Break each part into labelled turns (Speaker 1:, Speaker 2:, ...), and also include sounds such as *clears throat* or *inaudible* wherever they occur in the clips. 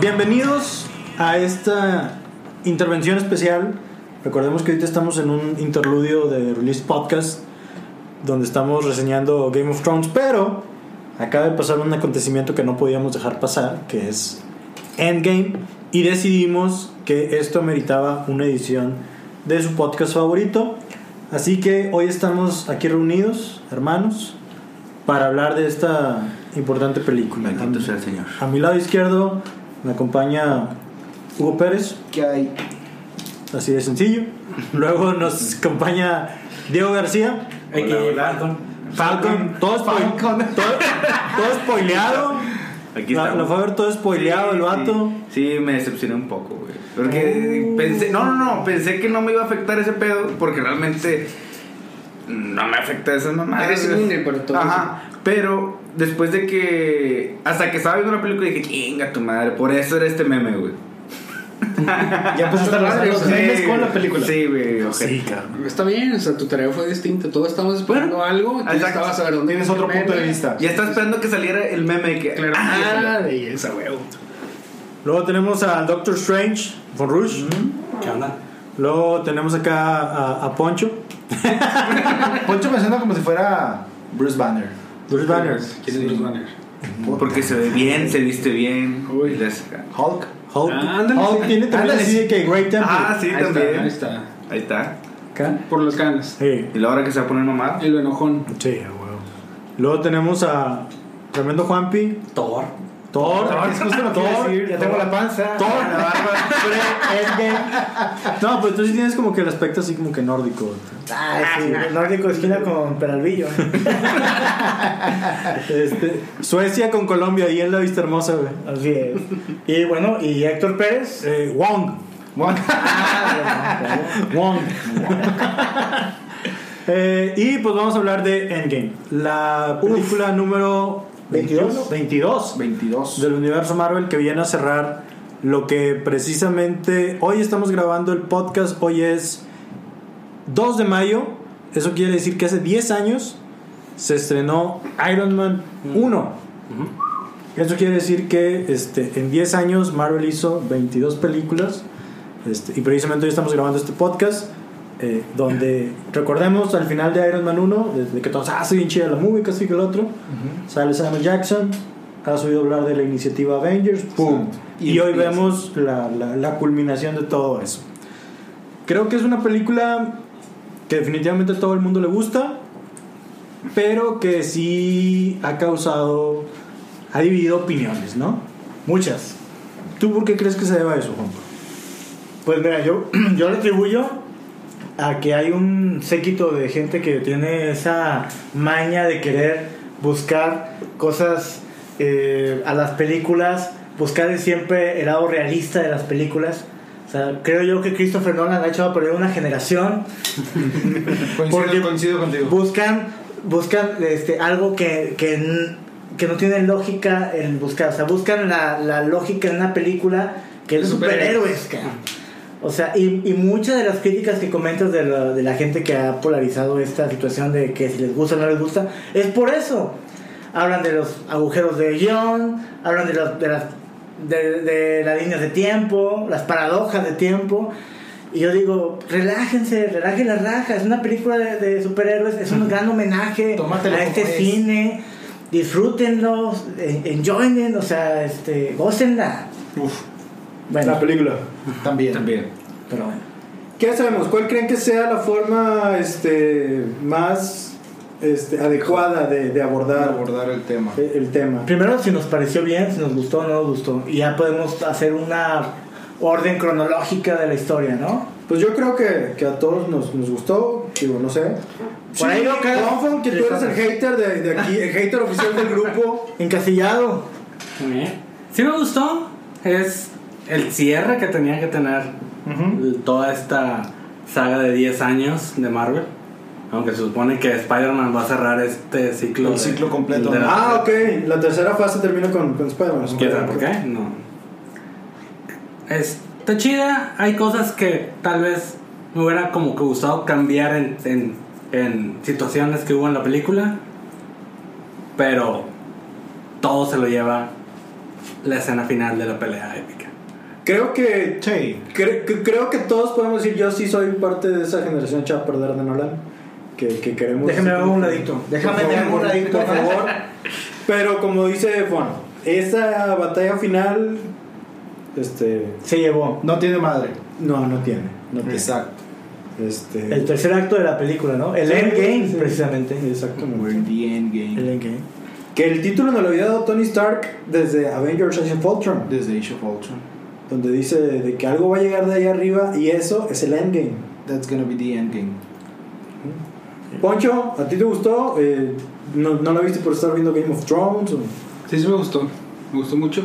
Speaker 1: Bienvenidos a esta intervención especial. Recordemos que ahorita estamos en un interludio de Release Podcast donde estamos reseñando Game of Thrones, pero acaba de pasar un acontecimiento que no podíamos dejar pasar, que es Endgame, y decidimos que esto meritaba una edición de su podcast favorito. Así que hoy estamos aquí reunidos, hermanos, para hablar de esta importante película.
Speaker 2: Bendito sea el Señor.
Speaker 1: A mi lado izquierdo me acompaña Hugo Pérez,
Speaker 3: ¿Qué hay?
Speaker 1: así de sencillo. Luego nos acompaña Diego García,
Speaker 4: Hola,
Speaker 5: Aquí,
Speaker 4: hola.
Speaker 5: Falcon.
Speaker 1: Falcon, todo, spoil- todo, todo spoileado.
Speaker 2: Aquí
Speaker 1: Lo,
Speaker 2: estamos.
Speaker 1: lo fue a ver todo spoileado
Speaker 2: Sí,
Speaker 1: el vato.
Speaker 2: Sí, Sí, me decepcioné un poco, güey. Porque pensé, no, no, no, pensé que no me iba a afectar ese pedo, porque realmente no me afecta esas mamadas.
Speaker 3: Eres
Speaker 2: güey.
Speaker 3: inmune para todo
Speaker 2: Ajá, pero después de que, hasta que estaba viendo la película, dije, chinga tu madre, por eso era este meme, güey.
Speaker 5: Ya empezaste a lanzar los
Speaker 2: Sí,
Speaker 5: memes con la
Speaker 2: güey.
Speaker 5: película.
Speaker 2: Sí, güey, ojete.
Speaker 5: Sí, cabrón.
Speaker 3: Está bien, o sea, tu tarea fue distinta. Todos estamos esperando algo. Tú
Speaker 2: exacto.
Speaker 3: estabas a ver dónde
Speaker 5: Tienes
Speaker 3: viene
Speaker 5: otro
Speaker 3: el
Speaker 5: punto de
Speaker 3: meme.
Speaker 5: vista.
Speaker 2: Ya estaba esperando que saliera el meme de que,
Speaker 3: Claro,
Speaker 2: ah,
Speaker 3: ah, de esa huevo.
Speaker 1: Luego tenemos al Doctor Strange, Von Rush.
Speaker 5: ¿Qué onda?
Speaker 1: Luego tenemos acá a, a Poncho,
Speaker 5: *laughs* Poncho me suena como si fuera Bruce Banner.
Speaker 1: Bruce Banner,
Speaker 4: ¿Quién es Bruce Banner?
Speaker 2: porque se ve bien, se viste bien.
Speaker 4: Uy.
Speaker 2: y las-
Speaker 5: Hulk.
Speaker 1: Hulk.
Speaker 4: Ah, ándale.
Speaker 1: Hulk tiene también
Speaker 5: Ándale.
Speaker 1: así de que Great Temple.
Speaker 2: Ah, sí,
Speaker 4: ahí
Speaker 2: también.
Speaker 4: Está, ahí está.
Speaker 2: Ahí está.
Speaker 1: Acá.
Speaker 4: Por las canas.
Speaker 1: Sí,
Speaker 2: Y la hora que se va a poner mamada.
Speaker 4: El enojón.
Speaker 1: sí, a huevo. Luego tenemos a Tremendo Juanpi,
Speaker 5: Thor.
Speaker 1: Thor.
Speaker 5: Es justo lo que iba a
Speaker 1: Thor.
Speaker 5: decir. Ya tengo la panza.
Speaker 1: Thor. *laughs* Pre-Endgame. No, pues tú sí tienes como que el aspecto así como que nórdico.
Speaker 6: Ay, Ah, sí, el nórdico de esquina con Peralvillo.
Speaker 1: *laughs* Este, Suecia con Colombia, ahí en la vista hermosa, güey.
Speaker 6: Así es. Y bueno, y Héctor Pérez. Ah,
Speaker 1: Eh, Wong.
Speaker 6: *laughs*
Speaker 5: Bueno,
Speaker 1: Wong. Eh, y pues vamos a hablar de Endgame, la película número
Speaker 6: 22.
Speaker 1: 22
Speaker 5: 22.
Speaker 1: del universo Marvel que viene a cerrar lo que precisamente hoy estamos grabando el podcast. Hoy es 2 de mayo. Eso quiere decir que hace 10 años se estrenó Iron Man 1. Eso quiere decir que este, en 10 años Marvel hizo 22 películas. Este, y precisamente hoy estamos grabando este podcast. eh, donde recordemos al final de Iron Man 1, desde que todos, ah, sí, bien chida la movie, que sí que el otro, sale Samuel Jackson, ha subido hablar de la iniciativa Avengers, ¡pum! Y, hoy vemos la, la- la culminación de todo eso. Creo que es una película que definitivamente a todo el mundo le gusta, pero que sí ha causado, ha dividido opiniones, ¿no?
Speaker 6: Muchas.
Speaker 1: ¿Tú por qué crees que se deba a eso, Juanpa?
Speaker 6: Pues mira, yo, *clears throat* yo le atribuyo a que hay un séquito de gente que tiene esa maña de querer buscar cosas eh, a las películas, buscar siempre el lado realista de las películas. O sea, creo yo que Christopher Nolan ha echado a perder una generación Porque-
Speaker 5: Coincido, coincido contigo.
Speaker 6: buscan buscan este algo que, que, n- que no tiene lógica en buscar o sea buscan la, la lógica en una película que es de
Speaker 4: Superhéroes.
Speaker 6: superhéroes cabrón. o sea y, y muchas de las críticas que comentas de la, de la gente que ha polarizado esta situación de que si les gusta o no les gusta es por eso hablan de los agujeros de guión hablan de, los- de las de, de las líneas de tiempo las paradojas de tiempo y yo digo, relájense, relajen las rajas. Es una película de, de superhéroes, es un gran homenaje
Speaker 5: Tómatelo
Speaker 6: a este
Speaker 5: como es.
Speaker 6: cine. Disfrútenlo, eh, enjoyen, o sea, este, gócenla.
Speaker 5: Uf,
Speaker 6: Bueno,
Speaker 1: película.
Speaker 5: también.
Speaker 2: También.
Speaker 6: pero bueno.
Speaker 1: ¿Qué sabemos? ¿Cuál creen que sea la forma este, más este, adecuada de, de
Speaker 5: Para
Speaker 1: abordar
Speaker 5: abordar el tema.
Speaker 1: e- el tema?
Speaker 6: Primero, si nos pareció bien, si nos gustó o no nos gustó. Y ya podemos hacer una orden cronológica de la historia, ¿no?
Speaker 1: Pues yo creo que, que a todos nos, nos gustó, digo, no sé.
Speaker 6: Por ahí veo que-
Speaker 1: Juanfon, que tú eres el hater de, de aquí, el hater oficial del grupo.
Speaker 6: *laughs* Encasillado.
Speaker 5: Muy bien.
Speaker 4: Sí me gustó. Es el cierre que tenía que tener toda esta saga de 10 años de Marvel. Aunque se supone que Spider-Man va a cerrar este ciclo.
Speaker 5: El ciclo completo.
Speaker 4: de la-
Speaker 1: Ah, ok, la tercera fase termina con, con Spider-Man.
Speaker 4: ¿Quién sabe por qué? No. Está chida. Hay cosas que tal vez me hubiera como que gustado cambiar en, en- en situaciones que hubo en la película. Pero todo se lo lleva la escena final de la pelea épica.
Speaker 6: Creo que,
Speaker 2: Sí.
Speaker 6: cre- que- creo que todos podemos decir, yo sí soy parte de esa generación echada a perder de Nolan, que, que queremos...
Speaker 1: Déjame hago un ladito. Déjame
Speaker 6: Por favor,
Speaker 1: hago un ladito.
Speaker 6: por favor. Pero como dice Juan, esa batalla final, este,
Speaker 1: Se llevó.
Speaker 2: No tiene madre.
Speaker 6: no, no tiene, no tiene.
Speaker 2: Exacto.
Speaker 6: Este,
Speaker 1: El tercer acto de la película, ¿no? El
Speaker 6: Sí,
Speaker 1: endgame,
Speaker 6: sí.
Speaker 1: precisamente.
Speaker 6: Exactamente.
Speaker 2: the endgame.
Speaker 1: El endgame.
Speaker 6: Que el título nos lo había dado Tony Stark desde Avengers Age of Ultron,
Speaker 2: Desde Age of Ultron.
Speaker 6: donde dice de que algo va a llegar de ahí arriba y eso es el endgame.
Speaker 2: That's gonna be the endgame.
Speaker 6: Poncho, ¿a ti te gustó? Eh, no, ¿No la viste por estar viendo Game of Thrones? o-
Speaker 3: Sí, sí me gustó. Me gustó mucho.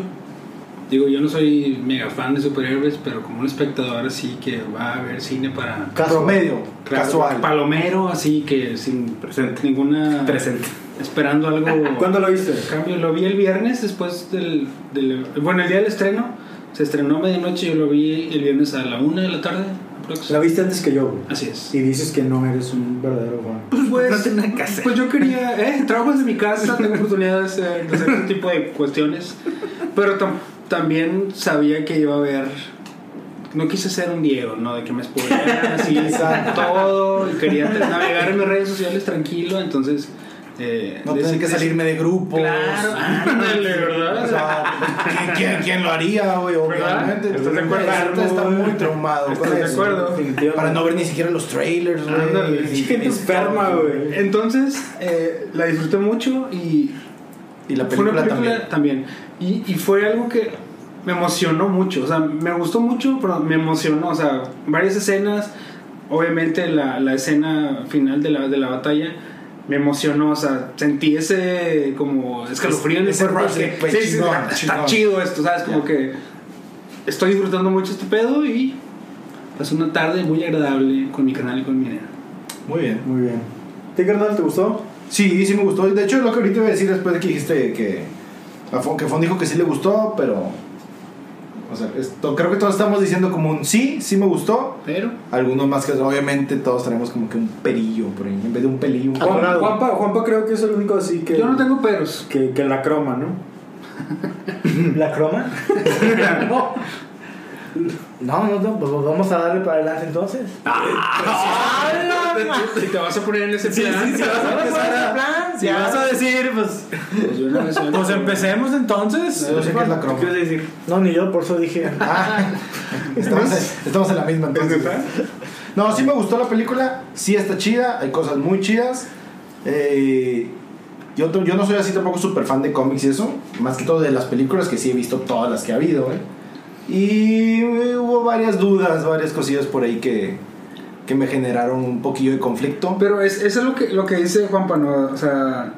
Speaker 3: Digo, yo no soy mega fan de superhéroes, pero como un espectador así que va a ver cine para...
Speaker 2: Promedio.
Speaker 3: claro,
Speaker 2: Casual.
Speaker 3: Palomero, así que sin
Speaker 7: Presente.
Speaker 3: ninguna...
Speaker 7: Presente.
Speaker 3: Esperando algo...
Speaker 6: *laughs* ¿Cuándo la viste?
Speaker 3: cambio, lo vi el viernes después del, del- Bueno, el día del estreno. Se estrenó a medianoche, yo lo vi el viernes a la una de la tarde. aprox.
Speaker 6: La viste antes que yo, güey.
Speaker 3: Así es.
Speaker 6: Y dices que no eres un verdadero Juan.
Speaker 3: Pues,
Speaker 7: No tiene nada que hacer.
Speaker 3: pues yo quería, eh, trabajo desde
Speaker 7: *laughs*
Speaker 3: mi casa, tengo oportunidad de hacer, de hacer este tipo de cuestiones, pero tam- también sabía que iba a haber, no quise ser un Diego, ¿no? De que me
Speaker 7: *laughs*
Speaker 3: spoilearan así todo, y quería te- navegar en mis redes sociales tranquilo, entonces... Eh,
Speaker 2: No tener
Speaker 3: decidí-
Speaker 2: que salirme de grupos.
Speaker 3: Claro, *laughs*
Speaker 2: Ah,
Speaker 3: ándale,
Speaker 2: O
Speaker 3: ¿verdad?
Speaker 2: sea, ¿quién, quién, quién lo haría, güey?
Speaker 3: ¿Verdad?
Speaker 2: Obviamente.
Speaker 3: ¿Estás de acuerdo?
Speaker 2: Está, está muy traumado. con
Speaker 3: ¿Estás de
Speaker 2: eso.
Speaker 3: acuerdo?
Speaker 2: Para no ver ni siquiera los trailers,
Speaker 3: Ándale.
Speaker 2: güey.
Speaker 6: Sí, Gente enferma, güey.
Speaker 3: Entonces, eh, la disfruté mucho y
Speaker 2: Y la
Speaker 3: Fue una
Speaker 2: película
Speaker 3: película
Speaker 2: también.
Speaker 3: también. Y, y fue algo que me emocionó mucho. O sea, me gustó mucho, pero me emocionó. O sea, varias escenas. Obviamente la, la escena final de la, de la batalla me emocionó. O sea, sentí ese como escalofrío en el
Speaker 2: Ese
Speaker 3: cuerpo,
Speaker 2: rush de,
Speaker 3: que,
Speaker 2: pues,
Speaker 3: sí, sí,
Speaker 2: chingón,
Speaker 3: está, está
Speaker 2: chingón.
Speaker 3: chido esto, ¿sabes? Como que estoy disfrutando mucho este pedo y pasé una tarde muy agradable con mi canal y con mi nena.
Speaker 2: Muy bien.
Speaker 6: Muy bien. ¿Te carnal te gustó?
Speaker 2: Sí, sí me gustó. De hecho, lo que ahorita iba a decir después de que dijiste que. a Fon- Que Fon dijo que sí le gustó, pero. O sea, esto- creo que todos estamos diciendo como un sí, sí me gustó.
Speaker 3: Pero
Speaker 2: Algunos más que otros. Obviamente, todos tenemos como que un perillo por ahí. En vez de un pelillo, un
Speaker 6: Juan-
Speaker 2: pelillo.
Speaker 6: Juanpa, Juanpa creo que es el único así que...
Speaker 3: yo no tengo peros.
Speaker 6: Que, que la croma, ¿no? Mm.
Speaker 1: ¿La
Speaker 6: *laughs*
Speaker 1: croma? no, no, no, pues vamos a darle para adelante entonces.
Speaker 3: Si te vas a poner en ese plan,
Speaker 6: Si vas a decir, pues...
Speaker 3: pues yo una vez-
Speaker 6: Pues empecemos entonces.
Speaker 2: Yo sé que es la croma.
Speaker 6: decir?
Speaker 1: No, ni yo, por eso dije.
Speaker 2: Ah, *laughs* estamos, estamos en la misma entonces. No, sí me gustó la película, sí está chida, hay cosas muy chidas. Eh, yo, to- yo no soy así tampoco súper fan de cómics y eso, más que todo de las películas que sí he visto todas las que ha habido. ¿eh? Y eh, hubo varias dudas, varias cosillas por ahí que, que me generaron un poquillo de conflicto.
Speaker 3: Pero es, eso es lo que, lo que dice Juan Pano. O sea,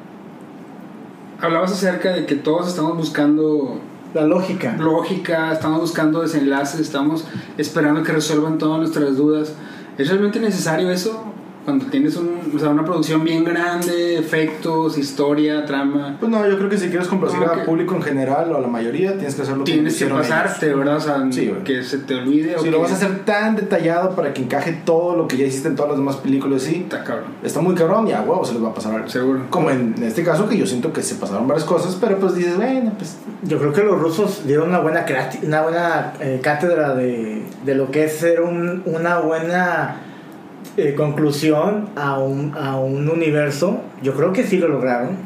Speaker 3: hablabas acerca de que todos estamos buscando
Speaker 1: La lógica.
Speaker 3: lógica, estamos buscando desenlaces, estamos esperando que resuelvan todas nuestras dudas. ¿Es realmente necesario eso? Cuando tienes un- o sea, una producción bien grande, efectos, historia, trama,
Speaker 2: Pues no, yo creo que si quieres complacer
Speaker 3: Como
Speaker 2: al
Speaker 3: que-
Speaker 2: público en general o a la mayoría, tienes que hacer lo
Speaker 3: tienes que
Speaker 2: hicieron ellos.
Speaker 3: pasarte, ¿verdad? O sea,
Speaker 2: Sí, güey.
Speaker 3: que se te olvide. o
Speaker 2: Si
Speaker 3: que-
Speaker 2: lo vas a hacer tan detallado para que encaje todo lo que ya hiciste en todas las demás películas, sí,
Speaker 3: Está cabrón,
Speaker 2: está muy cabrón y a huevo se les va a pasar algo.
Speaker 3: seguro.
Speaker 2: Como en este caso que yo siento que se pasaron varias cosas, pero pues dices, bueno, pues
Speaker 1: Yo creo que los rusos dieron una buena, creati- una buena eh, cátedra de, de lo que es ser un- una buena eh, conclusión a un, a un universo. Yo creo que sí lo lograron.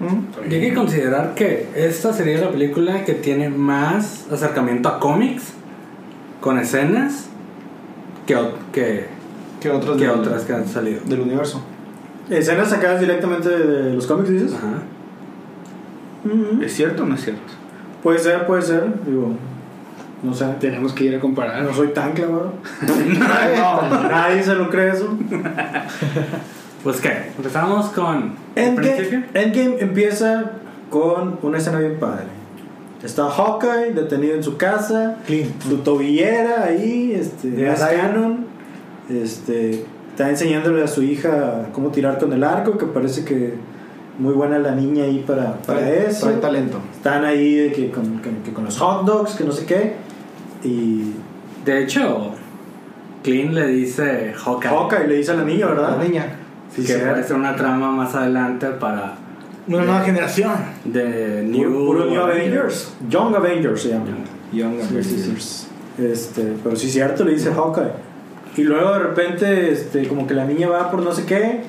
Speaker 3: ¿Mm?
Speaker 4: Y hay que considerar que esta sería la película que tiene más acercamiento a cómics con escenas que, o- que,
Speaker 2: que otros
Speaker 4: que
Speaker 2: del-
Speaker 4: otras que han salido.
Speaker 2: del universo.
Speaker 6: Escenas sacadas directamente de los cómics, dices.
Speaker 4: Ajá.
Speaker 3: Mm-hmm.
Speaker 7: ¿Es cierto o no es cierto?
Speaker 6: Puede ser, puede ser. Digo, no sé.
Speaker 3: Tenemos que ir a comparar.
Speaker 6: No soy tan
Speaker 2: *laughs*
Speaker 6: clavado. *laughs* Nadie se lo cree eso.
Speaker 4: Pues qué, empezamos con... el principio.
Speaker 6: Endgame, Endgame empieza con una escena bien padre. Está Hawkeye detenido en su casa, su tobillera ahí, este,
Speaker 1: De
Speaker 6: gas
Speaker 1: Adai.
Speaker 6: cannon, este, está enseñándole a su hija cómo tirar con el arco, que parece que muy buena la niña ahí para, para
Speaker 2: Trae-
Speaker 6: eso.
Speaker 2: trae talento.
Speaker 6: Están ahí de que con, con- que con los hot dogs, que no sé qué. Y
Speaker 4: De hecho, Clint le dice Hawkeye
Speaker 7: Ah.
Speaker 6: Hawkeye le dice a la niña,
Speaker 2: La
Speaker 6: ¿verdad?
Speaker 2: niña.
Speaker 6: Sí,
Speaker 4: que
Speaker 6: sí.
Speaker 4: va a ser una trama más adelante para
Speaker 1: Una nueva generación.
Speaker 4: de
Speaker 6: Puro-
Speaker 4: New,
Speaker 6: puro New Avengers. Young Avengers se llama.
Speaker 2: Young
Speaker 6: Sí, sí, sí. Este, pero sí es cierto, le dice Hawkeye. Y luego de repente, este, como que la niña va por no sé qué,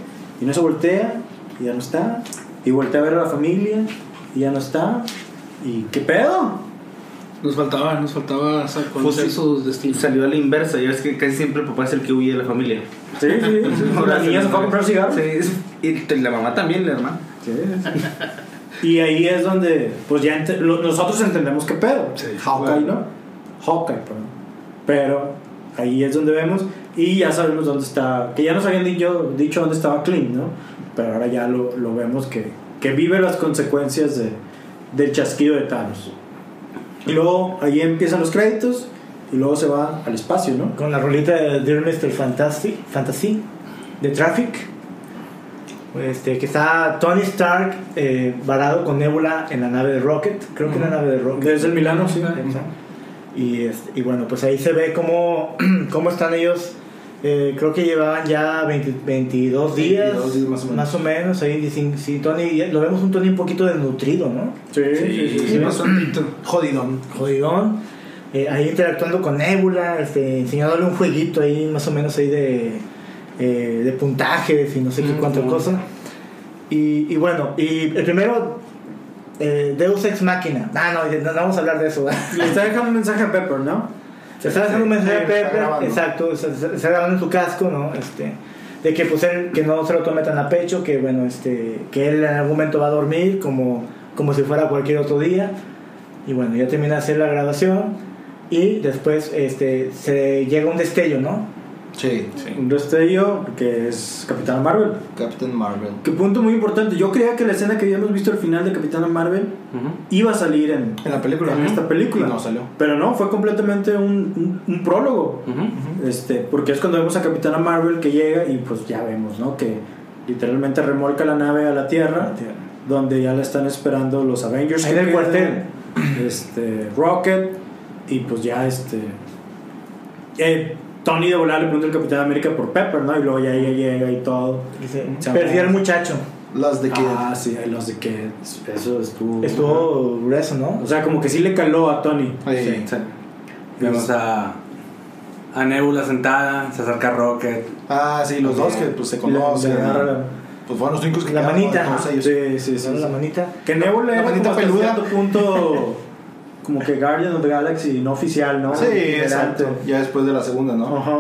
Speaker 6: y no se voltea, y ya no está. Y voltea a ver a la familia, y ya no está. ¿Y qué pedo?
Speaker 3: Nos faltaba, nos faltaba o sea, conocer
Speaker 7: Pues sí.
Speaker 3: sus destinos.
Speaker 7: Salió a la inversa, ya ves que casi siempre el papá es el que huye de la familia.
Speaker 6: Sí, sí. *laughs* la niña se fue a comprar cigarros.
Speaker 7: Sí, es- y te- la mamá también, la hermana.
Speaker 6: Y ahí es donde, pues ya ente- lo- nosotros entendemos qué pedo.
Speaker 3: Sí,
Speaker 6: Hawkeye,
Speaker 3: claro.
Speaker 6: ¿no? Hawkeye, perdón. Pero ahí es donde vemos y ya sabemos dónde está, que ya nos habían dicho, dicho dónde estaba Clint, ¿no? Pero ahora ya lo, lo vemos que, que vive las consecuencias de, del chasquido de Thanos. Y luego ahí empiezan los créditos y luego se va al espacio, ¿no?
Speaker 1: Con la rolita de Dear Mr. Fantastic, Fantasy, de Traffic. Este, que está Tony Stark eh, varado con Nebula en la nave de Rocket. Creo que en la nave de Rocket.
Speaker 6: Desde el Milano, sí.
Speaker 1: Exacto. Y, este, y bueno, pues ahí se ve cómo, *clears throat* cómo están ellos. Eh, creo que llevaban ya 20 22 días,
Speaker 2: 22 días más o menos.
Speaker 1: o menos, ahí dicen, sí, Tony, lo vemos un Tony un poquito desnutrido, ¿no?
Speaker 6: Sí, sí, sí.
Speaker 3: Sí, bastantito.
Speaker 2: Jodidón.
Speaker 1: Jodidón. Eh, ahí interactuando con Nebula, este, enseñándole un jueguito ahí más o menos ahí de, eh, de puntajes y no sé qué cuánta cosa. Y, y bueno, y el primero, eh, Deus Ex Máquina. Ah, no, no, no vamos a hablar de eso. ¿verdad?
Speaker 6: Le está dejando un mensaje a Pepper, ¿no?
Speaker 1: Se está dejando un mensaje a
Speaker 2: Sí, está
Speaker 1: Pepe,
Speaker 2: grabando.
Speaker 1: exacto, se, se- se está grabando en su casco, ¿no? Este, de que pues él, que no se lo tome tan a pecho, que bueno, este, que él en algún momento va a dormir como, como si fuera cualquier otro día. Y bueno, ya termina de hacer la grabación y después este, se llega un destello, ¿no?
Speaker 2: Sí,
Speaker 6: Un destello que es Capitán Marvel.
Speaker 2: Captain Marvel.
Speaker 6: Que punto muy importante. Yo creía que la escena que habíamos visto al final de Capitana Marvel
Speaker 4: Ujú.
Speaker 6: iba a salir en,
Speaker 2: En la película.
Speaker 6: en esta película.
Speaker 2: No salió.
Speaker 6: Pero no, fue completamente un, un- un prólogo.
Speaker 4: Ujú.
Speaker 6: Este, porque es cuando vemos a Capitana Marvel que llega y pues ya vemos, ¿no? Que literalmente remolca la nave a la Tierra, donde ya la están esperando los Avengers.
Speaker 1: Ahí
Speaker 6: que
Speaker 1: en el
Speaker 6: quedan,
Speaker 1: cuartel.
Speaker 6: Este, Rocket y pues ya este... eh, Tony de volar le pregunta al Capitán América por Pepper, ¿no? Y luego ya ella llega y todo.
Speaker 1: Dice,
Speaker 6: Se
Speaker 1: perdí al
Speaker 6: llama-
Speaker 1: muchacho.
Speaker 2: Las de que.
Speaker 6: Ah, sí, los de que eso estuvo.
Speaker 1: Estuvo grueso, ¿no?
Speaker 6: O sea, como que sí le caló a Tony.
Speaker 2: Sí.
Speaker 4: Vemos a, a Nebula sentada, se acerca Rocket.
Speaker 2: *laughs* Ah, sí, los dos que pues, se conocen.
Speaker 6: Le agarra la-
Speaker 2: Pues fueron los únicos que
Speaker 1: La
Speaker 2: quedaron,
Speaker 1: manita,
Speaker 2: ¿no? Todos
Speaker 1: ajá.
Speaker 2: ellos.
Speaker 6: Sí, sí,
Speaker 1: Le
Speaker 6: sí.
Speaker 1: da la manita.
Speaker 6: Que Nebula
Speaker 2: La
Speaker 6: era
Speaker 2: manita
Speaker 6: como hasta
Speaker 2: peluda.
Speaker 6: cierto punto *laughs* como que Guardian of the Galaxy no oficial, ¿no?
Speaker 2: Sí,
Speaker 6: Itinerante.
Speaker 2: exacto. Ya después de la segunda,
Speaker 1: Oh.
Speaker 2: ¿no?
Speaker 6: Ajá.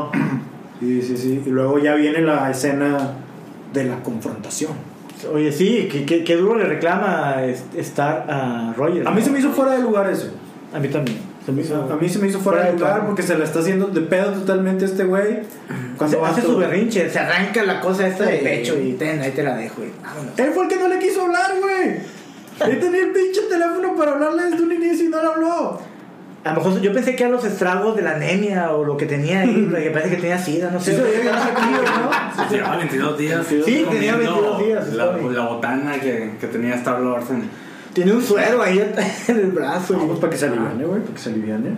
Speaker 6: Sí, sí, sí. Y luego ya viene la escena de la confrontación.
Speaker 1: Oye, sí, que que- que duro le reclama este, Star a Roger.
Speaker 6: A mí
Speaker 1: ¿no?
Speaker 6: se me hizo fuera de lugar eso.
Speaker 1: A mí también. Se me hizo-
Speaker 6: A mí se me hizo fuera de lugar
Speaker 1: tono.
Speaker 6: porque se la está haciendo de pedo totalmente este güey.
Speaker 1: Se
Speaker 6: Cuando
Speaker 1: hace
Speaker 6: todo-
Speaker 1: su berrinche, se arranca la cosa esta del
Speaker 2: Sí.
Speaker 1: pecho y ten, ahí te la dejo y vámonos.
Speaker 6: Él fue el que no le quiso hablar, güey. Él tenía el pinche teléfono para hablarle desde un inicio y no le habló.
Speaker 1: A lo mejor yo pensé que eran los estragos de la anemia o lo que tenía *laughs* ahí, porque parece que tenía sida, no
Speaker 6: Sí,
Speaker 1: sé.
Speaker 6: se veía que no se quiso, ¿no?
Speaker 4: Llevaba 22 días.
Speaker 1: Sí, tenía
Speaker 4: comiendo
Speaker 1: 22 días,
Speaker 4: La,
Speaker 1: sorry.
Speaker 4: la botana que, que tenía Star Lord.
Speaker 1: Tiene un suero ahí en *laughs* el brazo.
Speaker 6: No,
Speaker 1: y- Ah.
Speaker 6: pues para que se aliviane, güey, para que se aliviane.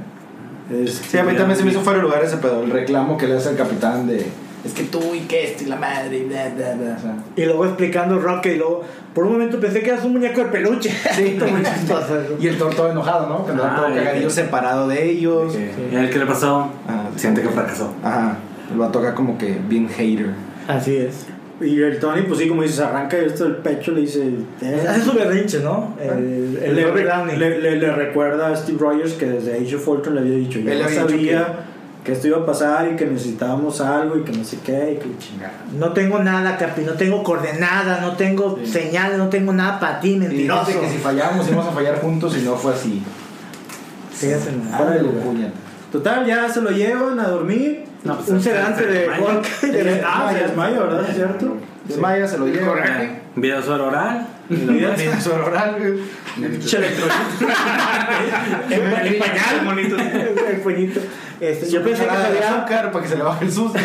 Speaker 6: Este,
Speaker 2: Sí, a mí también se me hizo fuera de lugar ese pedo. El reclamo que le hace al capitán de. Es que tú y que esto y la madre y bla, bla, bla. O sea,
Speaker 1: Y luego explicando Rocket y luego, por un momento pensé que eras un muñeco de peluche. *laughs* Sí,
Speaker 2: Y el toro todo enojado, ¿no? Que andaba
Speaker 4: Ah,
Speaker 2: todo
Speaker 4: y
Speaker 2: cagadillo
Speaker 4: que-
Speaker 2: separado de ellos.
Speaker 4: ¿Y eh, el que le pasó?
Speaker 2: Ah, sí.
Speaker 4: Siente que fracasó.
Speaker 2: Ajá. Lo va a tocar como que bien hater.
Speaker 1: Así es.
Speaker 6: Y el Tony, pues sí, como dices, arranca esto del pecho, le dice. eh,
Speaker 1: Hace su berrinche, ¿no? El, el
Speaker 6: le,
Speaker 1: Robert Downey.
Speaker 6: le- le- le recuerda a Steve Rogers que desde Age of Ultron le había dicho: Yo
Speaker 2: Él
Speaker 6: no
Speaker 2: había dicho
Speaker 6: sabía que... esto iba a pasar y que necesitábamos algo y que no sé qué y que chingada.
Speaker 1: No tengo nada, Capi, no tengo coordenadas, no tengo
Speaker 2: Sí.
Speaker 1: señales, no tengo nada para ti,
Speaker 2: Y
Speaker 1: mentiroso.
Speaker 2: dice que si fallamos íbamos a fallar juntos y no fue así.
Speaker 1: Fíjate, ¿no?
Speaker 2: Fuera de lugar.
Speaker 6: Total, ya se lo llevan a dormir.
Speaker 1: No, pues, un sedante de
Speaker 4: desmayo.
Speaker 6: *laughs*
Speaker 1: vodka y de
Speaker 6: ah, se
Speaker 1: ah,
Speaker 6: desmaya, ¿verdad? ¿Es cierto?
Speaker 2: Desmaya, se lo lleva.
Speaker 4: Vida oral.
Speaker 1: *laughs*
Speaker 2: Vida sobre oral, güey.
Speaker 6: Pinche electrolito.
Speaker 1: El
Speaker 7: pañal, monito.
Speaker 1: El puñito. Este, yo pensé que se había
Speaker 2: azúcar para que se le baje el susto.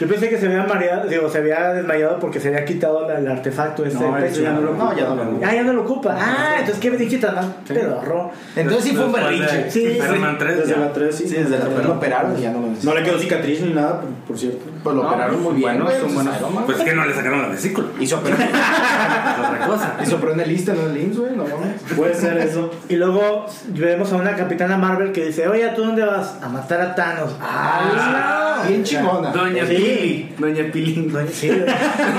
Speaker 1: Yo pensé que se había mareado, digo, se había desmayado porque se había quitado la- el artefacto ese.
Speaker 4: No,
Speaker 1: del
Speaker 4: el
Speaker 1: pecho, ya no lo-
Speaker 2: No, ya no lo-
Speaker 1: Ah, ya no lo ocupa. Ah, entonces qué pinche tan mal pedorro.
Speaker 2: Entonces sí fue un
Speaker 4: Después de
Speaker 2: berrinche.
Speaker 1: Sí, sí.
Speaker 4: Spider-Man 3,
Speaker 6: Desde
Speaker 4: ya.
Speaker 6: la 3, sí.
Speaker 2: Sí, desde la pero lo operaron y ya no lo
Speaker 6: No
Speaker 2: necesito.
Speaker 6: le quedó cicatriz ni nada, por, por cierto.
Speaker 2: Pues lo
Speaker 7: No,
Speaker 2: operaron muy bien.
Speaker 7: buenos,
Speaker 2: güey,
Speaker 7: son
Speaker 2: pues,
Speaker 7: buenos.
Speaker 2: Iron Man.
Speaker 4: Pues que no le sacaron la vesícula.
Speaker 2: Y se operó.
Speaker 4: Es otra cosa.
Speaker 2: Y se operó en el ISSSTE, no en el IMSS, güey. No mames.
Speaker 6: Puede ser eso.
Speaker 1: Y luego vemos a una capitana Marvel que dice, oye, ¿tú dónde vas? A matar a Thanos.
Speaker 2: Ah, bien chingona.
Speaker 7: Doña
Speaker 1: Sí.
Speaker 7: Pili. Doña Pili.
Speaker 1: Doña, sí,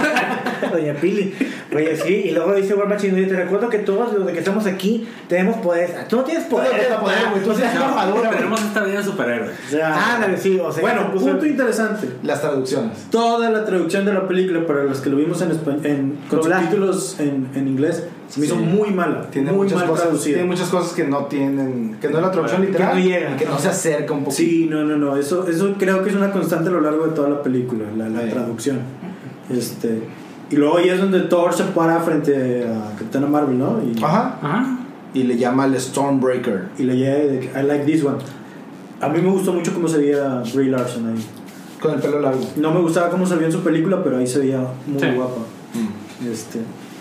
Speaker 1: *laughs* Doña Pili. Oye, sí, y luego dice War Machine, oye, te recuerdo que todos los de que estamos aquí tenemos poderes. Ah, Tú no tienes
Speaker 2: Todo
Speaker 1: poderes.
Speaker 2: tiene poder, güey.
Speaker 1: *laughs*
Speaker 2: Tú tienes una armadura, güey.
Speaker 4: Tenemos esta vida de superhéroes.
Speaker 6: O
Speaker 2: Ah,
Speaker 6: sea,
Speaker 1: Ándale, sí, o sea,
Speaker 6: bueno,
Speaker 1: puso-
Speaker 6: punto interesante.
Speaker 2: Las traducciones.
Speaker 6: Toda la traducción de la película para los que lo vimos en espa- en, con
Speaker 1: Doblaje.
Speaker 6: subtítulos en, en inglés se me hizo
Speaker 2: Sí.
Speaker 6: muy mala.
Speaker 2: Tiene
Speaker 6: muy
Speaker 2: muchas
Speaker 6: mal
Speaker 2: cosas.
Speaker 6: traducida.
Speaker 2: Tiene muchas cosas que no tienen. Que no es la traducción
Speaker 1: Que
Speaker 2: literal.
Speaker 1: no llega.
Speaker 2: y que no se acerca un poquito.
Speaker 6: Sí, no, no, no. Eso, eso creo que es una constante a lo largo de toda la película, la, la
Speaker 2: Sí.
Speaker 6: traducción. Este, y luego ahí es donde Thor se para frente a Capitana Marvel, ¿no? Y,
Speaker 2: Ajá.
Speaker 4: Ajá.
Speaker 2: Y le llama el Stormbreaker.
Speaker 6: y le llega de que, I like this one. A mí me gustó mucho cómo se veía Brie Larson ahí.
Speaker 2: Con el pelo largo.
Speaker 6: No me gustaba cómo se veía en su película, pero ahí se veía muy
Speaker 4: Sí.
Speaker 6: guapa. Este,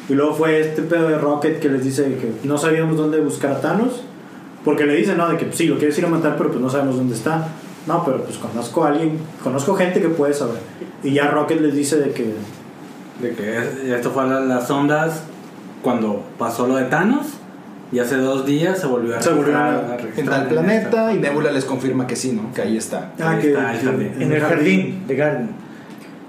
Speaker 6: y luego fue este pedo de Rocket que les dice que no sabíamos dónde buscar a Thanos. Porque le dicen, ¿no? De que pues, sí, lo quieres ir a matar, pero pues no sabemos dónde está. No, pero pues conozco a alguien, conozco gente que puede saber. Y ya Rocket les dice de que
Speaker 4: De que es- esto fue a la- las ondas cuando pasó lo de Thanos. Y hace dos días se volvió a
Speaker 6: Se volvió a-
Speaker 4: registrar- a
Speaker 2: En
Speaker 4: registrar
Speaker 2: tal planeta. Y Nebula les confirma que sí, ¿no? Que ahí está.
Speaker 6: Ah,
Speaker 4: Ahí
Speaker 6: que,
Speaker 4: está, el jardín.
Speaker 1: en el jardín de Garden.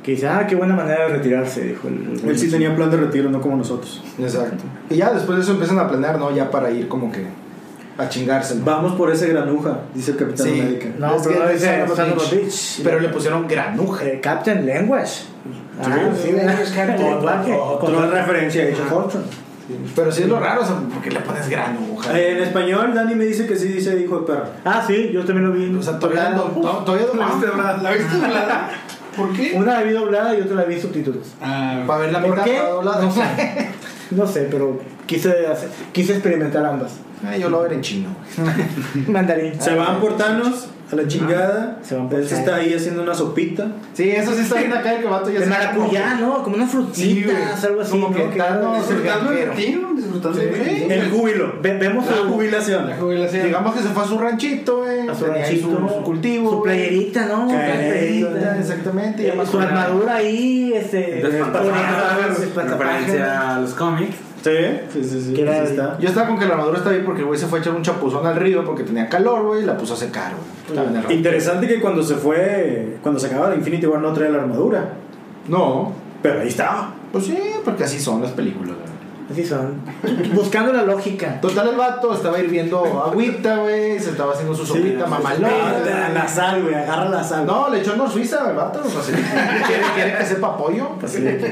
Speaker 1: Que dice, ah, qué buena manera de retirarse, dijo el.
Speaker 6: Él sí tenía plan de retiro, no como nosotros.
Speaker 2: Exacto. Y ya después de eso empiezan a planear, ¿no? Ya para ir como que a chingárselo.
Speaker 6: Vamos por ese granuja, dice el Capitán
Speaker 2: Sí.
Speaker 6: América.
Speaker 1: No,
Speaker 2: Es
Speaker 1: pero
Speaker 2: que
Speaker 1: no dice
Speaker 2: Son of a
Speaker 1: Son of a
Speaker 2: Bitch.
Speaker 1: Bitch.
Speaker 2: Pero le pusieron granuja.
Speaker 1: Eh, Captain Language. Ah, sí, ¿verdad? *laughs* Lenguaje.
Speaker 6: Otra referencia a Age of Ultron.
Speaker 2: Pero sí es lo raro, o sea, ¿por qué le pones granuja?
Speaker 6: Eh, En español, Dani me dice que sí dice hijo de perra.
Speaker 1: Ah, sí, yo también lo vi. en-
Speaker 2: O sea, todavía no, no, todavía no
Speaker 7: ¿La viste doblada?
Speaker 2: ¿La viste doblada?
Speaker 7: ¿Por qué?
Speaker 1: Una la vi doblada y otra la vi en subtítulos.
Speaker 2: Para ver la
Speaker 1: ¿Por
Speaker 2: mitad
Speaker 1: qué?
Speaker 2: estaba doblada.
Speaker 1: No sé. No sé, pero quise, hacer- quise experimentar ambas.
Speaker 2: *laughs* Ay, yo lo voy a ver en chino.
Speaker 1: Mandarín.
Speaker 6: Se van por Thanos a la chingada.
Speaker 1: Ah, Se van por
Speaker 6: Él se
Speaker 1: Thanos.
Speaker 6: está ahí haciendo una sopita.
Speaker 2: Sí, eso sí está bien acá el que vato ya
Speaker 1: De
Speaker 2: se-
Speaker 1: maracuyá, ¿no? Como unas
Speaker 2: Sí, güey.
Speaker 1: frutitas, algo así.
Speaker 2: Como que
Speaker 1: ¿no?
Speaker 2: Thanos-
Speaker 1: Que-
Speaker 7: Disfrutando
Speaker 2: el
Speaker 7: el tío, disfrutando
Speaker 2: Sí.
Speaker 7: de
Speaker 6: El júbilo.
Speaker 1: Ve- vemos
Speaker 6: La
Speaker 1: su-
Speaker 6: jubilación.
Speaker 2: Digamos que se fue a su ranchito, güey.
Speaker 1: a su
Speaker 2: tenía ahí
Speaker 1: ranchito,
Speaker 2: su, su cultivo.
Speaker 1: Su
Speaker 2: güey.
Speaker 1: playerita, ¿no? Su
Speaker 6: Caerita,
Speaker 1: playerita.
Speaker 2: Ya, Exactamente. ya
Speaker 1: Eh, Su
Speaker 2: más-
Speaker 1: armadura ahí, este.
Speaker 4: Despantapajas,
Speaker 1: espantapájaros.
Speaker 4: Referencia a los cómics.
Speaker 6: Sí, sí, sí. sí,
Speaker 1: Que era
Speaker 6: sí
Speaker 1: el-
Speaker 6: está.
Speaker 2: Yo estaba con que la armadura está bien porque el güey se fue a echar un chapuzón al río porque tenía calor, güey, y la puso a secar, güey. Estaba en el rancho.
Speaker 6: Interesante que cuando se fue, cuando se acababa la Infinity War no traía la armadura.
Speaker 2: No,
Speaker 6: Pero ahí estaba.
Speaker 2: pues sí, porque así son las películas, güey.
Speaker 1: Así son. Buscando la lógica.
Speaker 2: Total, el vato estaba hirviendo agüita, güey. Se estaba haciendo su sopita
Speaker 6: Ah,
Speaker 2: mamalona.
Speaker 6: La sal, güey. Agarra la sal.
Speaker 2: No, le echó no suiza, el vato. o sea, sí. ¿Quiere, quiere que sepa pollo. pues,
Speaker 6: Así de que-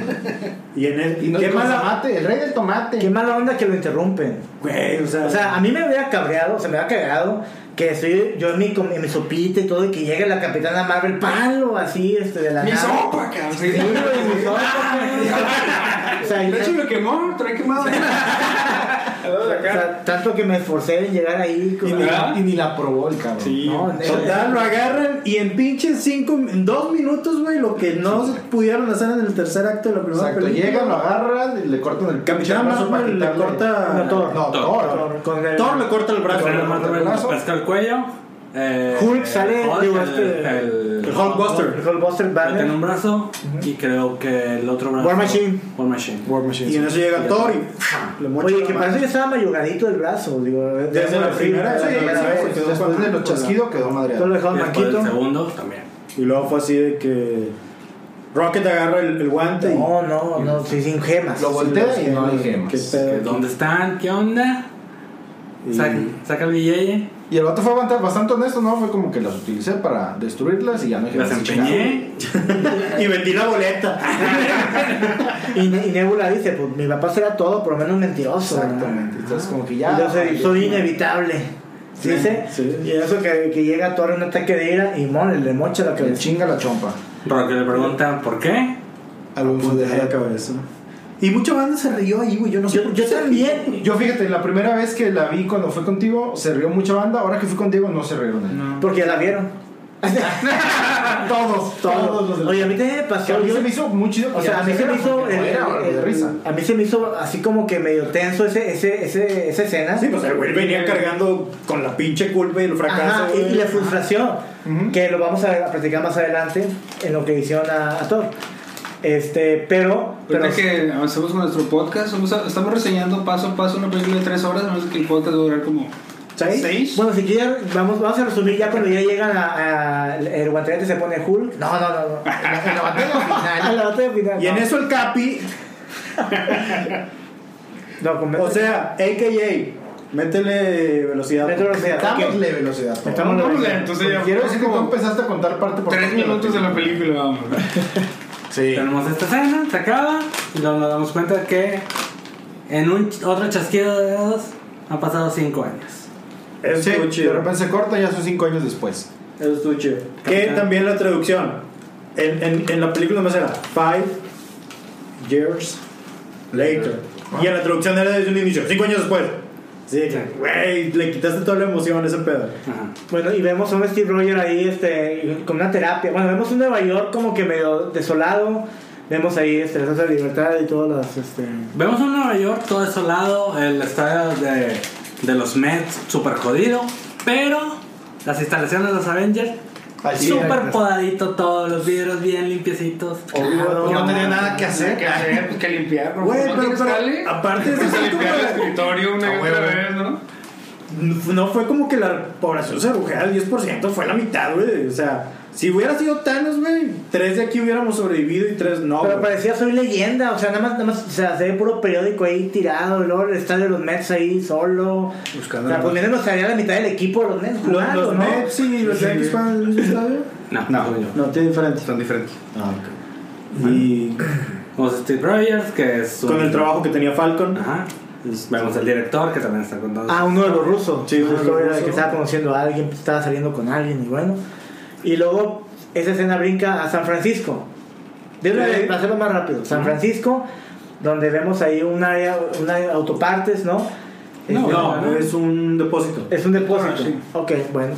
Speaker 6: Y en el.
Speaker 2: Y no
Speaker 6: ¿Qué
Speaker 2: es con
Speaker 6: mala-
Speaker 2: tomate, el rey del
Speaker 1: Qué
Speaker 2: tomate.
Speaker 1: mala onda que lo interrumpen.
Speaker 6: Güey, o sea.
Speaker 1: O sea, a mí me hubiera cabreado, se me hubiera cabreado que estoy yo en mi, com- en mi sopita y todo, y que llegue la capitana Marvel, palo, así, este, de la
Speaker 7: Mi
Speaker 1: nada.
Speaker 7: sopa, cabrón.
Speaker 1: Sí, güey, mi sopa, güey. *laughs* O sea, y-
Speaker 7: De hecho,
Speaker 1: o
Speaker 7: lo quemó, trae quemado.
Speaker 1: sea, tanto que me esforcé en llegar ahí.
Speaker 2: Y
Speaker 1: Con
Speaker 2: ni,
Speaker 4: ¿Ah?
Speaker 2: la, y ni la probó el cabrón.
Speaker 1: No, en-
Speaker 6: Total, lo agarran y en pinches cinco, en dos minutos, güey, lo que no
Speaker 2: Sí,
Speaker 6: se pudieron hacer en el tercer acto de la primera
Speaker 2: Exacto,
Speaker 6: película.
Speaker 2: llegan, lo agarran, y le cortan el
Speaker 6: Capitán
Speaker 2: brazo para
Speaker 6: Marvel le
Speaker 2: quitarle-
Speaker 6: corta.
Speaker 1: No, Thor.
Speaker 2: No,
Speaker 4: Thor.
Speaker 2: Thor.
Speaker 1: con el-
Speaker 6: Thor le corta el brazo.
Speaker 4: Capitán Marvel
Speaker 2: brazo.
Speaker 4: pesca el cuello. eh,
Speaker 1: Hulk sale,
Speaker 4: Hulk,
Speaker 1: digo,
Speaker 4: el-
Speaker 1: este-
Speaker 4: el-
Speaker 6: El Hulkbuster.
Speaker 1: el Hulkbuster
Speaker 4: Le tiene
Speaker 1: Banner.
Speaker 4: un brazo y creo que el otro brazo.
Speaker 1: War Machine.
Speaker 4: War Machine.
Speaker 2: War Machine.
Speaker 6: Y en eso llega Thor y le mocha
Speaker 1: Oye,
Speaker 6: la
Speaker 1: que
Speaker 6: mano.
Speaker 1: parece que estaba mayugadito el brazo, digo.
Speaker 6: Desde la primera,
Speaker 2: Sí,
Speaker 1: sí,
Speaker 2: sí,
Speaker 6: primera vez,
Speaker 2: sí,
Speaker 6: quedó
Speaker 2: después
Speaker 6: con-
Speaker 2: de lo chasquido quedó
Speaker 1: Todo lo
Speaker 2: madreado.
Speaker 1: dejaron
Speaker 4: Y después el
Speaker 1: manquito.
Speaker 4: segundo también.
Speaker 6: Y luego fue así de que Rocket agarra el, el guante
Speaker 1: No, no, no, sí, sin gemas.
Speaker 2: Lo voltea y no le gemas.
Speaker 6: Qué
Speaker 4: Que,
Speaker 6: pedo.
Speaker 4: ¿Dónde están? ¿Qué onda?
Speaker 6: y
Speaker 4: Saca, saca el billete.
Speaker 2: Y el vato fue bastante- bastante honesto, ¿no? Fue como que las utilicé para destruirlas y ya no hay
Speaker 4: Las
Speaker 2: gemas, chingada.
Speaker 4: empeñé.
Speaker 6: y vendí la boleta.
Speaker 1: *laughs* Y, Ne- y Nebula dice, pues mi papá será todo, por lo menos mentiroso. ¿verdad?
Speaker 2: Exactamente. Entonces como que ya.
Speaker 1: Entonces, soy inevitable.
Speaker 6: Sí,
Speaker 1: dice,
Speaker 6: sí.
Speaker 1: y eso que, que llega a Thor en un ataque de ira y Mon le mocha la
Speaker 2: Que le
Speaker 1: cabeza.
Speaker 2: chinga la chompa.
Speaker 4: Roque le pregunta, ¿por qué?
Speaker 2: Algún
Speaker 6: Pues deja la
Speaker 2: de
Speaker 6: cabeza. Y mucha banda se rió ahí, güey. Yo no sé
Speaker 1: Yo,
Speaker 6: por
Speaker 1: yo
Speaker 6: qué se
Speaker 1: también.
Speaker 2: Yo fíjate, la primera vez que la vi cuando fue contigo, se rió mucha banda. Ahora que fui contigo, no se rieron. nadie.
Speaker 1: Porque ya la vieron.
Speaker 2: Todos, todos los de
Speaker 1: Oye, a mí también me
Speaker 2: Que a
Speaker 1: pasó.
Speaker 2: mí
Speaker 1: yo-
Speaker 2: se me hizo muy chido.
Speaker 1: o sea, a mí se me hizo.
Speaker 2: Era,
Speaker 1: el-
Speaker 2: era,
Speaker 1: el-
Speaker 2: de risa.
Speaker 1: A mí se me hizo así como que medio tenso ese, ese, ese, esa escena.
Speaker 6: Sí, pues el güey venía cargando con la pinche culpa y el fracaso.
Speaker 1: Ajá, y,
Speaker 6: güey.
Speaker 1: y la frustración, que lo vamos a, a platicar más adelante en lo que hicieron a, a Thor. Este, pero, pero
Speaker 3: Ahorita Pues que avancemos con nuestro podcast, somos- estamos reseñando paso a paso una película de tres horas, a menos que el podcast va a durar como
Speaker 1: ¿sabes?
Speaker 3: seis.
Speaker 1: Bueno, si quieres, vamos, vamos a resumir ya cuando ya llegan a, a- el guantelete se pone Hulk. No, no, no, no. En la batalla final. *laughs* En la batalla final.
Speaker 6: Y en
Speaker 1: no.
Speaker 6: eso el Capi,
Speaker 1: No, con
Speaker 6: o sea, AKA, métele velocidad.
Speaker 1: Métele velocidad.
Speaker 2: Dámosle velocidad. por favor.
Speaker 1: Estamos
Speaker 3: Vamos,
Speaker 1: leyendo.
Speaker 3: entonces ya-
Speaker 2: Quiero decir que tú empezaste a contar parte por
Speaker 3: Tres
Speaker 2: parte
Speaker 3: minutos de la película, vamos.
Speaker 2: Sí.
Speaker 4: Tenemos esta escena, se acaba, y luego nos damos cuenta que en un ch- otro chasquido de dedos han pasado 5 años.
Speaker 6: Eso
Speaker 2: Sí,
Speaker 6: estuvo
Speaker 2: de
Speaker 6: chido.
Speaker 2: repente se corta ya son cinco años después.
Speaker 6: Eso estuvo chido. Que también la traducción. En, en, en la película más era Five Years Later. Y en la traducción era desde un inicio, cinco años después. Sí, que, güey, le quitaste toda la emoción a ese pedo.
Speaker 4: Ajá.
Speaker 1: Bueno, y vemos a un Steve Roger ahí este, con una terapia. Bueno, vemos un Nueva York como que medio desolado. Vemos ahí este, la Estatua de Libertad y todas las. Este...
Speaker 4: Vemos un Nueva York todo desolado, el estadio de, de los Mets super jodido, pero las instalaciones de los Avengers
Speaker 2: Al cien.
Speaker 4: super podadito, todos los vidrios bien limpiecitos.
Speaker 6: Oh. Ah,
Speaker 2: Obvio, pues no tenía nada que hacer.
Speaker 3: ¿Qué hacer? Pues que limpiar, ¿no?
Speaker 6: Güey,
Speaker 3: ¿No
Speaker 6: pero,
Speaker 3: tienes
Speaker 6: pero
Speaker 3: jale?
Speaker 6: aparte de eso,
Speaker 3: Pues a
Speaker 6: es como
Speaker 3: limpiar el
Speaker 6: la-
Speaker 3: escritorio una y
Speaker 2: Ah,
Speaker 3: otra
Speaker 2: huevo.
Speaker 3: vez, ¿no?
Speaker 6: no fue como que la población se redujera al 10%, fue la mitad, güey. O sea, si hubiera sido Thanos, güey, tres de aquí hubiéramos sobrevivido y tres no.
Speaker 1: Pero
Speaker 6: güey.
Speaker 1: parecía soy leyenda, o sea, nada más, nada más, o sea, se ve puro periódico ahí tirado, y luego el estadio de los Mets ahí solo.
Speaker 2: Buscando
Speaker 1: o sea,
Speaker 2: la-
Speaker 1: pues menos estaría la mitad del equipo de los Mets
Speaker 6: Los,
Speaker 1: jugando,
Speaker 6: los
Speaker 1: ¿no?
Speaker 6: Mets y los Yankees juegan en el mismo estadio.
Speaker 4: No,
Speaker 7: No.
Speaker 4: según yo.
Speaker 6: No, tiene diferente.
Speaker 7: Son diferentes.
Speaker 2: Ah, ok.
Speaker 6: Y
Speaker 4: Vemos a Steve Rogers, que es un-
Speaker 6: con el trabajo que tenía Falcon.
Speaker 4: Ajá. Vemos al director, que también está contando.
Speaker 1: Ah, uno de los rusos.
Speaker 6: Sí,
Speaker 1: Uno de
Speaker 6: justo
Speaker 1: los rusos que
Speaker 6: era el que
Speaker 1: estaba
Speaker 6: estaba
Speaker 1: conociendo a alguien, pues, estaba saliendo con alguien y bueno. Y luego esa escena brinca a San Francisco. De una
Speaker 6: Sí.
Speaker 1: vez, para hacerlo más rápido. San Francisco, donde vemos ahí un área, un área de autopartes, ¿no?
Speaker 4: No,
Speaker 1: Este,
Speaker 6: No, es un depósito.
Speaker 1: Es un depósito.
Speaker 3: Ah, sí.
Speaker 1: Ok, bueno.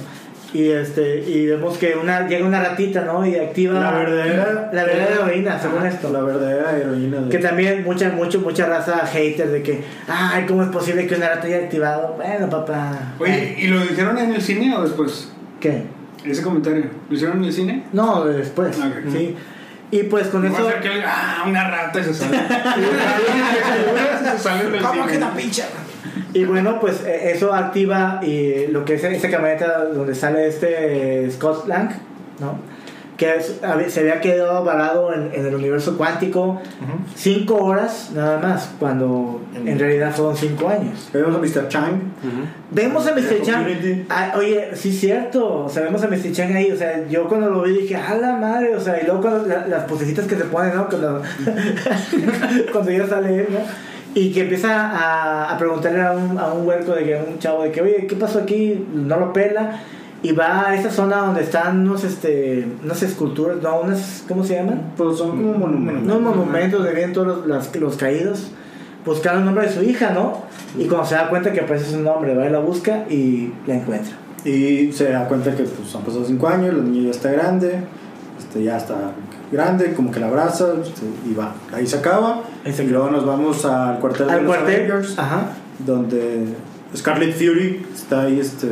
Speaker 1: Y este y vemos que una llega una ratita, ¿no? Y activa
Speaker 6: La verdadera-
Speaker 1: la verdadera heroína, según
Speaker 6: Ajá,
Speaker 1: esto.
Speaker 6: La verdadera heroína. de-
Speaker 1: Que también mucha, mucho, mucha raza hater de que, ay, ¿cómo es posible que una rata haya activado? Bueno, papá.
Speaker 3: Oye, ¿y lo dijeron en el cine o después?
Speaker 1: ¿Qué?
Speaker 3: Ese comentario. ¿Lo hicieron en el cine?
Speaker 1: No, después.
Speaker 3: Ok.
Speaker 1: Sí. Y pues con
Speaker 3: No va
Speaker 1: eso.
Speaker 3: a ser que alguien, ah, una rata y se *laughs* sale. se sale del cine.
Speaker 2: pincha?
Speaker 1: Y bueno, pues eh, eso activa y lo que es esa camioneta donde sale este eh, Scott Lang, ¿no? Que es- a ver, se había quedado varado en, en el universo cuántico cinco horas nada más, cuando en realidad fueron cinco años.
Speaker 6: Vemos a Mr. Chang.
Speaker 4: Ujú.
Speaker 1: Vemos a Mr. Chang.
Speaker 6: Community.
Speaker 1: Ah, oye, sí, cierto. O sea, vemos a Mr. Chang ahí. O sea, yo cuando lo vi dije, a la madre. O sea, y luego cuando la- las posecitas que se ponen, ¿no? Cuando, *laughs* cuando ya sale él, ¿no? Y que empieza a, a preguntarle a un, a un huerco, de que, a un chavo, de que, oye, ¿qué pasó aquí? No lo pela. Y va a esa zona donde están unos, este, unas esculturas, no, unas, ¿cómo se llaman?
Speaker 6: Pues son
Speaker 1: Mm.
Speaker 6: como monumentos.
Speaker 1: unos monumentos de bien todos los, las- los caídos, buscar el nombre de su hija, ¿no? Y cuando se da cuenta que aparece su nombre, va y la busca y la encuentra.
Speaker 6: Y se da cuenta que pues, han pasado 5 años, la niña ya está grande, este, ya está grande, como que la abraza este, y va. Ahí se acaba.
Speaker 1: Ahí se
Speaker 6: y luego nos vamos al cuartel de
Speaker 1: Al
Speaker 6: los
Speaker 1: cuartel, Ah.
Speaker 6: Avengers,
Speaker 1: ajá,
Speaker 6: donde Scarlet Fury está ahí este,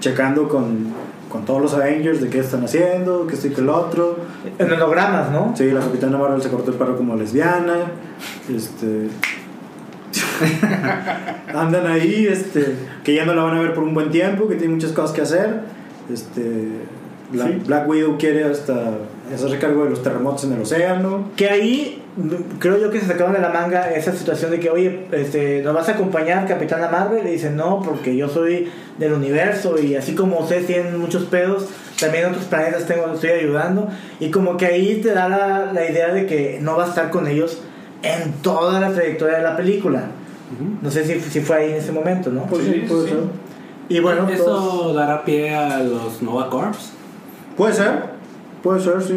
Speaker 6: checando con, con todos los Avengers de qué están haciendo, que esto y que el otro.
Speaker 1: en hologramas, ¿no?
Speaker 6: Sí, la capitana Marvel se cortó el pelo como lesbiana.
Speaker 3: *laughs*
Speaker 6: Este. Andan ahí, este. Que ya no la van a ver por un buen tiempo, que tiene muchas cosas que hacer. Este. la-
Speaker 1: Sí.
Speaker 6: Black Widow quiere hasta hacerse cargo de los terremotos en el océano.
Speaker 1: Que ahí mm, creo yo que se sacaron de la manga esa situación de que, oye, este, ¿nos vas a acompañar Capitana Marvel? Y dice, no, porque yo soy del universo y así como ustedes tienen muchos pedos, también en otros planetas tengo, estoy ayudando. Y como que ahí te da la, la idea de que no va a estar con ellos en toda la trayectoria de la película. No sé si, si fue ahí en ese momento, ¿no?
Speaker 6: Pues
Speaker 3: Sí,
Speaker 6: sí, puede
Speaker 3: sí.
Speaker 6: ser.
Speaker 1: Y bueno, pues,
Speaker 4: Eso
Speaker 1: todos-
Speaker 6: pues-
Speaker 4: dará pie a los Nova Corps.
Speaker 6: Puede ser, puede ser, sí.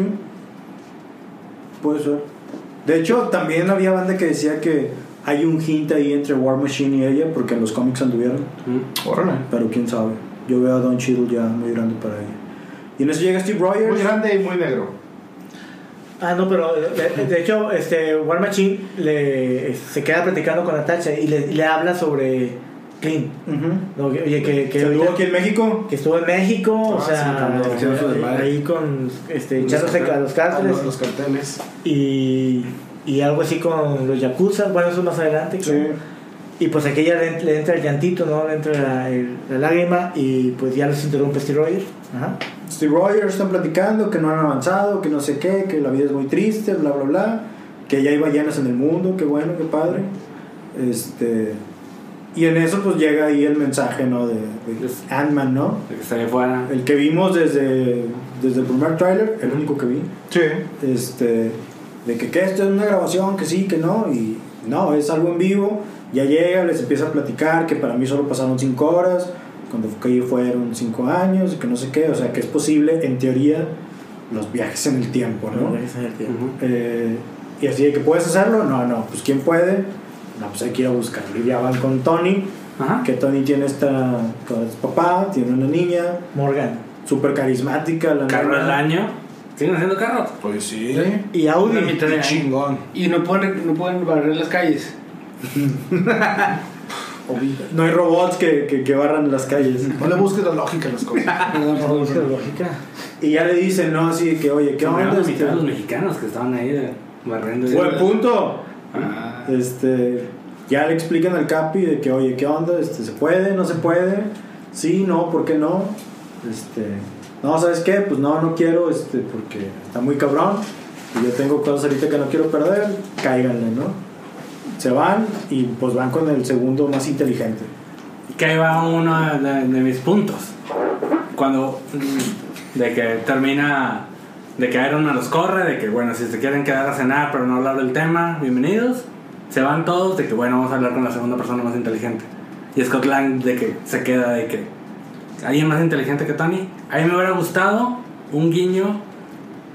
Speaker 6: Puede ser. De hecho, también había banda que decía que hay un hint ahí entre War Machine y ella porque en los cómics anduvieron.
Speaker 2: Órale.
Speaker 6: Pero quién sabe. Yo veo a Don Cheadle ya muy grande para ella. Y en eso llega Steve
Speaker 2: Muy
Speaker 6: Rogers.
Speaker 2: grande y muy negro.
Speaker 1: Ah, no, pero de, de hecho, este, War Machine le, se queda platicando con Natacha y le, y le habla sobre Clint.
Speaker 6: Ujú.
Speaker 1: No, que- oye, que, que,
Speaker 6: Se
Speaker 1: ahorita-
Speaker 6: estuvo aquí en México.
Speaker 1: que estuvo en México, o
Speaker 2: Ah,
Speaker 1: sea,
Speaker 2: sí, también,
Speaker 6: hicieron su desmadre.
Speaker 1: ahí con este, echándose a los
Speaker 2: Ah,
Speaker 1: cárceles
Speaker 2: los, los carteles.
Speaker 1: y, y algo así con los yakuza. Bueno, eso más adelante. creo. Y pues aquella le, le entra el llantito, ¿no? Le entra la, el- la lágrima y pues ya los interrumpe Steve Rogers. Ajá.
Speaker 6: Steve Rogers están platicando que no han avanzado, que no sé qué, que la vida es muy triste, bla, bla, bla. Que ya hay ballenas en el mundo, qué bueno, qué padre. Este. Y en eso, pues llega ahí el mensaje, ¿no? De, de
Speaker 4: Yes.
Speaker 6: Ant-Man, ¿no?
Speaker 4: De que se ve fuera.
Speaker 6: El que vimos desde, desde el primer tráiler, el único que vi.
Speaker 2: Sí.
Speaker 6: este, de que, que esto es una grabación, que sí, que no, y no, es algo en vivo, ya llega, les empieza a platicar que para mí solo pasaron 5 horas, cuando fui fueron 5 años, y que no sé qué, o sea, que es posible, en teoría, los viajes en el tiempo, ¿no?
Speaker 4: Ujú.
Speaker 6: Eh, y así de que puedes hacerlo, no, no, pues ¿quién puede? No, pues hay que ir a buscarlo, y ya van con Tony,
Speaker 4: Ajá.
Speaker 6: que Tony tiene esta, con su papá, tiene una niña,
Speaker 1: Morgan.
Speaker 6: súper carismática, la
Speaker 4: Carro
Speaker 6: nena.
Speaker 4: del año. ¿Siguen haciendo carros?
Speaker 2: Pues sí.
Speaker 1: Y Audi.
Speaker 3: La mitad de año.
Speaker 2: Chingón.
Speaker 3: Y no pueden, no pueden barrer las calles.
Speaker 6: No hay robots que, que, que barran las calles.
Speaker 2: No le busques la lógica a las cosas.
Speaker 3: Perdón,
Speaker 1: No,
Speaker 3: perdón,
Speaker 1: es
Speaker 3: perdón.
Speaker 1: lógica.
Speaker 6: Y ya le dicen, ¿no? Así de que, oye, ¿qué
Speaker 4: Que
Speaker 6: onda?
Speaker 4: la
Speaker 6: Este,
Speaker 4: mitad de los mexicanos que estaban ahí de- barriendo. y-
Speaker 6: Buen punto.
Speaker 7: Ah.
Speaker 6: Este, ya le explican al Capi de que, oye, ¿qué onda? Este, ¿Se puede? ¿No se puede? Sí, no, ¿por qué no? Este, no, ¿sabes qué? Pues no, no quiero, este, porque está muy cabrón. Y yo tengo cosas ahorita que no quiero perder. Cáiganle, ¿no? Se van y pues van con el segundo más inteligente.
Speaker 4: Que ahí va uno de, de mis puntos. Cuando. mm, De que termina. De que Iron Man los corre, de que bueno, si se quieren quedar a cenar pero no hablar del tema, bienvenidos. Se van todos, de que bueno, vamos a hablar con la segunda persona más inteligente. Y Scott Lang, de que se queda, de que. ¿Alguien más inteligente que Tony? A mí me hubiera gustado un guiño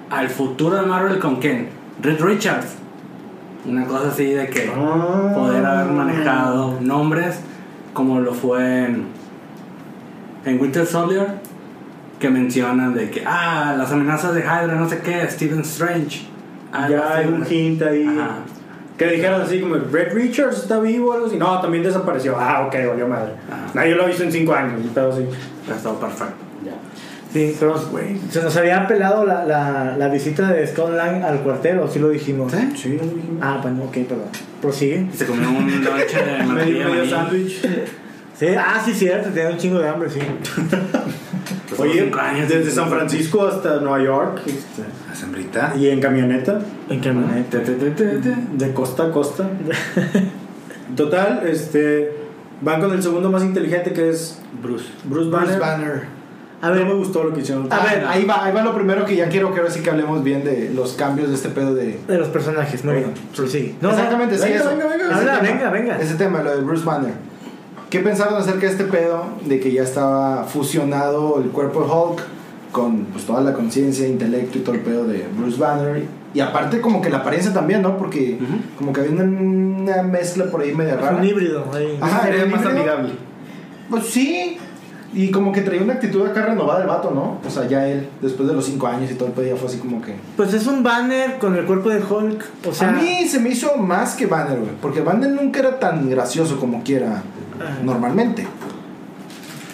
Speaker 4: al futuro de Marvel con Ken. Reed Richards. Una cosa así de que poder haber manejado nombres como lo fue en, en Winter Soldier, que mencionan de que, ah, las amenazas de Hydra, no sé qué, Stephen Strange. Ah,
Speaker 6: ya hay
Speaker 4: Stephen-
Speaker 6: un hint ahí.
Speaker 4: Ajá.
Speaker 6: Que dijeron así como, Red Richards está vivo o algo así. No, también desapareció. Ah, ok, valió madre.
Speaker 4: Ajá.
Speaker 6: No, yo lo he visto en 5 años, pero sí.
Speaker 4: Ha estado perfecto.
Speaker 1: Sí, pero se nos había pelado la, la, la visita de Scott Lang al cuartero, sí lo dijimos.
Speaker 6: Sí, lo dijimos.
Speaker 1: Ah, bueno, ok, perdón. Prosigue.
Speaker 4: Y se comió un lonche
Speaker 6: *laughs*
Speaker 4: de
Speaker 6: Medio-
Speaker 4: mantequilla de
Speaker 6: medio
Speaker 4: maní.
Speaker 6: sándwich.
Speaker 1: Sí, ah, sí, cierto, tenía un chingo de hambre, sí.
Speaker 4: Pues son
Speaker 6: Oye,
Speaker 4: cinco años.
Speaker 6: desde San Francisco hasta Nueva York. este,
Speaker 7: ¿La sembrita?
Speaker 6: Y en camioneta,
Speaker 1: En camioneta.
Speaker 4: Eh, Te, te, te, te, te.
Speaker 6: de costa a costa. *laughs* Total, este. Van con el segundo más inteligente que es
Speaker 4: Bruce.
Speaker 6: Bruce Banner.
Speaker 2: Bruce Banner.
Speaker 1: A
Speaker 6: No me
Speaker 1: ver,
Speaker 6: gustó lo que hicieron.
Speaker 1: A ver,
Speaker 2: ahí va, ahí va lo primero que ya quiero que ahora sí que hablemos bien de los cambios de este pedo de.
Speaker 1: de los personajes, muy bien. Sí. No,
Speaker 2: Exactamente, sí,
Speaker 6: venga,
Speaker 2: eso.
Speaker 6: venga, venga.
Speaker 2: Ese
Speaker 1: Habla,
Speaker 2: tema.
Speaker 1: venga, venga.
Speaker 2: Ese tema, lo de Bruce Banner. ¿Qué pensaron acerca de este pedo de que ya estaba fusionado el cuerpo de Hulk con pues, toda la conciencia, intelecto y todo el pedo de Bruce Banner? Y aparte como que la apariencia también, ¿no? Porque
Speaker 4: Ujú.
Speaker 2: como que había una, una mezcla por ahí media
Speaker 1: no, es
Speaker 2: rara.
Speaker 1: un híbrido. ahí.
Speaker 6: Ah,
Speaker 2: Ajá,
Speaker 7: Sería
Speaker 2: ¿el
Speaker 7: más
Speaker 2: híbrido?
Speaker 7: amigable.
Speaker 2: Pues sí. Y como que traía una actitud acá renovada el vato, ¿no? O sea, ya él, después de los 5 años y todo el pedo, ya fue así como que...
Speaker 1: Pues es un banner con el cuerpo de Hulk. O sea,
Speaker 2: a mí se me hizo más que Banner, güey. Porque Banner nunca era tan gracioso como quiera
Speaker 1: Ah.
Speaker 2: normalmente.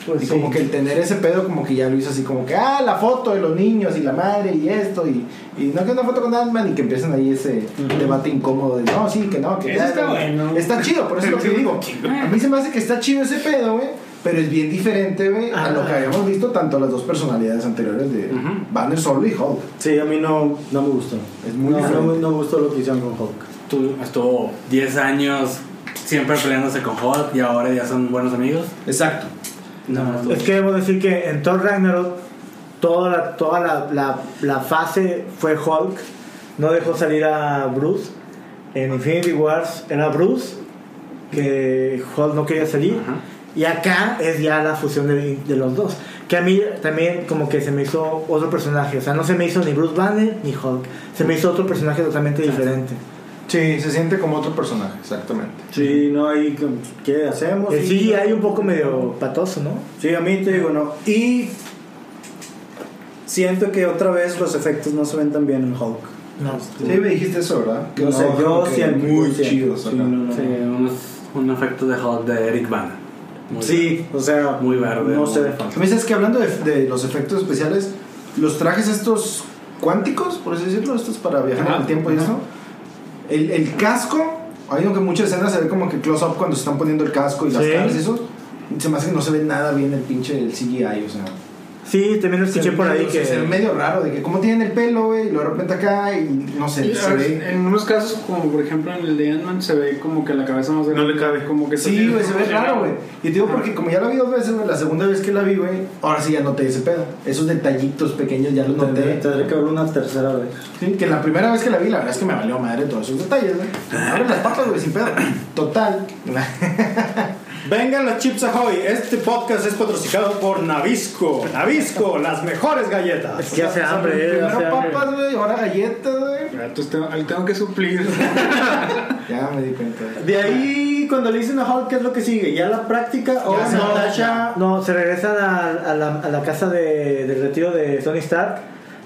Speaker 1: pues
Speaker 2: y
Speaker 1: sí.
Speaker 2: como que el tener ese pedo, como que ya lo hizo así, como que, ah, la foto de los niños y la madre y esto. Y, y no que una foto con Ant-Man y que empiezan ahí ese debate incómodo de no, sí, que no, que
Speaker 3: Eso
Speaker 2: ya,
Speaker 3: está
Speaker 2: no,
Speaker 3: bueno.
Speaker 2: Está chido, por eso es lo que digo. A mí se me hace que está chido ese pedo, güey. Pero es bien diferente, güey, a lo que
Speaker 1: Ah.
Speaker 2: habíamos visto tanto las dos personalidades anteriores de
Speaker 4: Ujú.
Speaker 2: Banner solo y Hulk.
Speaker 6: Sí, a mí no, no me gustó.
Speaker 2: Es muy
Speaker 6: no, no,
Speaker 2: diferente.
Speaker 6: me- no me gustó lo que hicieron con Hulk.
Speaker 4: Tú- Estuvo 10 años siempre peleándose con Hulk y ahora ya son buenos amigos.
Speaker 2: Exacto.
Speaker 4: No,
Speaker 1: Es que debo decir que en Thor Ragnarok toda la, toda la, la, la fase fue Hulk. No dejó salir a Bruce. En Infinity Wars era Bruce, que Hulk no quería salir.
Speaker 4: Ajá.
Speaker 1: Y acá es ya la fusión de, de los dos. Que a mí también como que se me hizo otro personaje. O sea, no se me hizo ni Bruce Banner ni Hulk. Se me hizo otro personaje totalmente diferente.
Speaker 2: Sí, se siente como otro personaje, exactamente.
Speaker 6: Sí, no, ahí, ¿qué hacemos?
Speaker 2: Eh,
Speaker 1: El
Speaker 6: Sí,
Speaker 1: CGI un poco medio patoso, ¿no?
Speaker 6: Sí, a mí te digo, no. Y siento que otra vez los efectos no se ven tan bien en Hulk.
Speaker 1: No.
Speaker 2: Sí, me dijiste eso, ¿verdad?
Speaker 6: No sé, yo
Speaker 2: como que
Speaker 6: siento
Speaker 2: Muy
Speaker 6: siento.
Speaker 2: chidos
Speaker 6: Sí,
Speaker 2: acá.
Speaker 6: no, no,
Speaker 4: Sí,
Speaker 6: no.
Speaker 4: unos- un efecto de Hulk de Eric Bana. Muy
Speaker 6: Sí, o sea,
Speaker 4: Muy verde,
Speaker 6: No
Speaker 4: muy
Speaker 6: sé.
Speaker 4: fan.
Speaker 2: A mí, ¿sabes que Hablando de, de los efectos especiales, los trajes estos cuánticos, por así decirlo, estos para viajar en el tiempo y eso, el, el casco, hay aunque muchas escenas se ve como que close-up cuando se están poniendo el casco y las
Speaker 1: Sí.
Speaker 2: caras y eso, se me hace que no se ve nada bien el pinche el CGI, o sea.
Speaker 1: Sí, también lo escuché
Speaker 2: se-
Speaker 1: por ahí
Speaker 2: se- Se ve
Speaker 1: que.
Speaker 2: medio raro, de que cómo tienen el pelo, güey, y luego de repente acá, y no sé,
Speaker 3: Y
Speaker 2: se
Speaker 3: ahora,
Speaker 2: ve...
Speaker 3: En unos casos, como por ejemplo en el de Ant-Man, se ve como que la cabeza más grande.
Speaker 7: No le cabe.
Speaker 3: Como que
Speaker 2: Sí, güey, se ve raro, güey. Y te digo porque como ya la vi dos veces, güey, la segunda vez que la vi, güey, eh, ahora sí ya noté ese pedo. Esos detallitos pequeños ya los noté.
Speaker 6: Tendré, tendré que ver una tercera vez.
Speaker 2: Sí, que la primera vez que la vi, la verdad es que me valió madre todos esos detalles, güey. Abre las patas, güey, sin pedo. *clears throat* Total. *laughs*
Speaker 6: Vengan los chips ahoy. Este podcast es patrocinado por Navisco. Navisco, las mejores galletas.
Speaker 1: Ya hace hambre, eh, ya hace
Speaker 2: Primero
Speaker 1: hambre.
Speaker 2: papas, güey, ahora galletas, güey.
Speaker 3: Entonces tengo, ahí tengo que *laughs* suplir.
Speaker 2: Ya me di cuenta.
Speaker 6: De ahí, cuando le dicen a Hulk, ¿qué es lo que sigue? ¿Ya la práctica o
Speaker 2: Ya se
Speaker 6: Natasha?
Speaker 1: No, se regresan a, a la, a la casa de, del retiro de Tony Stark,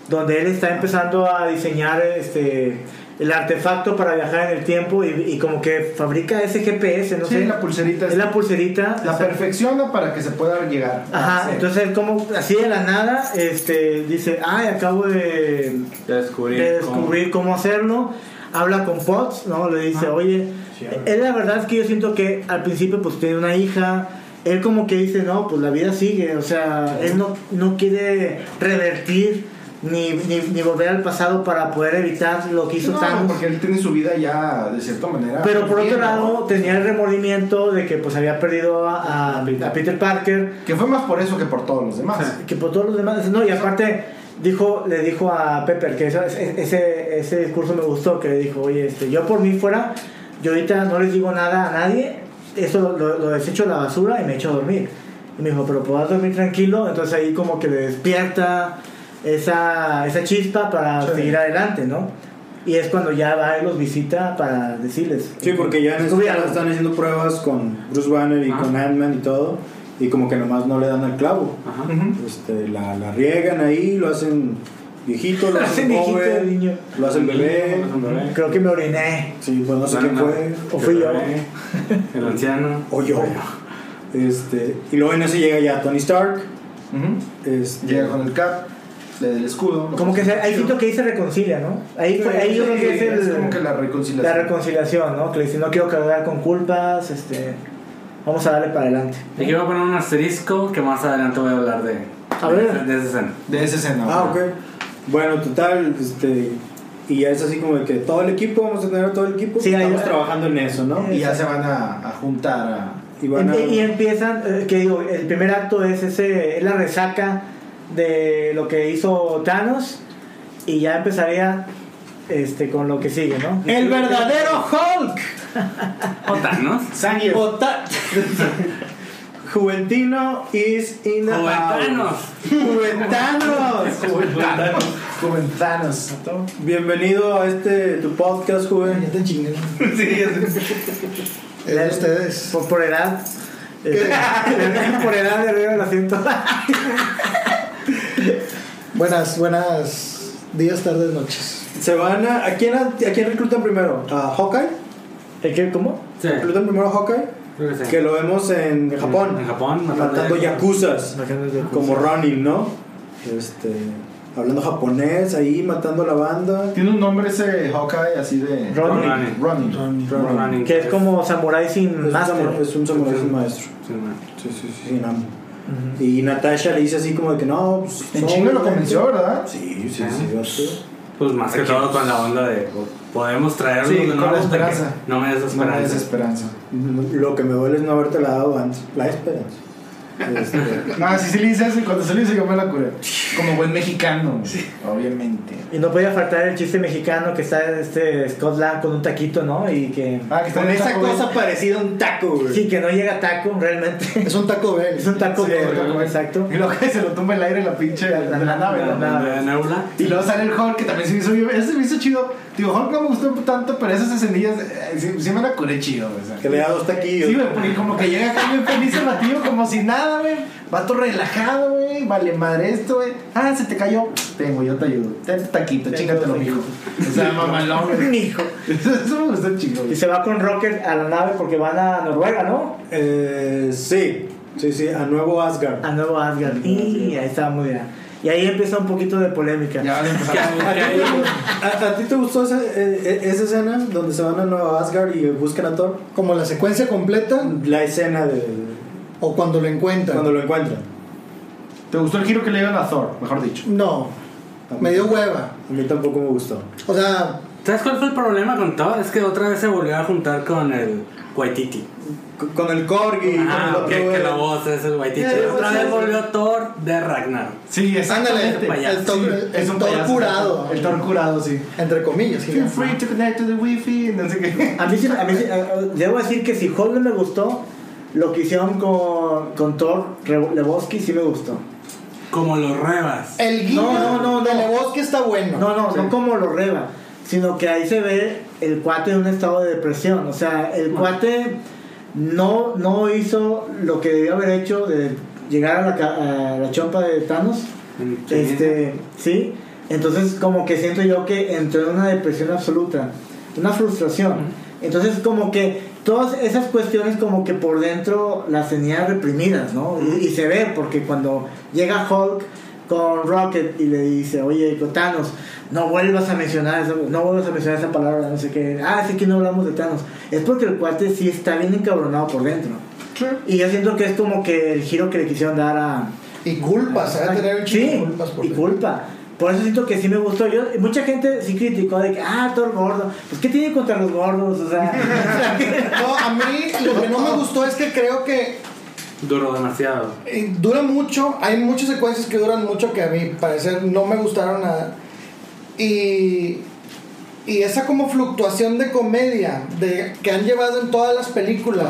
Speaker 1: donde él está empezando a diseñar este el artefacto para viajar en el tiempo y, y como que fabrica ese GPS, no
Speaker 2: Sí,
Speaker 1: sé.
Speaker 2: la pulserita
Speaker 1: es
Speaker 2: es-
Speaker 1: la pulserita.
Speaker 2: La
Speaker 1: o sea,
Speaker 2: perfecciona para que se pueda llegar.
Speaker 1: Ajá,
Speaker 2: Sí.
Speaker 1: entonces como así de la nada, este, dice, ay, acabo de,
Speaker 4: De descubrir.
Speaker 1: de descubrir cómo hacerlo. Habla con Potts, ¿no? Le dice, oye, eh,
Speaker 6: Sí, a ver.
Speaker 1: él la verdad es que yo siento que al principio pues tiene una hija, él como que dice, no, pues la vida sigue, o sea, él no, no quiere revertir ni, ni, ni volver al pasado para poder evitar lo que hizo
Speaker 2: No,
Speaker 1: Thanos.
Speaker 2: porque él tiene su vida ya de cierta manera.
Speaker 1: Pero por otro
Speaker 2: bien, ¿no?
Speaker 1: lado, tenía el remordimiento de que pues había perdido a, a- a Peter Parker.
Speaker 2: Que fue más por eso que por todos los demás.
Speaker 1: que por todos los demás no y aparte dijo le dijo a Pepper que eso- ese, ese ese discurso me gustó que dijo oye este yo por mí fuera yo ahorita no les digo nada a nadie eso lo, lo- lo desecho a la basura y me echo a dormir y me dijo pero podrás dormir tranquilo entonces ahí como que le despierta esa esa chispa para
Speaker 2: Sí.
Speaker 1: seguir adelante no y es cuando ya va y los visita para decirles
Speaker 6: Sí, porque ya en este
Speaker 1: Descubrí
Speaker 6: caso
Speaker 1: algo.
Speaker 6: están haciendo pruebas con Bruce Banner y
Speaker 4: Ajá.
Speaker 6: con Ant-Man y todo. Y como que nomás no le dan al clavo.
Speaker 4: Ajá.
Speaker 2: Ujú.
Speaker 6: Este, la, la riegan ahí, lo hacen viejito, lo hacen
Speaker 1: *laughs* Hacen viejito,
Speaker 6: joven,
Speaker 1: niño.
Speaker 6: lo hacen bebé.
Speaker 4: Niño, lo hacen bebé.
Speaker 1: creo que me oriné
Speaker 6: Sí, pues no sé
Speaker 4: No,
Speaker 6: quién
Speaker 4: no.
Speaker 6: fue.
Speaker 1: o fui yo
Speaker 4: El anciano.
Speaker 6: O yo. Este, y luego en ese llega ya Tony Stark.
Speaker 2: Ujú.
Speaker 6: Este,
Speaker 2: Llega con el cap, le da el escudo. lo
Speaker 1: como que se-
Speaker 2: pone
Speaker 1: ahí
Speaker 2: chido.
Speaker 1: siento que ahí se reconcilia no ahí fue- ahí yo creo que es
Speaker 2: Sí,
Speaker 1: el
Speaker 2: como que la reconciliación.
Speaker 1: La reconciliación, ¿no? Que le dice, no quiero cargar con culpas, este, vamos a darle para adelante.
Speaker 4: Aquí voy a poner un asterisco que más adelante voy a hablar de,
Speaker 1: A
Speaker 4: de,
Speaker 1: ver.
Speaker 4: de esa escena.
Speaker 2: De esa escena.
Speaker 6: Ah, ok.
Speaker 2: güey.
Speaker 6: Bueno, total, este. Y ya es así como de que todo el equipo, vamos a tener a todo el equipo.
Speaker 1: Sí, ahí-
Speaker 6: estamos trabajando en eso, ¿no?
Speaker 2: Y ya se van a, a juntar a.
Speaker 6: Y van a-
Speaker 1: Y, y empiezan, eh, que digo, el primer acto es ese, es la resaca de lo que hizo Thanos y ya empezaría este con lo que sigue, ¿no?
Speaker 6: El verdadero Hulk.
Speaker 4: O
Speaker 1: *laughs*
Speaker 4: Thanos.
Speaker 2: Sangre.
Speaker 6: Bota- Juventino is in the
Speaker 4: Juventanos.
Speaker 6: house. Juventanos.
Speaker 2: Juventanos. Juventanos.
Speaker 6: Bienvenido a este tu podcast,
Speaker 2: Ya
Speaker 6: Juven.
Speaker 2: te chingué.
Speaker 7: Sí, ya sé.
Speaker 2: Es de ustedes.
Speaker 1: Por, por edad. este, *laughs* por edad de arriba del asiento.
Speaker 8: Buenas, buenas días, tardes, noches.
Speaker 6: Se van a a quién a quién reclutan primero? A Hawkeye.
Speaker 1: ¿El qué? ¿Cómo?
Speaker 4: Sí.
Speaker 6: Reclutan primero a Hawkeye,
Speaker 4: Creo que sí.
Speaker 6: que lo vemos en Japón.
Speaker 4: En Japón,
Speaker 6: matando yakuzas. Como Ronin, ¿no? Este, hablando japonés ahí matando a la banda.
Speaker 2: Tiene un nombre ese Hawkeye así de.
Speaker 1: Ron- Ronin.
Speaker 2: Ronnie.
Speaker 4: Ronin. Ronin.
Speaker 1: Que es como samurái sin
Speaker 6: Es un
Speaker 1: máster.
Speaker 6: samurái- es un samurái sin maestro.
Speaker 4: Sí, man.
Speaker 6: Sí, sí, sí, sin amo. Y Natasha le dice así como de que no, pues.
Speaker 2: En
Speaker 6: no,
Speaker 2: chingo lo
Speaker 6: obviamente.
Speaker 2: convenció, ¿verdad?
Speaker 6: Sí, sí, sí, sí.
Speaker 4: Pues más que todo con la onda de pues, podemos traerlo
Speaker 2: Sí,
Speaker 4: de
Speaker 2: con
Speaker 4: nuevo
Speaker 2: la
Speaker 4: hasta que
Speaker 2: esperanza.
Speaker 4: No me des
Speaker 2: No me
Speaker 4: esperanza.
Speaker 2: desesperanza.
Speaker 4: *laughs*
Speaker 6: Lo que me duele es no haberte la dado antes. La esperanza.
Speaker 2: Este, no, si sí le hice eso y cuando se lo hice yo me la curé. Como buen mexicano, güey, obviamente.
Speaker 1: Y no podía faltar el chiste mexicano que está este Scott Lang con un taquito, ¿no? Y que.
Speaker 2: Ah, que está
Speaker 6: Con
Speaker 2: en el
Speaker 6: esa
Speaker 2: taco, güey.
Speaker 6: cosa parecida a un taco, güey.
Speaker 1: Sí, que no llega taco
Speaker 2: pues,
Speaker 1: realmente. *laughs*
Speaker 8: Es un taco Bell.
Speaker 1: Es un taco
Speaker 2: Sí,
Speaker 1: Bell,
Speaker 2: güey, güey.
Speaker 1: exacto.
Speaker 2: Y luego que se lo tumba el aire la pinche de la, nave,
Speaker 1: la
Speaker 2: ¿no?
Speaker 1: nave.
Speaker 4: De Neula.
Speaker 2: Y luego sale el Hulk, que también se me hizo bien. Ese se me hizo chido. Digo, Hulk no me gustó tanto, pero esas escenillas eh, sí, sí me la curé chido, güey. o sea.
Speaker 6: Que le da dos
Speaker 2: Sí,
Speaker 6: taquillos.
Speaker 2: güey, porque como que llega acá bien feliz el batillo, como si nada, güey. Vato relajado, güey. Vale madre esto, güey. Ah, se te cayó. Tengo, yo te ayudo. Ten tu taquito,
Speaker 1: Ten
Speaker 2: chingatelo,
Speaker 1: tu taquito.
Speaker 2: mijo. O sea, mamalón, güey.
Speaker 1: *laughs* Hijo.
Speaker 2: *laughs* Eso, eso me gustó chido,
Speaker 1: Y
Speaker 2: güey.
Speaker 1: se va con Rocket a la nave porque van a Noruega, ¿no?
Speaker 6: Eh, sí, sí, sí, a nuevo Asgard.
Speaker 1: A Nuevo Asgard. Y ahí estaba muy bien. Y ahí empieza un poquito de polémica.
Speaker 2: Ya van a empezar.
Speaker 6: ¿A ti te gu- ¿A, a ti te gustó esa, eh, eh, esa escena donde se van a Nueva Asgard y buscan a Thor?
Speaker 8: Como la secuencia completa
Speaker 6: La escena de
Speaker 8: o cuando lo encuentran.
Speaker 6: cuando lo encuentran.
Speaker 2: ¿Te gustó el giro que le dieron a Thor? Mejor dicho.
Speaker 8: No, me dio hueva.
Speaker 6: A mí tampoco me gustó.
Speaker 8: O sea,
Speaker 4: ¿Sabes cuál fue el problema con Thor? Es que otra vez se volvió a juntar con el Waititi.
Speaker 6: C- Con el Corgi,
Speaker 4: Ah,
Speaker 6: con el
Speaker 4: que,
Speaker 6: otro,
Speaker 4: que
Speaker 6: güey.
Speaker 4: la voz es el Waititi.
Speaker 8: Eh,
Speaker 4: otra
Speaker 8: pues,
Speaker 4: vez
Speaker 8: sí.
Speaker 4: volvió Thor de Ragnar.
Speaker 2: Sí,
Speaker 8: ándale,
Speaker 4: Este payaso.
Speaker 8: el, Thor- el
Speaker 2: Es un
Speaker 8: Thor
Speaker 2: payaso.
Speaker 8: curado.
Speaker 2: El Thor curado, sí.
Speaker 8: Entre comillas.
Speaker 2: Feel
Speaker 8: sí.
Speaker 2: free to connect to the wifi, no sé qué.
Speaker 1: A mí, sí- a mí sí- a- a- debo decir que si Hulk no me gustó, lo que hicieron con, con Thor Re- Lebowski sí me gustó.
Speaker 4: Como los rebas.
Speaker 8: El guiño
Speaker 1: No, no, no,
Speaker 8: de
Speaker 1: no.
Speaker 8: Lebowski está bueno.
Speaker 1: No, no, no como lo reba, sino que ahí se ve el cuate en un estado de depresión. O sea, el cuate no, no hizo lo que debió haber hecho de llegar a la, ca- a la chompa de Thanos. Este, sí. Entonces, como que siento yo que entró en una depresión absoluta, una frustración. Entonces, como que todas esas cuestiones, como que por dentro las tenía reprimidas, ¿no? Y, y se ve, porque cuando llega Hulk con Rocket y le dice, oye, Thanos, no vuelvas a mencionar eso, no vuelvas a mencionar esa palabra, no sé qué, ah, sí que no hablamos de Thanos. Es porque el cuate sí está bien encabronado por dentro. Y yo siento que es como que el giro que le quisieron dar a,
Speaker 8: Y culpas, se va a tener un chico
Speaker 1: sí,
Speaker 8: de culpas. por
Speaker 1: y culpa. Por eso siento que sí me gustó. Yo, mucha gente sí criticó de que, ah, Thor gordo. Pues, ¿qué tiene contra los gordos? O
Speaker 2: *laughs*
Speaker 1: sea, *laughs*
Speaker 8: No, a mí lo que no me gustó es que creo que
Speaker 4: Duró demasiado.
Speaker 8: eh, dura mucho. Hay muchas secuencias que duran mucho que a mi parecer no me gustaron nada. Y, y esa como fluctuación de comedia de, que han llevado en todas las películas.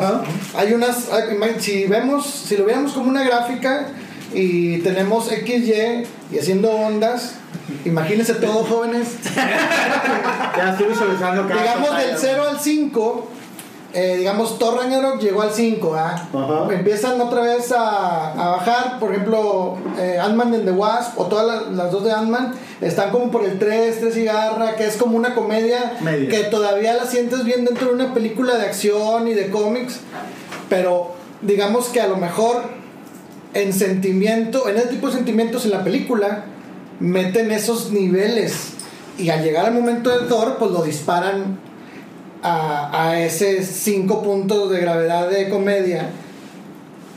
Speaker 8: Hay unas, hay- ima- si vemos, si lo viéramos como una gráfica y tenemos XY y haciendo ondas, imagínense todo jóvenes.
Speaker 1: ya estoy visualizando cada
Speaker 8: digamos
Speaker 1: pantalla.
Speaker 8: del 0 al 5, eh, digamos Thor Ragnarok llegó al 5, ¿ah?
Speaker 6: Ajá.
Speaker 8: empiezan otra vez a, a bajar, por ejemplo, eh, Ant-Man and the Wasp o todas la- las, dos de Ant-Man están como por el 3, 3 y garra, que es como una comedia
Speaker 2: Media.
Speaker 8: que todavía la sientes bien dentro de una película de acción y de cómics, pero digamos que a lo mejor en sentimiento, en ese tipo de sentimientos en la película, meten esos niveles. Y al llegar al momento del Thor, pues lo disparan a, a ese cinco puntos de gravedad de comedia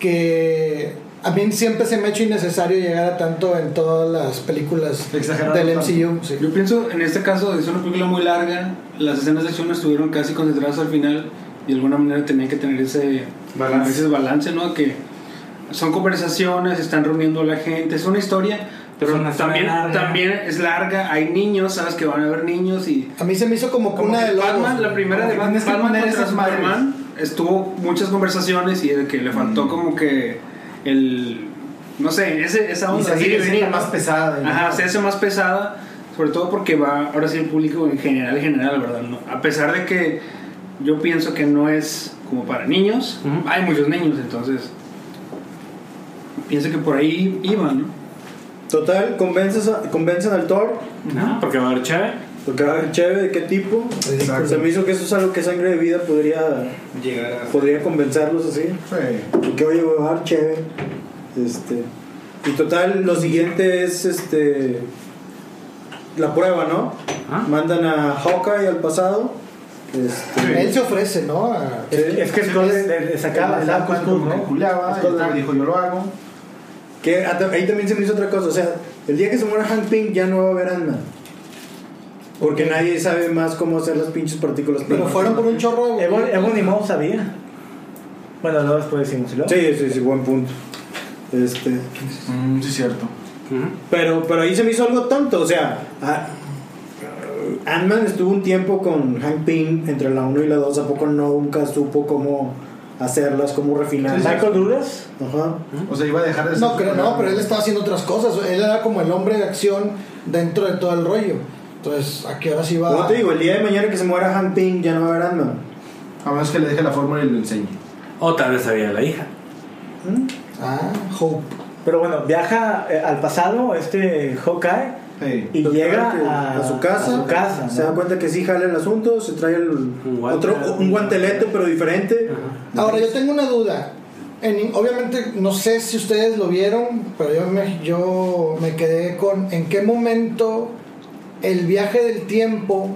Speaker 8: que a mí siempre se me ha hecho innecesario llegar a tanto en todas las películas
Speaker 2: Exagerado
Speaker 8: del
Speaker 2: tanto.
Speaker 8: MCU. sí.
Speaker 3: Yo pienso, en este caso, es una película muy larga. Las escenas de acción estuvieron casi concentradas al final y de alguna manera tenían que tener ese
Speaker 7: Balance.
Speaker 3: ese balance, ¿no? Que son conversaciones, están reuniendo a la gente, es una historia, pero
Speaker 4: Es una historia
Speaker 3: también,
Speaker 4: larga.
Speaker 3: también es larga. Hay niños, sabes que van a haber niños y
Speaker 8: A mí se me hizo como
Speaker 3: como
Speaker 8: cuna
Speaker 3: que
Speaker 8: de lobos.
Speaker 3: Batman, la primera
Speaker 2: Como
Speaker 3: de
Speaker 2: que
Speaker 3: Batman,
Speaker 2: tienes que
Speaker 3: Batman
Speaker 2: poner
Speaker 3: contra
Speaker 2: esas madres.
Speaker 3: Superman estuvo muchas conversaciones y de que le
Speaker 4: Mm.
Speaker 3: faltó como que el no sé, ese, esa
Speaker 2: Y
Speaker 3: onda
Speaker 2: se
Speaker 3: así
Speaker 2: sigue
Speaker 3: de
Speaker 2: siendo
Speaker 3: venir,
Speaker 2: más
Speaker 3: ¿no?
Speaker 2: pesada. y
Speaker 3: Ajá,
Speaker 2: no.
Speaker 3: se hace más pesada, sobre todo porque va ahora sí el público en general, en general, ¿verdad? No, a pesar de que yo pienso que no es como para niños,
Speaker 4: Ujú.
Speaker 3: hay muchos niños, entonces pienso que por ahí iban, ¿no?
Speaker 6: Total, convences a- convencen al Thor,
Speaker 4: Ah, porque va a haber chévere.
Speaker 6: porque va a ver chévere de qué tipo.
Speaker 2: Exacto.
Speaker 6: Se me hizo que eso es algo que sangre de vida podría,
Speaker 7: Llegar a.
Speaker 6: podría convencerlos así.
Speaker 2: Sí.
Speaker 6: Porque oye, voy a dar chévere. Este. Y total, lo siguiente es este. La prueba, ¿no?
Speaker 4: Ah.
Speaker 6: Mandan a Hawkeye al pasado. Este.
Speaker 8: Él se ofrece, ¿no? A-
Speaker 6: sí,
Speaker 1: Es que Scott le, le- le sacaba
Speaker 2: eh, El
Speaker 1: el
Speaker 2: Batman como que
Speaker 1: ¿no?
Speaker 2: culeaba,
Speaker 6: Scott
Speaker 2: y tal,
Speaker 6: Lang.
Speaker 2: dijo yo lo hago.
Speaker 6: Que a- ahí también se me hizo otra cosa. O sea, el día que se muera Hank Pink ya no va a haber Ant-Man. Porque nadie sabe más cómo hacer las pinches partículas.
Speaker 8: Pero
Speaker 6: primas.
Speaker 8: fueron por un chorro de...
Speaker 1: Evo, Evo ni Moe sabía. Bueno, luego después decimos, ¿y luego?
Speaker 6: Sí, sí, sí, buen punto. Este,
Speaker 2: Mm, sí, cierto.
Speaker 6: pero, pero ahí se me hizo algo tonto. O sea, a- Ant-Man estuvo un tiempo con Hank Pym entre la 1 y la 2. ¿A poco nunca supo cómo hacerlas, cómo refinarlas?
Speaker 1: Michael Douglas.
Speaker 6: Ajá.
Speaker 2: O sea, iba a dejar de
Speaker 8: ¿Mm? No, creo, no, pero él estaba haciendo otras cosas. Él era como el hombre de acción dentro de todo el rollo. Entonces, ¿a qué hora sí
Speaker 6: Como
Speaker 8: va?
Speaker 6: te digo, el día de mañana que se muera Hank Pym ya no va a haber Ant-Man.
Speaker 2: A menos que le deje la fórmula y lo enseñe.
Speaker 4: O tal vez había la hija.
Speaker 8: Ah, Hope.
Speaker 1: Pero bueno, viaja eh, al pasado, este Hawkeye,
Speaker 2: Hey.
Speaker 1: y
Speaker 6: Total,
Speaker 1: llega
Speaker 6: que
Speaker 1: a,
Speaker 6: su casa,
Speaker 1: a su casa,
Speaker 6: se
Speaker 1: ¿no?
Speaker 6: da cuenta que sí jala el asunto, se trae el,
Speaker 4: guante.
Speaker 6: otro, un guantelete pero diferente.
Speaker 8: Ahora, yo tengo una duda. En- obviamente, no sé si ustedes lo vieron, pero yo me, yo me quedé con en qué momento el viaje del tiempo,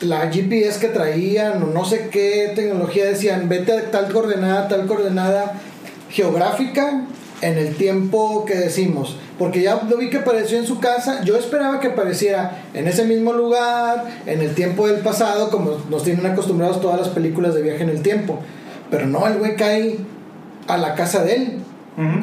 Speaker 8: la GPS que traían, o no sé qué tecnología decían, vete a tal coordenada, tal coordenada geográfica en el tiempo que decimos. Porque ya lo vi que apareció en su casa, yo esperaba que apareciera en ese mismo lugar, en el tiempo del pasado, como nos tienen acostumbrados todas las películas de viaje en el tiempo. Pero no, el güey cae a la casa de él.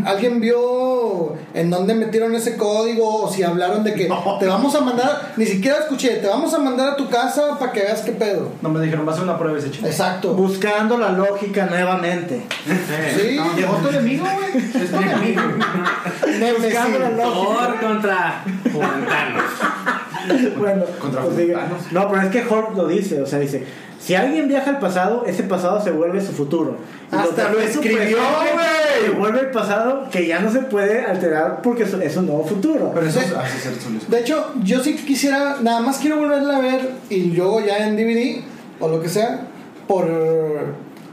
Speaker 8: ¿Alguien vio en dónde metieron ese código? O si hablaron de que te vamos a mandar, ni siquiera escuché, te vamos a mandar a tu casa para que veas qué pedo.
Speaker 2: No me dijeron, vas a hacer una prueba ese chico.
Speaker 8: Exacto.
Speaker 1: Buscando la lógica nuevamente.
Speaker 8: Sí,
Speaker 2: Llegó tu enemigo, güey. Es tu enemigo.
Speaker 8: Nemesis.
Speaker 1: Buscando la lógica.
Speaker 4: Thor contra Montanos.
Speaker 1: *laughs* bueno,
Speaker 2: Contra
Speaker 1: pues digo-
Speaker 2: Thanos.
Speaker 1: no, pero es que Hulk lo dice, o sea, dice, si alguien viaja al pasado, ese pasado se vuelve su futuro. Y
Speaker 8: Hasta lo
Speaker 1: que es su
Speaker 8: escribió,
Speaker 1: presente Se vuelve el pasado que ya no se puede alterar porque es es un nuevo futuro.
Speaker 2: Pero eso es hace ser solución.
Speaker 8: De hecho, yo sí quisiera, nada más quiero volverla a ver y luego ya en DVD o lo que sea, por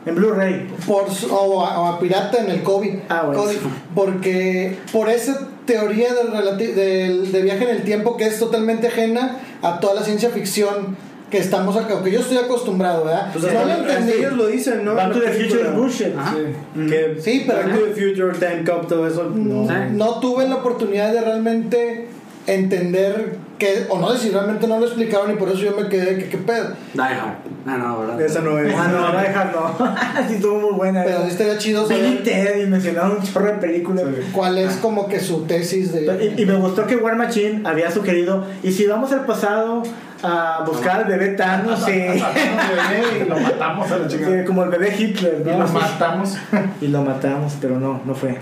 Speaker 1: en Blu-ray.
Speaker 8: por su- o, a, o a pirata en el COVID.
Speaker 1: Ah, bueno.
Speaker 8: COVID, porque por esa teoría del relati- del- de viaje en el tiempo que es totalmente ajena a toda la ciencia ficción que estamos acá, que yo estoy acostumbrado, ¿verdad?
Speaker 6: Pues
Speaker 8: no lo
Speaker 6: hasta, hasta
Speaker 8: entendí.
Speaker 6: ellos lo dicen, ¿no?
Speaker 1: Back
Speaker 6: En
Speaker 1: to
Speaker 6: la
Speaker 1: the Future
Speaker 6: película.
Speaker 1: bullshit.
Speaker 6: Que
Speaker 8: Sí, pero
Speaker 6: Back
Speaker 8: no-
Speaker 6: to the Future, Time Cop, todo eso. No.
Speaker 8: Mm, no tuve la oportunidad de realmente entender que o no sé si realmente no lo explicaron y por eso yo me quedé que qué pedo
Speaker 4: *laughs* Die Hard. Ah, no, ¿verdad?
Speaker 6: Esa no es.
Speaker 1: Ah, no, no, esa no. *laughs* sí, estuvo muy buena.
Speaker 8: pero sí
Speaker 1: Pero,
Speaker 8: estaría chido
Speaker 1: Billy
Speaker 8: saber
Speaker 1: Ted y mencionaron un chorro de películas.
Speaker 8: cuál es
Speaker 2: Ah.
Speaker 8: como que su tesis de
Speaker 1: Y, y me gustó que War Machine había sugerido, y si vamos al pasado a buscar al bebé Thanos, sí.
Speaker 2: Y *laughs* lo matamos a la
Speaker 1: Sí,
Speaker 2: chingada.
Speaker 1: como el bebé Hitler,
Speaker 2: Y
Speaker 1: ¿no?
Speaker 2: lo matamos.
Speaker 1: Y lo matamos, pero no, no fue.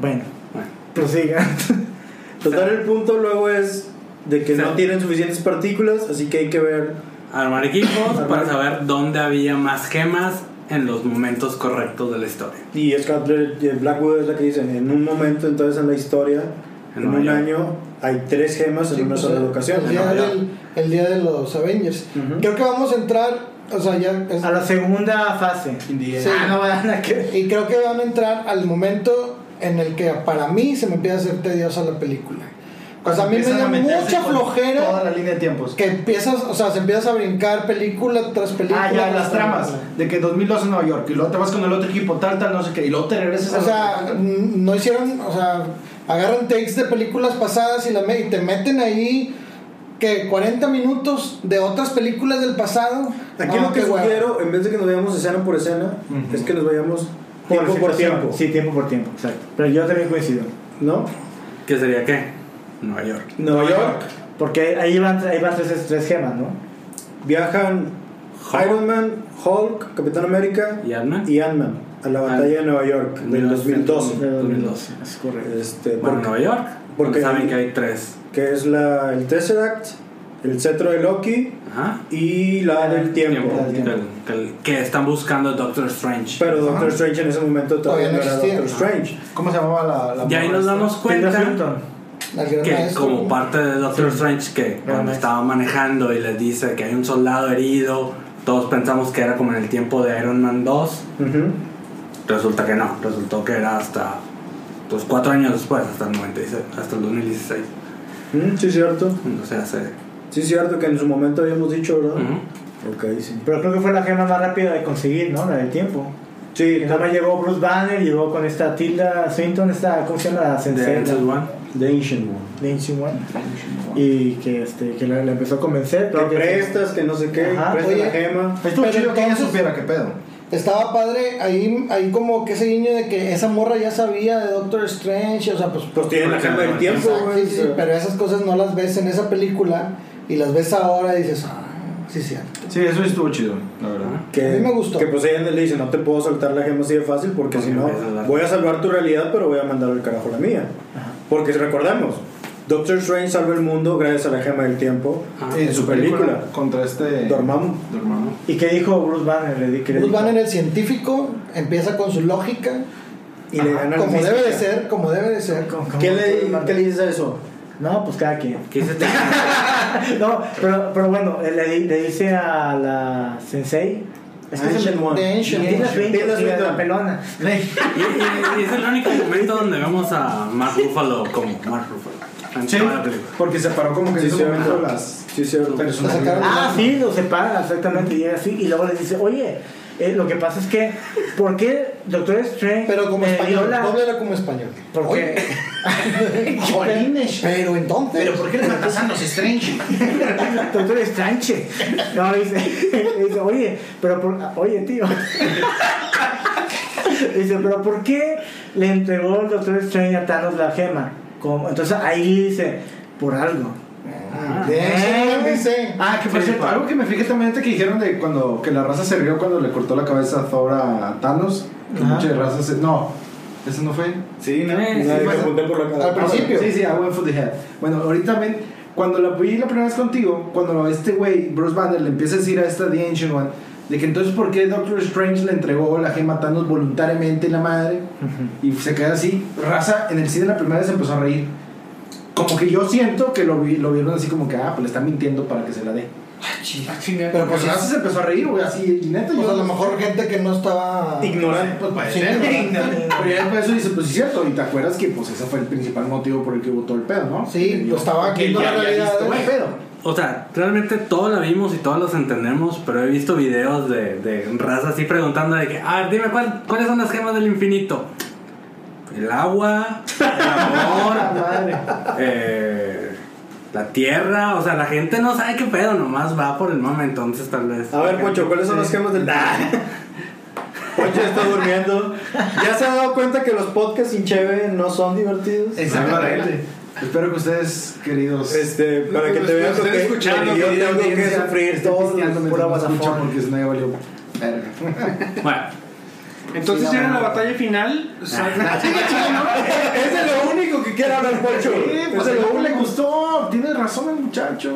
Speaker 1: Bueno,
Speaker 4: Bueno.
Speaker 1: prosiga.
Speaker 6: Total, el punto luego es de que
Speaker 4: Sí.
Speaker 6: no tienen suficientes partículas, así que hay que ver.
Speaker 4: Armar equipos para saber dónde había más gemas en los momentos correctos de la historia.
Speaker 6: Y Scott Black- eh, Blackwood es la que dice, en un momento entonces en la historia,
Speaker 4: En
Speaker 6: en,
Speaker 4: Nueva
Speaker 6: un
Speaker 4: York.
Speaker 6: año, hay tres gemas en
Speaker 8: Sí,
Speaker 6: una
Speaker 8: pues,
Speaker 6: sola
Speaker 8: el-
Speaker 6: locación.
Speaker 8: El día,
Speaker 4: Nueva York.
Speaker 8: del, el día de los Avengers.
Speaker 6: Ujú.
Speaker 8: Creo que vamos a entrar, o sea, ya. es-
Speaker 2: Ah.
Speaker 1: A la segunda fase.
Speaker 8: sí.
Speaker 1: Ah, no, van a que-
Speaker 8: Y creo que van a entrar al momento en el que para mí se me empieza a hacer tediosa la película. O sea, a mí me
Speaker 2: Empiezan
Speaker 8: da
Speaker 2: a meterse
Speaker 8: mucha
Speaker 2: con Toda
Speaker 8: flojera
Speaker 2: la línea de tiempos.
Speaker 8: que empiezas, o sea, se empiezas a brincar película tras película.
Speaker 2: Ah, ya,
Speaker 8: tras
Speaker 2: las tramas.
Speaker 8: película.
Speaker 2: De que 2012 en Nueva York. Y luego te vas con el otro equipo, tal, tal, no sé qué. Y luego te regresas a.
Speaker 8: O sea, n- no hicieron, o sea, agarran takes de películas pasadas y, la me- y te meten ahí que 40 minutos de otras películas del pasado.
Speaker 6: Aquí
Speaker 8: Ah,
Speaker 6: lo que
Speaker 8: qué hueva.
Speaker 6: sugiero, en vez de que nos vayamos escena por escena,
Speaker 2: Ujú.
Speaker 6: es que nos vayamos tiempo por
Speaker 1: situación.
Speaker 6: tiempo.
Speaker 1: Sí, tiempo por tiempo, exacto. Pero yo también coincido.
Speaker 6: ¿No?
Speaker 4: ¿Qué sería qué? Nueva York.
Speaker 6: Nueva York,
Speaker 1: Porque ahí van, ahí van tres, tres gemas, ¿no?
Speaker 6: viajan Iron Man, Hulk, Capitán América
Speaker 4: ¿Y Arna?
Speaker 6: y Ant-Man a la batalla de Nueva York del 2012.
Speaker 4: 2012.
Speaker 1: Es correcto.
Speaker 6: Este,
Speaker 4: Bueno,
Speaker 6: porque-
Speaker 4: Nueva York. Porque
Speaker 6: porque-
Speaker 4: saben que hay tres.
Speaker 6: que es la, el Tesseract, el cetro de Loki
Speaker 4: Ajá.
Speaker 6: y la del Ah, tiempo.
Speaker 4: Que, que- que están buscando Doctor Strange.
Speaker 6: Pero Doctor Strange en ese momento todavía,
Speaker 8: Todavía no
Speaker 6: no era
Speaker 8: existía.
Speaker 6: Doctor Strange.
Speaker 2: ¿Cómo se llamaba la. la
Speaker 4: y ahí
Speaker 2: morra
Speaker 4: nos
Speaker 2: esta?
Speaker 4: damos
Speaker 1: Tilda
Speaker 4: cuenta
Speaker 1: Swinton.
Speaker 8: Al gran
Speaker 4: que
Speaker 8: maestro.
Speaker 4: como parte de Doctor Strange que cuando
Speaker 1: maestro.
Speaker 4: estaba manejando y les dice que hay un soldado herido, todos pensamos que era como en el tiempo de Iron Man 2,
Speaker 6: Ujú.
Speaker 4: resulta que no, resultó que era hasta pues cuatro años después, hasta el 96, hasta el 2016.
Speaker 6: Mm, sí, cierto.
Speaker 4: O sea, se-
Speaker 6: Sí, cierto que en su momento habíamos dicho, ¿verdad?
Speaker 4: Ujú.
Speaker 6: Ok, sí.
Speaker 1: Pero creo que fue la gema más rápida de conseguir, ¿no? La del tiempo.
Speaker 6: Sí,
Speaker 1: Y nada más llegó Bruce Banner, llegó con esta Tilda Swinton, esta, ¿cómo se llama? La
Speaker 4: de
Speaker 1: sensei,
Speaker 4: Ancient
Speaker 1: la-
Speaker 4: One.
Speaker 6: The Ancient One.
Speaker 1: de Ancient One. Y que, este, que la, la empezó a convencer.
Speaker 6: Que
Speaker 1: creo que-
Speaker 6: prestas, que no sé qué,
Speaker 1: Ajá.
Speaker 6: prestas
Speaker 8: Oye.
Speaker 6: la gema.
Speaker 2: Estuvo
Speaker 8: Pero
Speaker 2: chido que ella
Speaker 8: entonces-
Speaker 2: supiera qué pedo.
Speaker 8: Estaba padre ahí, ahí como que ese guiño de que esa morra ya sabía de Doctor Strange, o sea, pues...
Speaker 6: Pues tienen la cámara del tiempo,
Speaker 8: Exacto,
Speaker 6: güey.
Speaker 8: sí, sí, pero esas cosas no las ves en esa película y las ves ahora y dices, ah, sí, sí.
Speaker 2: Sí, eso sí estuvo chido, la verdad.
Speaker 6: Que,
Speaker 8: A mí me gustó.
Speaker 6: Que pues ella le dice, no te puedo soltar la gema así de fácil porque si no,
Speaker 4: voy a salvar.
Speaker 6: voy a salvar tu realidad, pero voy a mandar al carajo la mía. Porque si recordamos, Doctor Strange salva el mundo gracias a la gema del tiempo.
Speaker 4: Ajá.
Speaker 2: Ah, En su película,
Speaker 6: película.
Speaker 2: contra este.
Speaker 6: Dormammu.
Speaker 2: Dormammu.
Speaker 1: ¿Y qué dijo Bruce Banner? Le di- que le dijo?
Speaker 8: Bruce Banner, Pues, el científico, empieza con su lógica,
Speaker 6: Y le gana al
Speaker 8: como
Speaker 6: Mística.
Speaker 8: debe de ser, como debe de ser.
Speaker 1: Como- como
Speaker 6: ¿Qué
Speaker 1: Bruce
Speaker 6: le,
Speaker 1: Banner.
Speaker 6: ¿Qué le dices a eso?
Speaker 1: No, pues cada quien.
Speaker 8: *laughs*
Speaker 1: *laughs*
Speaker 4: ¿Qué se te-
Speaker 1: No, pero, pero bueno, eh, le, di- le dice a la sensei. Es que se me-
Speaker 6: Ancient One.
Speaker 8: The Ancient
Speaker 1: Dile
Speaker 8: One.
Speaker 1: a Swinton,
Speaker 6: Dile
Speaker 1: dile
Speaker 6: a
Speaker 1: a
Speaker 6: Swinton.
Speaker 1: la
Speaker 8: *laughs*
Speaker 1: pelona.
Speaker 4: *laughs* Y, y- y es el único momento donde vemos a Mark Ruffalo como Mark Ruffalo. En
Speaker 2: Sí,
Speaker 4: toda la película.
Speaker 2: Ah, porque se paró como que en
Speaker 6: Sí,
Speaker 2: ese
Speaker 6: cierto.
Speaker 2: momento las
Speaker 6: Sí, cierto.
Speaker 8: La
Speaker 2: personas.
Speaker 8: sacaron
Speaker 1: Ah,
Speaker 8: de-
Speaker 1: sí, lo separa exactamente. Llega así y luego le dice, oye, eh, lo que pasa es que, ¿por qué Doctor Strange
Speaker 8: Pero como
Speaker 1: me
Speaker 8: español,
Speaker 1: dio la-
Speaker 8: dóblalo como español.
Speaker 1: Porque...
Speaker 8: *laughs* Oye, Pero entonces.
Speaker 9: ¿por qué le matas a los Strange?
Speaker 1: Doctor Strange. No, le dice, *laughs* le dice, oye, pero por, oye, tío. *laughs* Dice, pero ¿por qué le entregó el Doctor Strange a Thanos la gema? Como- Entonces ahí dice, por algo.
Speaker 8: De eso
Speaker 1: ¿Eh?
Speaker 8: dice.
Speaker 2: Ah, que por cierto, algo que me fijé también ahorita que dijeron de cuando que la raza se rió cuando le cortó la cabeza a Thor a Thanos. Que
Speaker 1: Ajá.
Speaker 2: mucha raza se. No, eso no fue.
Speaker 7: Sí, ¿no?
Speaker 4: Eh,
Speaker 6: Nadie
Speaker 2: sí,
Speaker 6: que
Speaker 2: pasa.
Speaker 6: apunté por la
Speaker 8: Al
Speaker 6: cara. Ah,
Speaker 8: principio.
Speaker 2: Sí, sí, a went for the head. Bueno, ahorita también, cuando la vi la primera vez contigo, cuando este güey, Bruce Banner, le empieza a decir a esta The Ancient One, de que entonces, ¿por qué Doctor Strange le entregó la gema a Thanos voluntariamente la madre? Y se queda así. Raza, en el cine la primera vez se empezó a reír. Como que yo siento que lo, vi, lo vieron así como que, ah, pues le están mintiendo para que se la dé.
Speaker 6: Ah,
Speaker 9: Pero
Speaker 8: Pero
Speaker 2: Pero
Speaker 8: pues
Speaker 2: pues
Speaker 8: es-
Speaker 2: Raza se empezó a reír, güey, así, y neta,
Speaker 8: pues
Speaker 2: yo
Speaker 8: a lo mejor gente que no estaba.
Speaker 6: Ah, Ignorante.
Speaker 8: Pues
Speaker 9: puede
Speaker 8: sí,
Speaker 9: ser.
Speaker 8: ignorante.
Speaker 2: Pero ya después eso dice, pues sí, cierto, y te acuerdas que pues ese fue el principal motivo por el que hubo todo el pedo, ¿no?
Speaker 8: Sí, pues estaba
Speaker 2: Que
Speaker 8: viendo
Speaker 2: ya
Speaker 8: la
Speaker 2: había
Speaker 8: realidad. ¿eh?
Speaker 2: visto, güey, pedo.
Speaker 4: O sea, realmente todos la vimos y todos los entendemos, pero he visto videos de, de raza así preguntando de que, ah, dime ¿cuál- cuáles son las gemas del infinito. El agua, el
Speaker 8: *laughs*
Speaker 4: amor, eh, la tierra, o sea, la gente no sabe qué pedo, nomás va por el mame, entonces tal vez.
Speaker 6: A ver, Poncho, ¿cuáles son las gemas
Speaker 8: *laughs*
Speaker 6: del... Ah. Poncho está durmiendo. ¿Ya se ha dado cuenta que los podcasts sin cheve no son divertidos?
Speaker 2: Exactamente. Espero que ustedes, queridos.
Speaker 6: Este, para que te vean lo que
Speaker 7: escuchando,
Speaker 6: yo
Speaker 7: querida
Speaker 6: tengo que
Speaker 2: audiencia, este
Speaker 6: sufrir
Speaker 2: estoy
Speaker 6: todo
Speaker 2: pisteando
Speaker 6: pura
Speaker 2: mientras no escuchan
Speaker 6: guasafón.
Speaker 2: porque si no ya valió verga.
Speaker 4: Bueno,
Speaker 3: Entonces
Speaker 8: Sí, la
Speaker 3: llega la
Speaker 8: verdad.
Speaker 3: batalla final.
Speaker 2: Eh,
Speaker 3: o sea,
Speaker 6: Es de lo único que quiere hablar Poncho.
Speaker 2: Eh, pues
Speaker 6: Es de
Speaker 2: el
Speaker 6: lo
Speaker 2: lobo le
Speaker 6: único.
Speaker 2: gustó. Tiene razón el muchacho.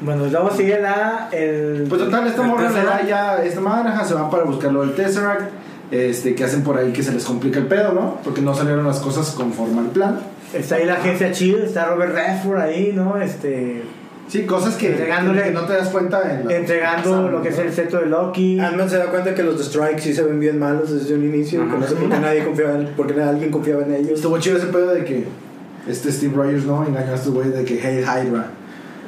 Speaker 1: Bueno, pues luego sigue la... El...
Speaker 2: Pues total, esta
Speaker 4: El
Speaker 2: morra le da
Speaker 4: Tesseract.
Speaker 2: ya. Esta madraja se van para buscarlo del Tesseract. Este, que hacen por ahí que se les complica el pedo, ¿no? Porque no salieron las cosas conforme al plan.
Speaker 1: Está ahí la agencia chida, está Robert Redford ahí, ¿no? Este,
Speaker 2: Sí, cosas que,
Speaker 1: Entregándole-
Speaker 2: Pues, que no te das cuenta en la- Ah,
Speaker 1: entregando lo que es el seto de Loki.
Speaker 6: Ant-Man Ah, se da cuenta que los de Strike sí se ven bien malos desde un inicio, que no sé por qué nadie confiaba en, por qué alguien confiaba en ellos.
Speaker 2: Estuvo chido ese pedo de que este Steve Rogers, ¿no? Engañó a este güey de que Hey Hydra.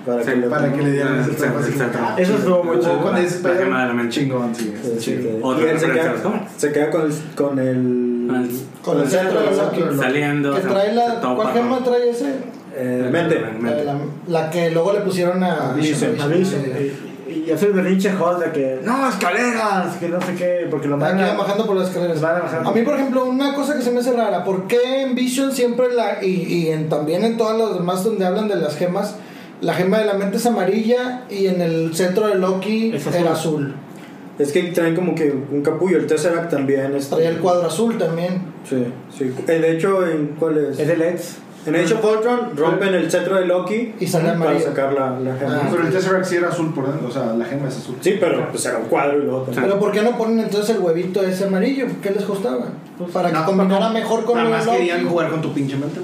Speaker 6: Para que
Speaker 4: Sí,
Speaker 6: le
Speaker 2: Para que le dieran ese
Speaker 4: Exacto,
Speaker 2: pedo. así como,
Speaker 4: exacto.
Speaker 2: ah,
Speaker 1: Eso estuvo muy
Speaker 2: jugó
Speaker 4: chido.
Speaker 2: con ese
Speaker 4: La
Speaker 2: pedo.
Speaker 4: gema de la mente.
Speaker 2: Chingón, sí. está
Speaker 6: Sí,
Speaker 2: chido.
Speaker 6: Pues, sí.
Speaker 4: Otra
Speaker 6: Y él se
Speaker 4: referencia a
Speaker 6: queda,
Speaker 4: los cómics.
Speaker 6: se queda con el con el
Speaker 8: Con el centro de
Speaker 2: Centro de
Speaker 8: Loki.
Speaker 4: pues, saliendo.
Speaker 8: Que
Speaker 4: o sea,
Speaker 8: trae la.
Speaker 4: todo
Speaker 8: ¿Cuál
Speaker 4: para-
Speaker 8: gema trae ese?
Speaker 6: eh, mente.
Speaker 8: La, de la- la que luego le pusieron a.
Speaker 6: Vision.
Speaker 8: a
Speaker 1: Aviso.
Speaker 8: Vision.
Speaker 1: Y, y hace el berrinche Hulk de que, no, escaleras, que no sé qué, porque lo
Speaker 8: Van
Speaker 1: mandan.
Speaker 8: bajando por las escaleras.
Speaker 1: Van bajando.
Speaker 8: A mí, por ejemplo, una cosa que se me hace rara, ¿por qué en Vision siempre la, y, y en, también en todas las demás donde hablan de las gemas, la gema de la mente es amarilla y en el centro de Loki
Speaker 1: Es azul.
Speaker 8: era azul?
Speaker 6: Es que traen como que un capullo, el Tesseract también es
Speaker 8: Traía el cuadro azul también.
Speaker 6: Sí, sí. Eh, De hecho, ¿en cuál es?
Speaker 1: Es de LEDs.
Speaker 6: En Age of Ultron rompen el cetro de Loki
Speaker 8: Y sale
Speaker 6: para
Speaker 8: amarillo.
Speaker 6: sacar la, la gema.
Speaker 8: Ah.
Speaker 2: Pero el Tesseract sí era azul por dentro, o sea, la gema es azul.
Speaker 6: Sí, pero pues era un cuadro y luego también.
Speaker 8: Pero ¿por qué no ponen entonces el huevito ese amarillo? ¿Qué les costaba? Para que
Speaker 7: no,
Speaker 8: combinara mejor con
Speaker 7: Nada
Speaker 8: el
Speaker 7: más
Speaker 8: Loki.
Speaker 7: querían jugar con tu pinche mente.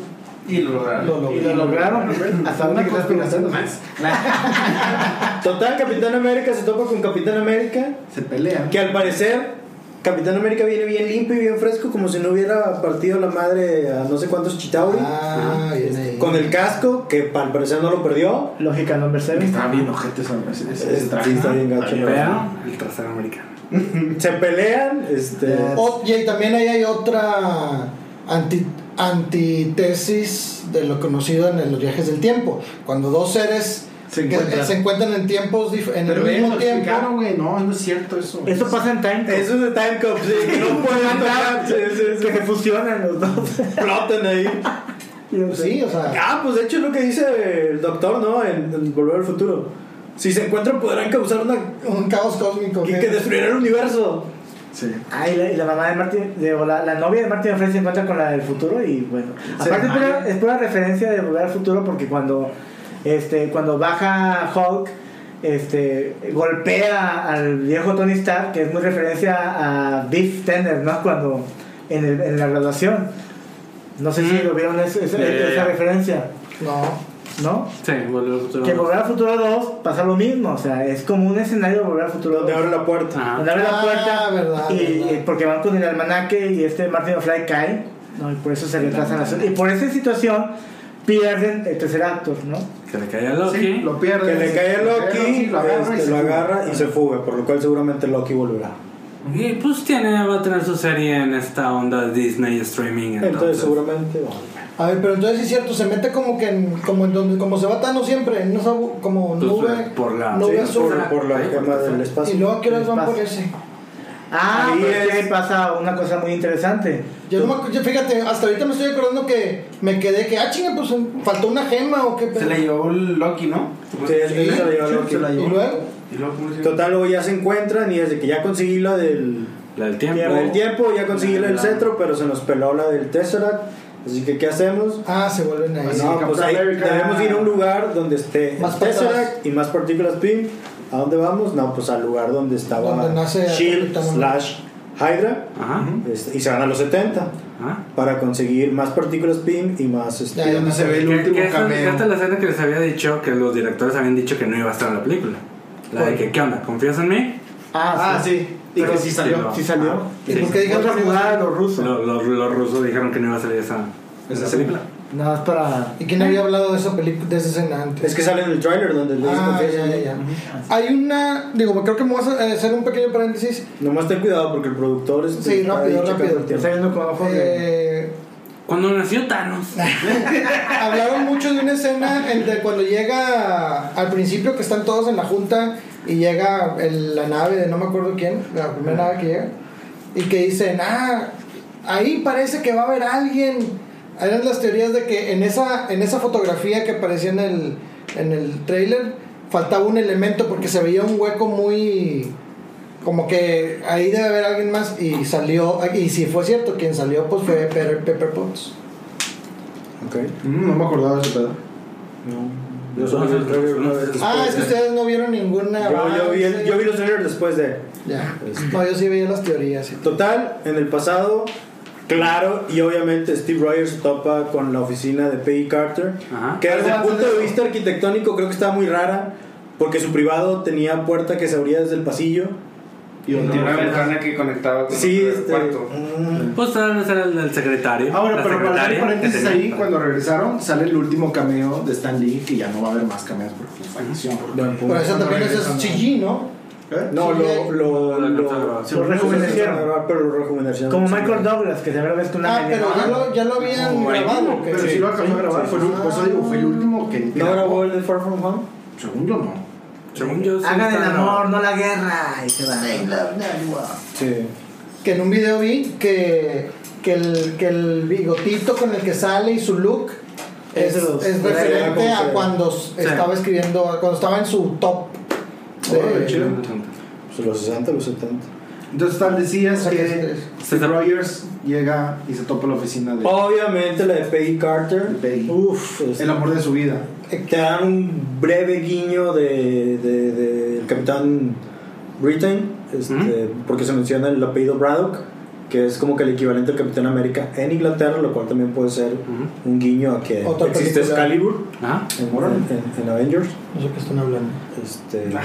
Speaker 7: Y lo lograron.
Speaker 8: Lo
Speaker 1: Y lo
Speaker 8: lograron.
Speaker 1: lograron. Hasta una conspiración.
Speaker 7: Más.
Speaker 6: Total, Capitán América se topa con Capitán América,
Speaker 2: Se pelean.
Speaker 6: que al parecer Capitán América viene bien limpio y bien fresco, como si no hubiera partido la madre a no sé cuántos Chitauri.
Speaker 8: Ah, bien ahí.
Speaker 6: Con el casco, que al parecer no lo perdió. Este,
Speaker 1: Lógica número 7.
Speaker 2: Estaba bien ojete esa- ese, ese, ese traje.
Speaker 6: Sí, está bien gacho.
Speaker 4: Pero el trasero americano.
Speaker 6: *laughs* Se pelean, este.
Speaker 8: Oye, y también ahí hay otra anti- antitesis de lo conocido en los viajes del tiempo. Cuando dos seres
Speaker 2: Se
Speaker 8: que
Speaker 2: encuentra.
Speaker 8: se encuentran en tiempos dif- en
Speaker 2: Pero
Speaker 8: el
Speaker 2: ellos
Speaker 8: mismo
Speaker 2: lo
Speaker 8: tiempo.
Speaker 2: explicaron, güey. No, no es cierto eso. güey.
Speaker 1: Eso pasa en Time Cop.
Speaker 6: Eso es de Time Cop, sí, que no pueden *laughs* andar.
Speaker 1: que se fusionan los dos.
Speaker 6: Explotan ahí.
Speaker 1: *laughs* Yo sé.
Speaker 8: Sí, o sea,
Speaker 6: Ah, pues de hecho es lo que dice el doctor, ¿no? En, en Volver al Futuro. Si se encuentran podrán causar una...
Speaker 8: un caos cósmico.
Speaker 6: que,
Speaker 8: ¿qué?
Speaker 6: que destruirá el universo.
Speaker 2: Sí.
Speaker 1: Ah, y la, y la mamá de Martin, de, o la, la novia de Martin Freeman se encuentra con la del futuro y bueno. Aparte es pura, es pura referencia de volver al futuro porque cuando este cuando baja Hulk este golpea al viejo Tony Stark, que es muy referencia a Beef Tender, ¿no? Cuando en, el- en la graduación. No sé si lo vieron eso- esa,
Speaker 4: Ya, ya,
Speaker 1: esa
Speaker 4: ya.
Speaker 1: referencia,
Speaker 8: No.
Speaker 1: ¿no?
Speaker 4: Sí, volver al futuro.
Speaker 1: Que Volver al Futuro 2 pasa lo mismo, o sea, es como un escenario de Volver al Futuro 2.
Speaker 6: Donde abre la puerta.
Speaker 4: Ajá.
Speaker 1: Cuando abre la
Speaker 8: Ah,
Speaker 1: puerta
Speaker 8: verdad,
Speaker 1: y,
Speaker 8: verdad.
Speaker 1: y porque van con el almanaque y este Martin Fly cae, ¿no? Y por eso se retrasan las Y por esa situación pierden el tercer acto, ¿no?
Speaker 4: Que le caía Loki.
Speaker 2: Sí, lo pierde.
Speaker 6: Que le cae a Loki,
Speaker 2: Loki, lo agarra y
Speaker 6: este,
Speaker 2: se
Speaker 6: lo
Speaker 2: fuga.
Speaker 6: agarra y se fuga, por lo cual seguramente Loki volverá.
Speaker 4: Y pues tiene, va a tener su serie en esta onda Disney streaming. Entonces,
Speaker 6: Entonces seguramente va a volver.
Speaker 8: A ver, pero entonces sí es cierto, se mete como que en, como en donde, como se va Thanos siempre, en esa bu- como
Speaker 4: Pues,
Speaker 8: nube.
Speaker 4: eh, por la-
Speaker 8: nube
Speaker 6: Sí,
Speaker 8: azul.
Speaker 6: por, por la
Speaker 4: Ahí,
Speaker 6: gema del
Speaker 8: Y
Speaker 6: espacio.
Speaker 8: luego que las van a
Speaker 1: Espacio.
Speaker 8: ponerse.
Speaker 1: Ah,
Speaker 6: Ahí
Speaker 8: pues
Speaker 1: pero es que
Speaker 6: es.
Speaker 1: pasa una cosa muy interesante.
Speaker 8: Yo no me acu- yo, fíjate, hasta ahorita me estoy acordando que me quedé que, ah, chinga, pues faltó una gema o qué
Speaker 7: Se
Speaker 8: pedo.
Speaker 7: la llevó el Loki, ¿no?
Speaker 6: Sí, es que se la llevó Loki.
Speaker 7: Se la
Speaker 8: Y luego,
Speaker 7: ¿Y luego cómo se llama?
Speaker 6: Total, luego ya se encuentran y desde que ya conseguí la del,
Speaker 4: La del tiempo.
Speaker 6: la del tiempo, ya conseguí la del
Speaker 4: La-
Speaker 6: cetro, pero se nos peló la del Tesseract. Así que, ¿qué hacemos?
Speaker 8: ah, se vuelven ahí.
Speaker 6: Pues no, pues ahí debemos ir a un lugar donde esté
Speaker 8: Más
Speaker 6: el Tesseract y más partículas PIM. ¿A dónde vamos? No, pues al lugar donde estaba
Speaker 8: Donde nace
Speaker 6: Shield
Speaker 8: Capitán
Speaker 6: slash Hydra
Speaker 4: Ajá.
Speaker 6: este, y se van a los 70
Speaker 4: Ajá.
Speaker 6: para conseguir más partículas PIM y más... este,
Speaker 8: Ya, ya me
Speaker 7: Se ve el
Speaker 4: ¿Qué, qué
Speaker 7: último
Speaker 4: es el-
Speaker 7: cameo.
Speaker 4: esta es la escena que les había dicho que los directores habían dicho que no iba a estar en la película. La de que, ¿qué onda? ¿Confías en mí?
Speaker 1: Ah,
Speaker 2: Ah,
Speaker 1: sí.
Speaker 2: sí. Y que sí salió.
Speaker 1: Sí salió.
Speaker 8: Ah, ¿Y
Speaker 4: Sí.
Speaker 8: por qué dijeron
Speaker 1: Otra
Speaker 8: que no?
Speaker 1: jugada de los rusos.
Speaker 4: Los, los- los rusos dijeron que no iba a salir esa, esa película.
Speaker 1: Nada más para.
Speaker 8: ¿Y quién había hablado de esa película, de esa escena antes?
Speaker 6: Es que sale en el trailer donde le dicen
Speaker 8: Ah,
Speaker 6: que
Speaker 8: ya, ya, ya. Hay una, digo, creo que me vas a eh, hacer un pequeño paréntesis.
Speaker 6: Nomás ten cuidado porque el productor este, es...
Speaker 8: Sí, rápido, rápido.
Speaker 1: Está viendo
Speaker 6: Ah,
Speaker 1: con ojos de.
Speaker 8: Eh,
Speaker 4: Cuando nació Thanos.
Speaker 8: hablaron mucho de una escena en de cuando llega al principio que están todos en la junta y llega el- la nave de no me acuerdo quién, la primera nave que llega, y que dicen, ah, ahí parece que va a haber alguien. Eran las teorías de que en esa, en esa fotografía que aparecía en el, en el trailer faltaba un elemento porque se veía un hueco muy... Como que ahí debe haber alguien más y salió, y si fue cierto, quien salió pues fue Pepper, Pepper Potts.
Speaker 2: Mm, No me acordaba de ese pedo.
Speaker 6: Yo solo vi el trailer una vez
Speaker 8: Ah, es que
Speaker 6: después de-
Speaker 8: ustedes no vieron ninguna.
Speaker 6: Yo, yo vi el- yo vi los trailers después de...
Speaker 8: Ya. pues, No, yo sí veía las teorías. y-
Speaker 6: Total, en el pasado, claro, y obviamente Steve Rogers se topa con la oficina de Peggy Carter,
Speaker 4: Ajá.
Speaker 6: que desde el
Speaker 8: Algo
Speaker 6: punto
Speaker 8: antes
Speaker 6: de
Speaker 8: de
Speaker 6: vista arquitectónico creo que estaba muy rara, porque su privado tenía puerta que se abría desde el pasillo.
Speaker 2: Y
Speaker 7: Y
Speaker 2: donde-
Speaker 7: una ventana que conectaba con
Speaker 6: Sí,
Speaker 7: el
Speaker 6: este...
Speaker 7: cuarto.
Speaker 6: mm,
Speaker 4: Pues era era el, el secretario.
Speaker 2: Ahora,
Speaker 4: la
Speaker 2: Ah, pero para hacer
Speaker 4: secretaria
Speaker 2: paréntesis
Speaker 4: que
Speaker 2: ahí,
Speaker 4: tenía-
Speaker 2: cuando regresaron, sale el último cameo de Stan Lee, que ya no va a haber más cameos porque falleció.
Speaker 6: buen punto.
Speaker 8: Pero eso también es
Speaker 2: regresan, ¿no?
Speaker 8: CG, ¿no?
Speaker 2: ¿Eh?
Speaker 6: No,
Speaker 8: sí,
Speaker 6: lo, lo,
Speaker 4: la
Speaker 6: lo-
Speaker 4: alcanzaron a grabar.
Speaker 6: lo rejuvenecieron, pero lo rejuvenecieron.
Speaker 1: Como Michael Douglas, que se ve la vez con una
Speaker 8: Ah,
Speaker 1: media
Speaker 8: pero ya
Speaker 1: mano.
Speaker 8: lo, ya lo habían
Speaker 2: Como el
Speaker 8: grabado.
Speaker 2: último,
Speaker 8: ¿o qué?
Speaker 2: Pero sí lo acabó de grabar. fue el- Por eso digo, fue el último que.
Speaker 6: ¿No grabó el de Far From Home?
Speaker 2: Según yo, no.
Speaker 4: Según yo, sí
Speaker 1: Hagan el
Speaker 4: estaba-
Speaker 1: amor, no la guerra. Y se va.
Speaker 6: Sí.
Speaker 8: Que en un video vi que, que, el, que el bigotito con el que sale y su look
Speaker 1: Es
Speaker 8: es,
Speaker 1: de los-
Speaker 8: es
Speaker 6: de la
Speaker 8: referente
Speaker 6: era como
Speaker 8: a
Speaker 6: que-
Speaker 8: cuando estaba escribiendo, cuando estaba en su top. de-
Speaker 2: Órale, chido.
Speaker 6: Pues los 60, los 70.
Speaker 2: Entonces, tal decías
Speaker 8: O sea,
Speaker 2: que
Speaker 8: que-
Speaker 2: Steve Rogers llega y se topa la oficina de
Speaker 6: Obviamente la de Peggy
Speaker 2: de
Speaker 6: Carter.
Speaker 2: Peggy.
Speaker 6: Uf, es-
Speaker 2: El amor de su vida.
Speaker 6: te dan un breve guiño de, de- de- del capitán Britain, este, porque se menciona el apellido Braddock, que es como que el equivalente al capitán América en Inglaterra, lo cual también puede ser
Speaker 4: Ujú.
Speaker 6: un guiño a que
Speaker 8: Otra
Speaker 6: existe
Speaker 8: película.
Speaker 6: Excalibur
Speaker 4: Ajá.
Speaker 6: en, en- en Avengers.
Speaker 8: No sé qué están hablando.
Speaker 6: Este,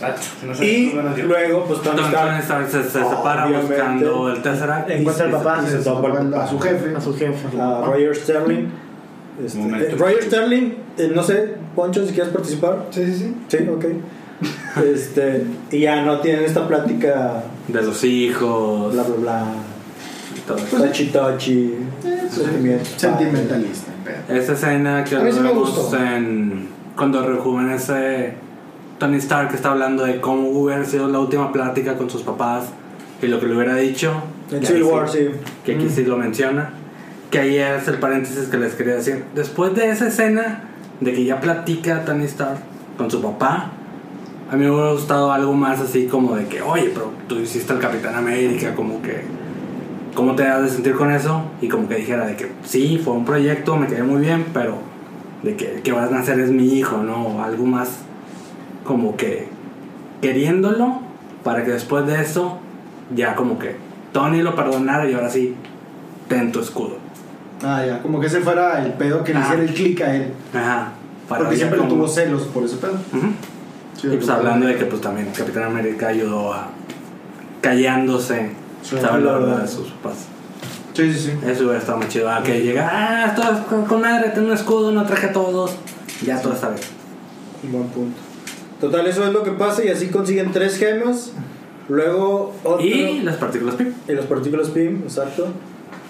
Speaker 7: Ah, No sé,
Speaker 6: y
Speaker 7: bueno, yo-
Speaker 6: luego, pues Tony
Speaker 4: Entonces,
Speaker 6: Stark
Speaker 4: se, se separa
Speaker 6: Obviamente.
Speaker 4: buscando el Tesseract.
Speaker 1: Encuentra al papá,
Speaker 2: Y se topa a su jefe.
Speaker 1: a su jefe.
Speaker 6: a Roger Sterling. este,
Speaker 7: Momento.
Speaker 6: eh, Roger Sterling, eh, no sé, Poncho, si quieres participar.
Speaker 8: Sí, sí, sí.
Speaker 6: Sí,
Speaker 7: *laughs*
Speaker 6: ok. Este, y ya no tienen esta plática
Speaker 4: De los hijos.
Speaker 6: bla bla bla.
Speaker 4: y todo
Speaker 2: Pues
Speaker 4: eso.
Speaker 6: Tochi tochi.
Speaker 2: Eh,
Speaker 6: Sentimientos.
Speaker 2: Sentimentalista.
Speaker 4: Esa escena que
Speaker 8: A mí sí me
Speaker 4: vemos
Speaker 8: gustó.
Speaker 4: en cuando rejuvenece Tony Stark está hablando de cómo hubiera sido la última plática con sus papás y lo que le hubiera dicho.
Speaker 6: En
Speaker 4: Y
Speaker 6: Civil
Speaker 4: ahí
Speaker 6: War,
Speaker 4: sí-
Speaker 6: sí.
Speaker 4: Que aquí sí lo menciona. Que ahí es el paréntesis que les quería decir. Después de esa escena de que ya platica Tony Stark con su papá, a mí me hubiera gustado algo más así como de que, oye, pero tú hiciste al Capitán América, como que, ¿cómo te has de sentir con eso? Y como que dijera de que, sí, fue un proyecto, me quedé muy bien, pero de que el que vas a nacer es mi hijo, ¿no? O algo más como que queriéndolo para que después de eso ya como que Tony lo perdonara y ahora sí, ten tu escudo.
Speaker 2: Ah, ya, como que ese fuera el pedo que le
Speaker 4: Ah.
Speaker 2: hiciera el clic a él.
Speaker 4: Ajá. para
Speaker 2: Porque
Speaker 4: ver
Speaker 2: siempre le
Speaker 4: cómo-
Speaker 2: tuvo celos por ese pedo.
Speaker 4: Ujú. Y pues hablando de que pues también Capitán América ayudó a callándose,
Speaker 2: Sí,
Speaker 4: saber
Speaker 2: la
Speaker 4: la verdad
Speaker 2: verdad.
Speaker 4: de sus papás.
Speaker 2: Sí, sí, sí.
Speaker 4: Eso hubiera estado muy chido. A que llega, ah, esto con, con madre, tengo un escudo, no traje a todos. Ya todo está bien.
Speaker 6: Buen punto. Total, eso es lo que pasa y así consiguen tres gemas. Luego otro.
Speaker 4: Y las partículas pi.
Speaker 6: Y los partículas PIM, exacto.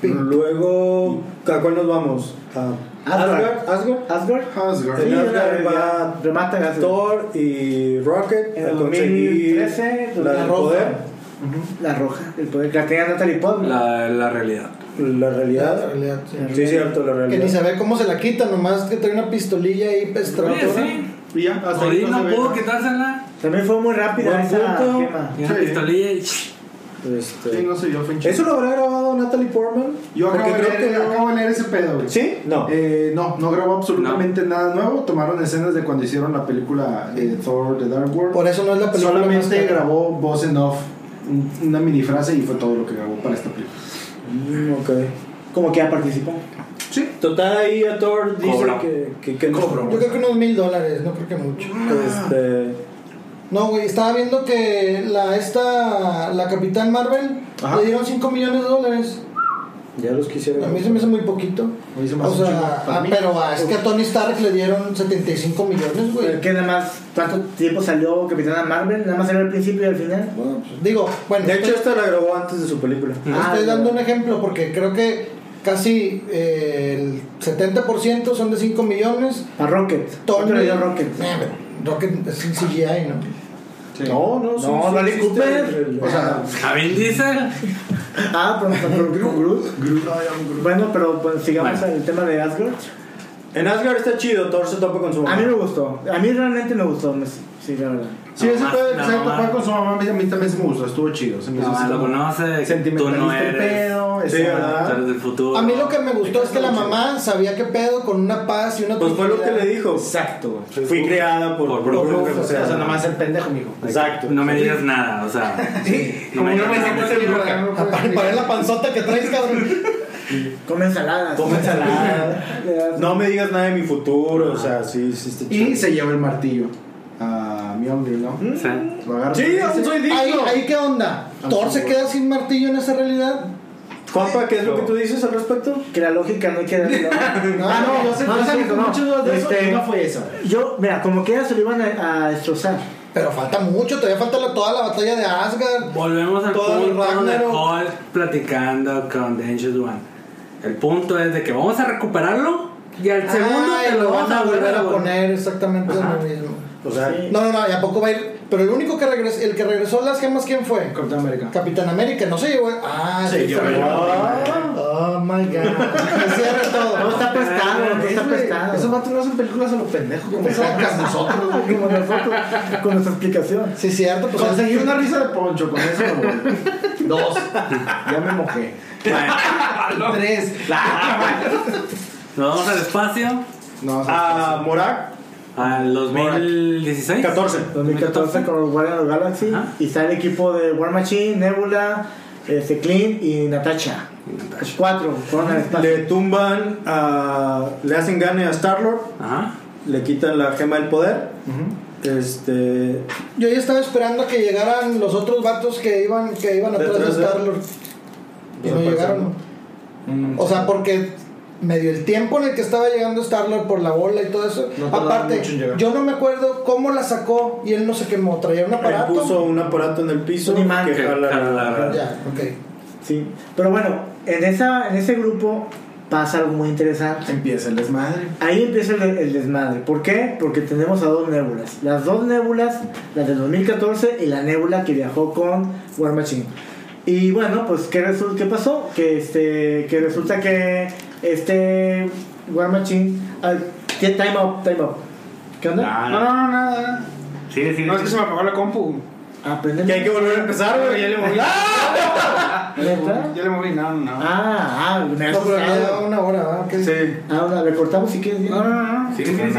Speaker 6: Luego, ¿a cuál nos vamos? A
Speaker 1: Asgard.
Speaker 6: Asgard. Asgard.
Speaker 1: Asgard.
Speaker 2: Asgard.
Speaker 1: Sí,
Speaker 6: En Asgard
Speaker 1: ya,
Speaker 6: va
Speaker 1: remata Asgard.
Speaker 6: Thor y Rocket
Speaker 1: En
Speaker 6: a
Speaker 1: el
Speaker 6: conseguir
Speaker 1: 2013,
Speaker 6: la del
Speaker 1: la roja.
Speaker 6: poder,
Speaker 1: La roja, el poder que la tenía Natalie Portman.
Speaker 4: La, la realidad.
Speaker 6: la
Speaker 8: La
Speaker 6: realidad.
Speaker 8: realidad, sí.
Speaker 6: Sí, cierto, la
Speaker 8: Que ni
Speaker 6: realidad.
Speaker 8: se ve cómo se la quita, nomás que trae una pistolilla ahí
Speaker 4: Oye,
Speaker 8: pestradora.
Speaker 4: sí.
Speaker 2: Y ya, hasta ahí
Speaker 4: Odín
Speaker 2: no
Speaker 4: no
Speaker 2: se ve,
Speaker 4: pudo
Speaker 2: ¿no?
Speaker 4: quitársela.
Speaker 1: También fue muy rápida
Speaker 6: Buen
Speaker 1: esa
Speaker 6: punto.
Speaker 1: gema.
Speaker 4: Y una
Speaker 2: Sí.
Speaker 4: pistolilla y...
Speaker 6: Este,
Speaker 2: Sí, no sé, yo fue en
Speaker 6: ¿Eso lo habrá grabado Natalie Portman?
Speaker 2: Yo acabo
Speaker 6: Porque
Speaker 2: de,
Speaker 6: creo
Speaker 2: leer,
Speaker 6: que no-
Speaker 2: acabo de leer ese pedo, güey.
Speaker 6: ¿Sí? No.
Speaker 2: Eh, no, no grabó absolutamente nada nuevo. Tomaron escenas de cuando hicieron la película eh, Thor The Dark World.
Speaker 8: Por eso no es la película. más
Speaker 2: Solamente
Speaker 8: cara.
Speaker 2: grabó voz en off, un- una mini frase y fue todo lo que grabó para esta película.
Speaker 6: Mm, ok.
Speaker 1: Como que ya participó.
Speaker 2: Sí.
Speaker 6: Total, ahí a Thor dice
Speaker 4: Cobra.
Speaker 6: que, que, que no.
Speaker 2: Cobra.
Speaker 8: Yo creo que unos mil dólares, no creo que mucho.
Speaker 6: Este,
Speaker 8: No, güey, estaba viendo que la esta, la Capitán Marvel,
Speaker 2: Ajá.
Speaker 8: le dieron 5 millones de dólares.
Speaker 6: ya los quisiera.
Speaker 8: A mí se me hizo muy poquito.
Speaker 2: Me hizo más
Speaker 8: O
Speaker 2: un chingo.
Speaker 8: sea,
Speaker 2: Para
Speaker 8: ah,
Speaker 2: mí.
Speaker 8: pero ah, es que a Tony Stark le dieron 75 millones,
Speaker 1: Pero
Speaker 8: güey.
Speaker 1: que nada más, ¿cuánto tiempo salió Capitana Marvel? Nada más salió al principio y al final.
Speaker 8: Bueno, pues, digo, bueno,
Speaker 6: De hecho,
Speaker 8: estoy,
Speaker 6: esta la grabó antes de su película.
Speaker 8: estoy
Speaker 1: Ah,
Speaker 8: dando
Speaker 1: ya.
Speaker 8: un ejemplo porque creo que casi eh, el 70% son de 5 millones.
Speaker 1: A Rocket.
Speaker 8: Tony
Speaker 1: ¿Cuánto le dio a Rocket?
Speaker 8: Eh, güey, Rocket es un CGI, ¿no?
Speaker 6: No, no,
Speaker 1: No, Bradley
Speaker 6: existe
Speaker 1: Cooper.
Speaker 6: el- Ah.
Speaker 2: O sea,
Speaker 4: Javín dice...
Speaker 1: Ah, pero pero Groot.
Speaker 2: Groot, no, era un Groot.
Speaker 1: Bueno, pero pues, sigamos
Speaker 4: Bueno.
Speaker 1: al tema de Asgard.
Speaker 6: en Asgard está chido, Thor se topa con su mamá.
Speaker 1: A mí me gustó. A mí realmente me gustó. me- Sí, la verdad.
Speaker 2: Sí, ese
Speaker 4: Mamá,
Speaker 2: pedo de que
Speaker 4: la
Speaker 2: se haya
Speaker 4: mamá.
Speaker 2: topado con su mamá, a mí también se me gustó, estuvo chido. Se me hizo
Speaker 4: Mamá,
Speaker 2: así
Speaker 4: lo
Speaker 2: como
Speaker 4: conoce, que tú no
Speaker 2: sentimentalista el
Speaker 4: eres.
Speaker 2: pedo,
Speaker 6: Sí,
Speaker 2: esa-
Speaker 6: ¿verdad?
Speaker 4: Tú eres del futuro.
Speaker 8: A mí lo que me gustó es que la mamá sabía qué pedo con una paz y una
Speaker 6: Pues fue lo que
Speaker 8: tranquilidad.
Speaker 6: le dijo.
Speaker 2: Exacto.
Speaker 6: Fui creada por,
Speaker 4: Por Brock
Speaker 6: Brock,
Speaker 4: Lesnar,
Speaker 6: o sea, nada más.
Speaker 2: el pendejo, mijo.
Speaker 6: Exacto.
Speaker 4: No me digas nada, o sea. No me digas nada.
Speaker 8: Aparte, para ver la panzota que traes, cabrón.
Speaker 1: Come ensaladas.
Speaker 6: Come ensalada.
Speaker 1: *laughs* Le das-
Speaker 6: No me digas nada de mi futuro, o sea, sí, sí, está
Speaker 2: Y
Speaker 6: chido.
Speaker 2: se lleva el martillo a Mjolnir, ¿no?
Speaker 4: O sea,
Speaker 2: Lo agarra.
Speaker 6: Sí, aún soy
Speaker 8: Ahí,
Speaker 6: digno.
Speaker 8: ahí, ¿qué onda? ¿Thor se queda sin martillo en esa realidad?
Speaker 6: Juanpa, ¿qué es lo que tú dices al respecto?
Speaker 1: Que la lógica no queda.
Speaker 2: *laughs* Ah, no, yo sé
Speaker 1: no,
Speaker 2: yo sé
Speaker 1: no,
Speaker 2: que con
Speaker 1: no.
Speaker 2: muchas dudas de eso,
Speaker 1: Este-
Speaker 2: no fue eso.
Speaker 1: Yo, mira, como que se lo iban a, a destrozar.
Speaker 8: Pero falta mucho, todavía falta la- toda la batalla de Asgard.
Speaker 4: volvemos al
Speaker 8: Todo el
Speaker 4: punto de
Speaker 8: Ragnarok.
Speaker 4: Hulk platicando con The Ancient One. El punto es de que vamos a recuperarlo y al segundo
Speaker 8: Ay,
Speaker 4: te lo van a volver a poner.
Speaker 8: poner exactamente
Speaker 4: Ajá.
Speaker 8: lo mismo.
Speaker 6: O sea,
Speaker 8: No, no, no, y a poco va a ir. Pero el único que regresó, el que regresó las gemas, ¿quién fue?
Speaker 2: Capitán América.
Speaker 8: Capitán América, no se llevó. Ah, sí, se
Speaker 2: llevó.
Speaker 8: Oh my god. Se cierra
Speaker 4: *laughs*
Speaker 1: No
Speaker 8: todo.
Speaker 1: está prestado, no
Speaker 2: Es,
Speaker 1: está
Speaker 2: Ah, güey,
Speaker 1: prestado.
Speaker 2: Esos vatos no hacen películas a los pendejos como
Speaker 8: Pensaba que
Speaker 2: sacas.
Speaker 8: nosotros. güey.
Speaker 1: como nosotros, con nuestra explicación.
Speaker 8: Sí, cierto, pues
Speaker 2: Conseguí una risa de poncho con eso. güey. Dos. Ya me mojé. Tres.
Speaker 4: *laughs* Nos vamos al espacio,
Speaker 2: No, o sea,
Speaker 6: a Morak,
Speaker 4: al 2016.
Speaker 6: 14.
Speaker 1: 2014 con los Guardians of the Galaxy
Speaker 4: Ajá.
Speaker 1: y está el equipo de War Machine, Nebula, este, Clint y Natasha. Los cuatro fueron al espacio.
Speaker 6: Le tumban a. Le hacen gane a Star-Lord,
Speaker 4: Ajá.
Speaker 6: le quitan la gema del poder. Este.
Speaker 8: Yo ya estaba esperando a que llegaran los otros vatos que iban, que iban atrás de
Speaker 6: Detrás de-
Speaker 8: Star-Lord. Y no
Speaker 6: Desaparecieron.
Speaker 8: llegaron. O sea, porque medio el tiempo en el que estaba llegando Star-Lord por la bola y todo eso.
Speaker 2: No tardaron
Speaker 8: Aparte,
Speaker 2: mucho en llegar.
Speaker 8: yo no me acuerdo cómo la sacó y él no se quemó. Traía un
Speaker 6: Él
Speaker 8: aparato.
Speaker 6: puso un aparato en el piso
Speaker 1: Un imán.
Speaker 6: que jala.
Speaker 4: Jala la-
Speaker 8: Ya, ok.
Speaker 1: Sí. Pero bueno, en, esa, en ese grupo pasa algo muy interesante.
Speaker 2: Empieza el desmadre.
Speaker 1: Ahí empieza el, el desmadre. ¿Por qué? Porque tenemos a dos nébulas. Las dos nébulas, la del 2014 y la nébula que viajó con War Machine. Y bueno, pues ¿qué, resul- qué pasó? Que, este, que resulta que este War Machine... al- ¿Qué? time up, time up. ¿Qué onda?
Speaker 7: Ah,
Speaker 3: No, no, no, nada. nada.
Speaker 7: Sigue, sigue.
Speaker 3: No, es que se me apagó la compu.
Speaker 1: Aprende-
Speaker 6: Que hay que volver a empezar,
Speaker 3: Pero
Speaker 6: güey.
Speaker 3: ya le moví.
Speaker 1: ¿Neta?
Speaker 3: Ya le moví, no, no. no.
Speaker 1: Ah, ah, me Ah, has
Speaker 8: No, pero ya
Speaker 1: usado.
Speaker 8: lleva una hora, ¿verdad? ¿Qué?
Speaker 3: Sí.
Speaker 1: Ahora recortamos si quieres.
Speaker 3: No, no, no.
Speaker 7: Sigue, sigue, sigue.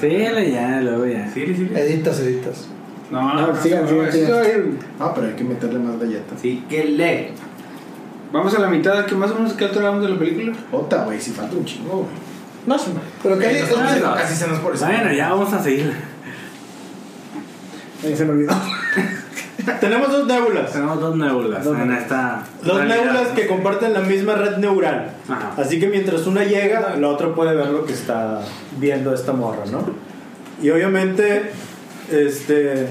Speaker 4: Sí, le- ya, luego ya.
Speaker 7: Sigue, sigue.
Speaker 2: Eh,
Speaker 8: Editas, editas.
Speaker 3: No,
Speaker 1: No,
Speaker 3: no,
Speaker 1: sigan,
Speaker 3: no,
Speaker 1: sigan, sigan.
Speaker 3: estoy-
Speaker 2: Ah, pero hay que meterle más galletas.
Speaker 7: Sí, que le.
Speaker 3: Vamos a la mitad, que más o menos que hablamos de la película.
Speaker 2: Otra, güey, si falta un chingo, güey.
Speaker 1: Más o menos.
Speaker 8: Pero qué editas,
Speaker 4: Ah, no.
Speaker 2: Casi se nos por eso.
Speaker 4: Bueno, ya vamos a seguir.
Speaker 1: Ahí se me olvidó.
Speaker 6: Tenemos dos nébulas.
Speaker 4: Tenemos dos nébulas
Speaker 1: Dos
Speaker 4: en
Speaker 1: nébulas.
Speaker 4: esta.
Speaker 6: Dos
Speaker 4: realidad.
Speaker 6: nébulas que comparten la misma red neural.
Speaker 4: Ajá.
Speaker 6: Así que mientras una llega, la otra puede ver lo que está viendo esta morra, ¿no? Y obviamente, este.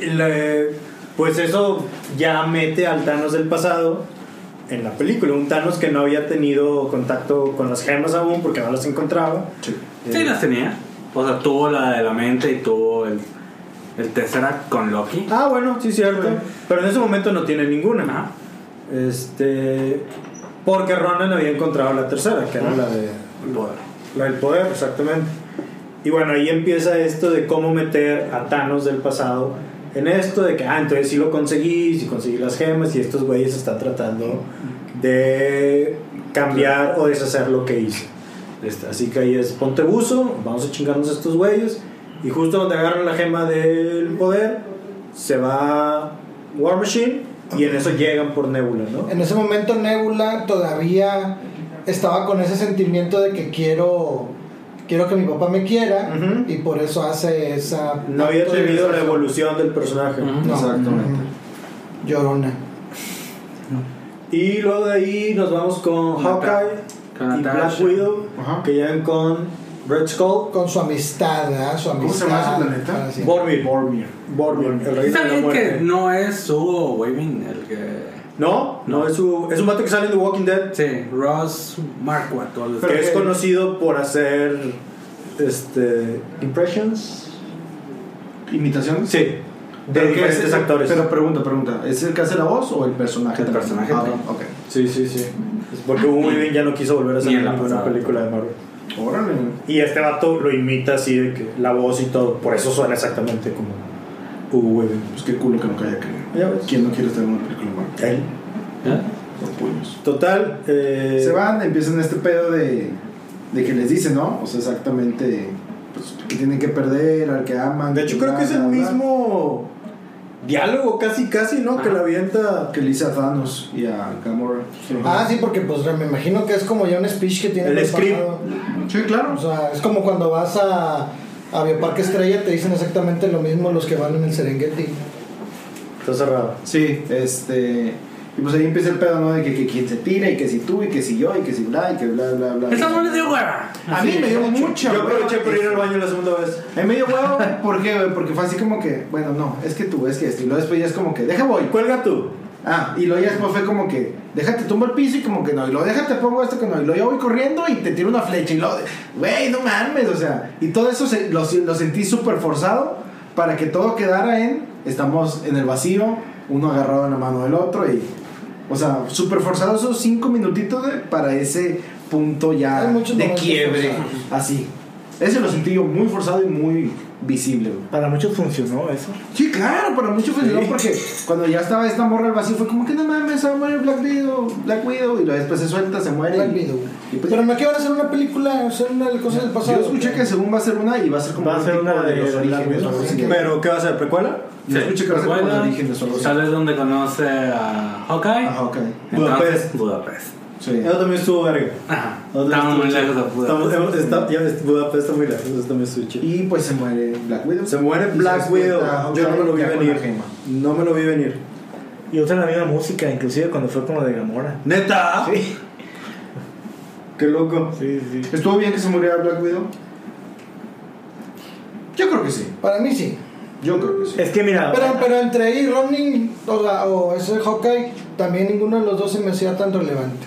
Speaker 6: le- pues eso ya mete al Thanos del pasado en la película. Un Thanos que no había tenido contacto con las gemas aún porque no las encontraba. Eh,
Speaker 4: Sí, las tenía. O sea, tuvo la de la mente y tuvo el, el Tesseract con Loki.
Speaker 6: Ah, bueno, sí, cierto. Pero en ese momento no tiene ninguna.
Speaker 4: Ajá.
Speaker 6: Este. Porque Ronan había encontrado la tercera, que era la de.
Speaker 4: El poder.
Speaker 6: La del poder, exactamente. Y bueno, ahí empieza esto de cómo meter a Thanos del pasado en esto de que, ah, entonces sí lo conseguí, sí conseguí las gemas y estos güeyes están tratando de cambiar o deshacer lo que hice. Este, así que ahí es, ponte buzo, vamos a chingarnos a estos güeyes y justo donde agarran la gema del poder se va War Machine y en eso llegan por Nebula, ¿no?
Speaker 8: En ese momento Nebula todavía estaba con ese sentimiento de que quiero quiero que mi papá me quiera
Speaker 6: Ujú.
Speaker 8: y por eso hace esa
Speaker 6: No había tenido la evolución del personaje.
Speaker 4: Ujú.
Speaker 2: Exactamente.
Speaker 8: llorona.
Speaker 6: Y luego de ahí nos vamos con Hawkeye
Speaker 4: Con
Speaker 6: y
Speaker 4: Natasha.
Speaker 6: Black Widow,
Speaker 2: Ajá.
Speaker 6: que llegan con Red Skull,
Speaker 8: con su amistad, ¿verdad? Su amistad.
Speaker 2: ¿Cómo se llama su planeta?
Speaker 8: para siempre.
Speaker 6: Boromir, Boromir, el rey
Speaker 4: ¿Está
Speaker 6: de la
Speaker 4: bien que
Speaker 6: muerte.
Speaker 4: no es Hugo Weaving el que.
Speaker 6: No, no, es, su- es un vato que sale de Walking Dead,
Speaker 4: Sí, Ross Marquardt. o algo así.
Speaker 6: que es conocido por hacer este impressions.
Speaker 2: ¿Imitación?
Speaker 6: Sí, de
Speaker 2: Pero que
Speaker 6: diferentes
Speaker 2: es-
Speaker 6: actores.
Speaker 2: Pero pregunta, pregunta. ¿Es el que hace la voz o el personaje?
Speaker 4: El
Speaker 2: también?
Speaker 4: personaje
Speaker 2: Ah,
Speaker 4: también.
Speaker 2: ok.
Speaker 6: sí, sí, sí. Es porque Hugo Weaving ya no quiso volver a hacer
Speaker 4: Ni en la
Speaker 6: ninguna
Speaker 4: pasada.
Speaker 6: película de Marvel.
Speaker 2: Órale.
Speaker 6: Y este vato lo imita así de que la voz y todo, por eso suena exactamente como Hugo Weaving.
Speaker 2: Pues qué culo que no caiga que.
Speaker 6: Ya ves.
Speaker 2: ¿Quién no quiere estar en una película de Marvel?
Speaker 6: Él.
Speaker 4: ¿Eh?
Speaker 2: Por puños.
Speaker 6: Total, eh,
Speaker 2: Se van, empiezan este pedo de, de que les dicen, ¿no? O sea, exactamente pues, que tienen que perder, al que aman.
Speaker 6: De hecho,
Speaker 2: bla,
Speaker 6: creo que es el
Speaker 2: bla, bla.
Speaker 6: mismo diálogo, casi, casi, ¿no? Que la avienta.
Speaker 2: Que le dice a Thanos y a Gamora.
Speaker 8: Ah, sí, porque pues me imagino que es como ya un speech que tiene
Speaker 6: El
Speaker 8: preparado.
Speaker 2: sí, claro.
Speaker 8: O sea, es como cuando vas a a Bioparque Estrella te dicen exactamente lo mismo los que van en el Serengeti.
Speaker 6: Está cerrado.
Speaker 2: Sí, este. Y pues ahí empieza el pedo, ¿no? De que, que quien se tira, y que si tú, y que si yo, y que si bla, y que bla, bla, bla.
Speaker 4: Esa no le dio hueva.
Speaker 2: A mí me dio mucha
Speaker 6: Yo
Speaker 2: hueva.
Speaker 6: aproveché por ir al baño la segunda vez.
Speaker 2: En medio *laughs* huevo, ¿por qué, güey? Porque fue así como que, bueno, no, es que tú, es que esto. Y luego después ya es como que, deja voy.
Speaker 6: Cuelga tú.
Speaker 2: Ah, y luego ya después fue como que, déjate tumbo el piso y como que no. Y luego déjate pongo esto que no. Y luego yo voy corriendo y te tiro una flecha. Y luego, güey, no mames, o sea. Y todo eso se- lo, lo sentí súper forzado para que todo quedara en, estamos en el vacío, uno agarrado en la mano del otro y. O sea, súper forzado esos cinco minutitos güey, para ese punto ya
Speaker 8: Hay muchos
Speaker 2: de
Speaker 8: momentos
Speaker 2: quiebre.
Speaker 8: forzados.
Speaker 2: Así. Ese lo sentí yo muy forzado y muy visible, güey.
Speaker 1: Para muchos funcionó eso.
Speaker 2: Sí, claro, para mucho funcionó porque cuando ya estaba esta morra al vacío fue como que no mames, se va a morir Black Widow, Black Widow, y luego después se suelta, se muere.
Speaker 8: Black
Speaker 2: y-
Speaker 8: Widow.
Speaker 2: Y pues,
Speaker 8: Pero no que van a hacer una película, o sea, una de las cosas del pasado.
Speaker 2: yo escuché que según va a ser una y va a ser como
Speaker 6: Va a
Speaker 2: un
Speaker 6: ser
Speaker 2: tipo
Speaker 6: una de
Speaker 2: los orígenes. o algo así.
Speaker 6: Pero, ¿qué va a ser? ¿Precuela?
Speaker 2: Yo escuché que va a ser como los orígenes o algo así.
Speaker 4: ¿Sabes dónde conoce a Hawkeye?
Speaker 2: Ajá, ok.
Speaker 4: Entonces,
Speaker 6: Budapest.
Speaker 4: Budapest.
Speaker 2: Sí.
Speaker 6: Eso también estuvo verga.
Speaker 4: Ajá.
Speaker 6: Eso también
Speaker 4: Estamos
Speaker 6: estuvo
Speaker 4: muy
Speaker 6: chido.
Speaker 4: lejos de
Speaker 6: Estamos-
Speaker 4: Budapest.
Speaker 6: hemos- está- ya ves, Budapest está muy lejos. Eso también estuvo chido.
Speaker 2: Y pues se muere Black Widow.
Speaker 6: Se muere
Speaker 2: Y se
Speaker 6: Black Widow.
Speaker 2: despierta
Speaker 6: Yo no me lo vi
Speaker 2: ya con la
Speaker 6: venir.
Speaker 2: gema.
Speaker 6: No me lo vi venir.
Speaker 1: Y usan la misma música, inclusive cuando fue como de Gamora.
Speaker 6: ¿Neta?
Speaker 1: Sí.
Speaker 6: Qué loco.
Speaker 1: Sí, sí.
Speaker 2: ¿Estuvo bien que se muriera Black Widow? Yo creo que sí.
Speaker 8: Para mí sí.
Speaker 2: Yo creo que Pues sí.
Speaker 1: Es que mira,
Speaker 8: Pero, pero entre ahí y Romney o, la- o ese Hawkeye, también ninguno de los dos se me hacía tan relevante.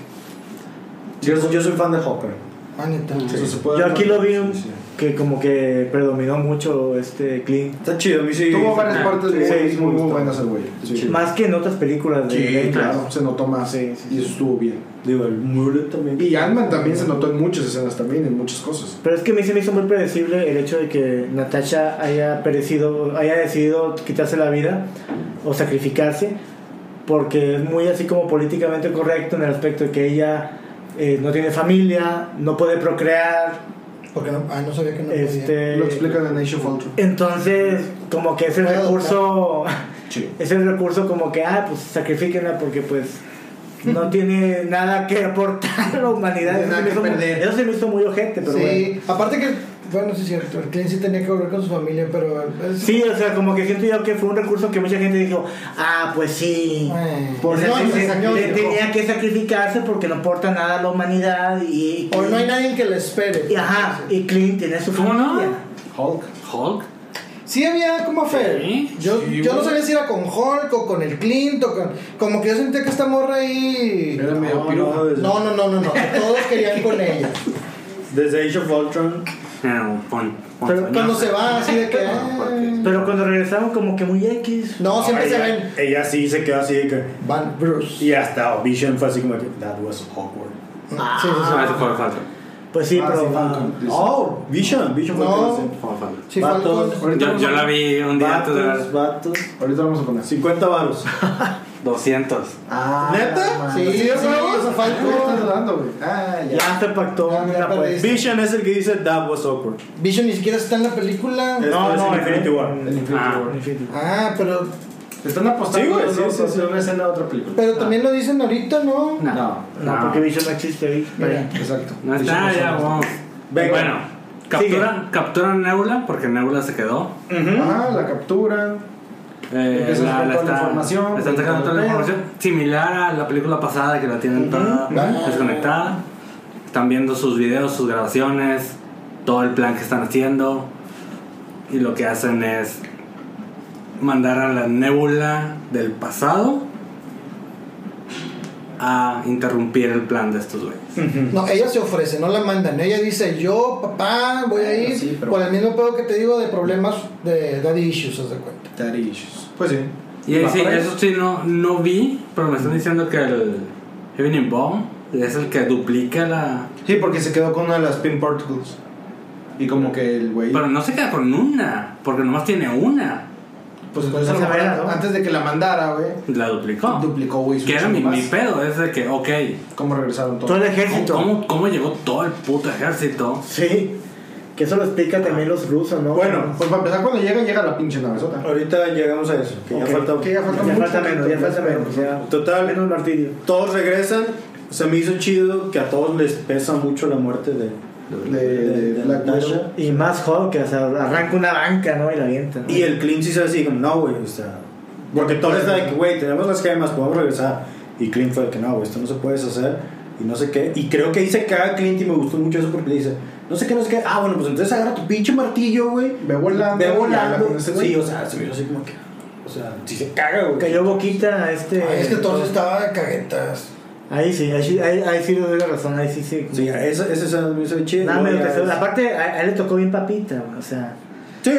Speaker 2: Sí, yo soy- yo soy fan de Hawker.
Speaker 8: Ah, neta.
Speaker 2: Eso se puede
Speaker 1: Yo aquí lo vi un-
Speaker 2: Sí, sí.
Speaker 1: que como que predominó mucho este Clint.
Speaker 6: Está chido, a mí sí.
Speaker 2: Tuvo varias partes
Speaker 1: sí,
Speaker 2: muy,
Speaker 1: sí,
Speaker 2: muy,
Speaker 1: me
Speaker 2: muy
Speaker 1: gustó.
Speaker 2: buenas el güey. Sí,
Speaker 1: Más que en otras películas de
Speaker 2: Sí,
Speaker 1: Blade.
Speaker 2: claro, se notó más.
Speaker 1: Sí, sí,
Speaker 2: y eso estuvo bien.
Speaker 6: Digo, el mule también.
Speaker 2: Y Ant-Man también se notó en muchas escenas también, en muchas cosas.
Speaker 1: Pero es que a mí se me hizo muy predecible el hecho de que Natasha haya perecido, haya decidido quitarse la vida o sacrificarse, porque es muy así como políticamente correcto en el aspecto de que ella eh, no tiene familia, no puede procrear,
Speaker 8: Porque no, ah, no sabía que no podía.
Speaker 1: este.
Speaker 6: Eh,
Speaker 2: Lo explican en Nation of Ultron.
Speaker 1: Entonces, como que ese
Speaker 8: Voy a
Speaker 1: recurso, *laughs*
Speaker 2: Sí.
Speaker 1: ese recurso como que, ah, pues sacrifíquenla porque pues no tiene nada que aportar a la humanidad.
Speaker 8: No tiene
Speaker 1: Eso se
Speaker 8: nada
Speaker 1: me
Speaker 8: que
Speaker 1: hizo muy-
Speaker 8: perder.
Speaker 1: Eso se me hizo muy ojete, pero
Speaker 8: sí,
Speaker 1: bueno.
Speaker 8: aparte que, bueno, sí es cierto, el cliente sí tenía que volver con su familia, pero... es-
Speaker 1: Sí, o sea, como que siento yo que fue un recurso que mucha gente dijo, ah, pues sí.
Speaker 8: Eh,
Speaker 2: Por
Speaker 1: O sea,
Speaker 8: no,
Speaker 1: sí,
Speaker 8: se
Speaker 1: sí,
Speaker 8: saqueó,
Speaker 1: te-
Speaker 8: dijo.
Speaker 1: tenía que sacrificarse porque no aporta nada a la humanidad y...
Speaker 8: Hoy no hay nadie que le espere.
Speaker 1: y- ajá, y Clint tiene su
Speaker 4: ¿Cómo
Speaker 1: familia.
Speaker 4: no?
Speaker 2: Hulk.
Speaker 4: Hulk.
Speaker 8: Sí había como fe.
Speaker 4: Sí,
Speaker 8: yo
Speaker 2: sí,
Speaker 8: yo no
Speaker 2: güey.
Speaker 8: sabía si era con Hulk o con el Clint o con... Como que yo sentía que esta morra ahí...
Speaker 2: Era medio
Speaker 6: No,
Speaker 2: piruja.
Speaker 6: no, desde,
Speaker 8: No, no, no, no, no. que Todos querían con ella.
Speaker 6: desde Age of Ultron.
Speaker 4: Eh, pon- pon-
Speaker 1: Pero
Speaker 4: no
Speaker 8: Cuando
Speaker 4: sé.
Speaker 8: se va así de que...
Speaker 7: porque-
Speaker 1: Pero cuando regresaron como que muy X.
Speaker 8: No, siempre
Speaker 6: ella,
Speaker 8: se ven.
Speaker 6: Ella sí se quedó así de que.
Speaker 8: Van Bruce.
Speaker 6: Y hasta Vision fue así como que. That was awkward.
Speaker 1: Ah.
Speaker 8: Sí, sí, sí.
Speaker 4: No, ese fue Falcon.
Speaker 1: Pues sí,
Speaker 2: Ah,
Speaker 1: pero...
Speaker 2: sí,
Speaker 1: ah,
Speaker 2: Falcon.
Speaker 6: Oh, Vision. Vision fue
Speaker 8: No.
Speaker 6: el que lo
Speaker 4: Fue Falcon.
Speaker 8: Sí,
Speaker 6: Va todos.
Speaker 8: Falcon.
Speaker 2: Ahorita
Speaker 4: Yo,
Speaker 2: vamos a-
Speaker 4: yo la vi un
Speaker 6: hizo.
Speaker 4: día antes de
Speaker 6: Vatos,
Speaker 4: ver
Speaker 6: vatos.
Speaker 2: Ahorita vamos a poner.
Speaker 6: 50 varos.
Speaker 4: 200.
Speaker 2: Ah,
Speaker 8: ¿Neta? Sí, sí, sí, eso
Speaker 2: ¿Qué me estás
Speaker 8: Falcon.
Speaker 2: dudando, güey? Ah, ya.
Speaker 1: Ya se pactó.
Speaker 8: Ya, ya
Speaker 1: mira, pues.
Speaker 8: perdiste.
Speaker 6: Vision es el que dice That was awkward.
Speaker 8: Vision ni siquiera está en la película.
Speaker 6: Es-
Speaker 1: No,
Speaker 6: Esto
Speaker 1: no,
Speaker 6: Infinity War.
Speaker 2: El Infinity
Speaker 4: Ah.
Speaker 2: War.
Speaker 8: Ah, pero,
Speaker 2: Están apostando
Speaker 6: Sí, güey,
Speaker 2: ¿no?
Speaker 6: sí, sí,
Speaker 2: por
Speaker 6: sí.
Speaker 2: una escena a otra película.
Speaker 8: pero también lo dicen ahorita, ¿no?
Speaker 4: No.
Speaker 2: No.
Speaker 1: No,
Speaker 4: No.
Speaker 1: porque Vision no existe ahí.
Speaker 8: Mira.
Speaker 2: Exacto.
Speaker 4: No está, ya vamos.
Speaker 6: Venga.
Speaker 4: Bueno, capturan, capturan Nebula porque Nebula se quedó.
Speaker 1: ¿Mm?
Speaker 2: Ah, la captura.
Speaker 4: Eh,
Speaker 2: Empiezan a sacar toda la
Speaker 4: están-
Speaker 2: información,
Speaker 4: Están sacando toda la
Speaker 2: todo el
Speaker 4: información. Similar a la película pasada que la tienen toda
Speaker 2: ¿vale?
Speaker 4: desconectada. Están viendo sus videos, sus grabaciones, todo el plan que están haciendo. Y lo que hacen es mandar a la nébula del pasado a interrumpir el plan de estos güeyes.
Speaker 8: No, ella se ofrece, no la mandan. Ella dice, yo, papá, voy a ir
Speaker 2: Sí, pero-
Speaker 8: por el mismo pedo que te digo de problemas de daddy issues, haz de cuenta.
Speaker 2: Daddy issues. Pues sí.
Speaker 4: Y ahí
Speaker 2: ¿Va
Speaker 4: sí,
Speaker 2: por ahí?
Speaker 4: eso sí, no, no vi, pero me están diciendo que el Heaven Bomb es el que duplica la.
Speaker 2: Sí, porque se quedó con una de las pin particles. Y como que el güey.
Speaker 4: Pero no se queda con una, porque nomás tiene una.
Speaker 2: Pues entonces, a lo
Speaker 1: Esa
Speaker 2: mejor,
Speaker 1: era, ¿no?
Speaker 2: antes de que la mandara, güey,
Speaker 4: La duplicó.
Speaker 2: duplicó, güey. su
Speaker 4: que era mi,
Speaker 2: chamba.
Speaker 4: mi pedo, es de que, ok,
Speaker 2: ¿Cómo regresaron
Speaker 1: Todo
Speaker 2: todos?
Speaker 1: el
Speaker 4: ¿cómo,
Speaker 1: ejército.
Speaker 4: cómo, cómo llegó todo el puto ejército? *laughs*
Speaker 1: Sí. Que eso lo explica también los rusos, ¿no?
Speaker 6: Bueno,
Speaker 2: Pues para empezar, cuando llega, llega la pinche navezota.
Speaker 6: Ahorita llegamos a eso. Que
Speaker 1: Ok.
Speaker 6: ya falta.
Speaker 2: Que ya falta
Speaker 1: ya
Speaker 2: mucho.
Speaker 1: falta menos, ya falta menos. ya.
Speaker 6: Total.
Speaker 1: Menos martirio.
Speaker 6: Todos regresan. Se me hizo chido que a todos les pesa mucho la muerte de,
Speaker 2: De, de Black Widow.
Speaker 1: Y más Hulk, que o sea, arranca una banca, ¿no? Y la avienta. ¿no?
Speaker 6: Y el Clint sí se así como, no, güey, o sea. Porque todo está de que, güey, tenemos las gemas, podemos regresar. Y Clint fue de que, no, güey, esto no se puede deshacer. Y no sé qué. Y creo que ahí se caga Clint y me gustó mucho eso porque le dice, no sé qué, no sé qué. Ah, bueno, pues entonces agarra tu pinche martillo, güey.
Speaker 2: Ve volando.
Speaker 6: Ve
Speaker 2: y habla
Speaker 6: volando.
Speaker 2: con ese güey.
Speaker 6: Sí, o sea, se vio así como que. O sea, si se caga, güey.
Speaker 1: Cayó boquita a este.
Speaker 8: Ay, Ah, eh, es que todo estaba de caguetas.
Speaker 1: Ahí sí, ahí, sí- ahí, ahí sí le doy la razón, ahí sí, sí.
Speaker 6: Sí, esa ese se me hizo chido.
Speaker 1: Nada,
Speaker 6: Luego
Speaker 1: medio
Speaker 6: ya
Speaker 1: que se-
Speaker 6: es-
Speaker 1: Aparte, a, a él le tocó bien papita, o sea.
Speaker 6: Sí,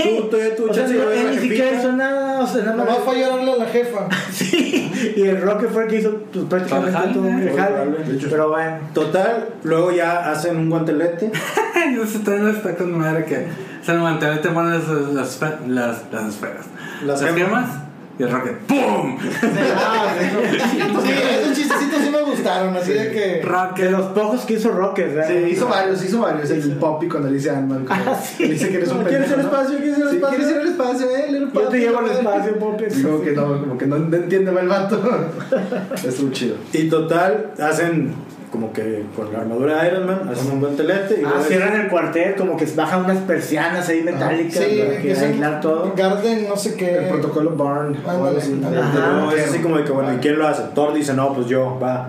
Speaker 2: *laughs*
Speaker 6: tú, tú, tú,
Speaker 1: o sea,
Speaker 6: chance,
Speaker 1: no,
Speaker 6: yo veo
Speaker 1: él
Speaker 6: la
Speaker 1: ni
Speaker 6: jefita.
Speaker 1: siquiera hizo nada, o sea, nada
Speaker 8: Nomás
Speaker 1: más.
Speaker 8: fue a llorarle a la
Speaker 2: *laughs*
Speaker 8: jefa.
Speaker 1: *laughs* Sí, y el Rocket fue el que hizo pues, prácticamente
Speaker 4: Todo el
Speaker 1: todo
Speaker 4: jale,
Speaker 1: el
Speaker 6: ¿eh?
Speaker 1: jale.
Speaker 6: Todo el jale.
Speaker 1: Pero bueno.
Speaker 6: Total, luego ya hacen un guantelete.
Speaker 4: Yo se está, está con madre que se levantó y te ponen las, las, esfe- las, las esferas.
Speaker 6: Las
Speaker 4: Las,
Speaker 6: gemas.
Speaker 4: gemas y el rocket. ¡Pum!
Speaker 8: Sí, esos chistecitos sí me gustaron, así de que.
Speaker 1: De
Speaker 4: Rocket.
Speaker 1: los pocos que hizo Rocket, ¿verdad?
Speaker 2: Sí, hizo varios, hizo varios. El Poppy cuando le dice a Ant-Man.
Speaker 1: Ah,
Speaker 2: como- le dice que eres un
Speaker 8: ¿Quieres
Speaker 2: pendejo,
Speaker 8: el
Speaker 2: ¿no?
Speaker 8: espacio? ¿Quieres el
Speaker 2: Sí,
Speaker 8: espacio?
Speaker 2: ¿Quieres ir al espacio, eh? Little
Speaker 1: Yo te
Speaker 2: Poppy,
Speaker 1: llevo al
Speaker 2: madre.
Speaker 1: espacio, Poppy.
Speaker 2: Digo que no, como que no entiende va el vato. Estuvo chido.
Speaker 6: Y total, hacen como que con la armadura de Iron Man, hacen un guantelete. Y
Speaker 1: Ah,
Speaker 6: luego-
Speaker 1: cierran el cuartel, como que bajan unas persianas ahí metálicas
Speaker 8: Ah, Sí,
Speaker 1: para que
Speaker 8: es el
Speaker 1: aislar todo.
Speaker 8: Garden, no sé qué.
Speaker 2: El protocolo Barn.
Speaker 8: Ándale,
Speaker 2: o algo así.
Speaker 8: ándale.
Speaker 6: y luego
Speaker 1: Ajá.
Speaker 6: es así como de que, bueno, ¿y quién lo hace? Thor dice, no, pues yo, va.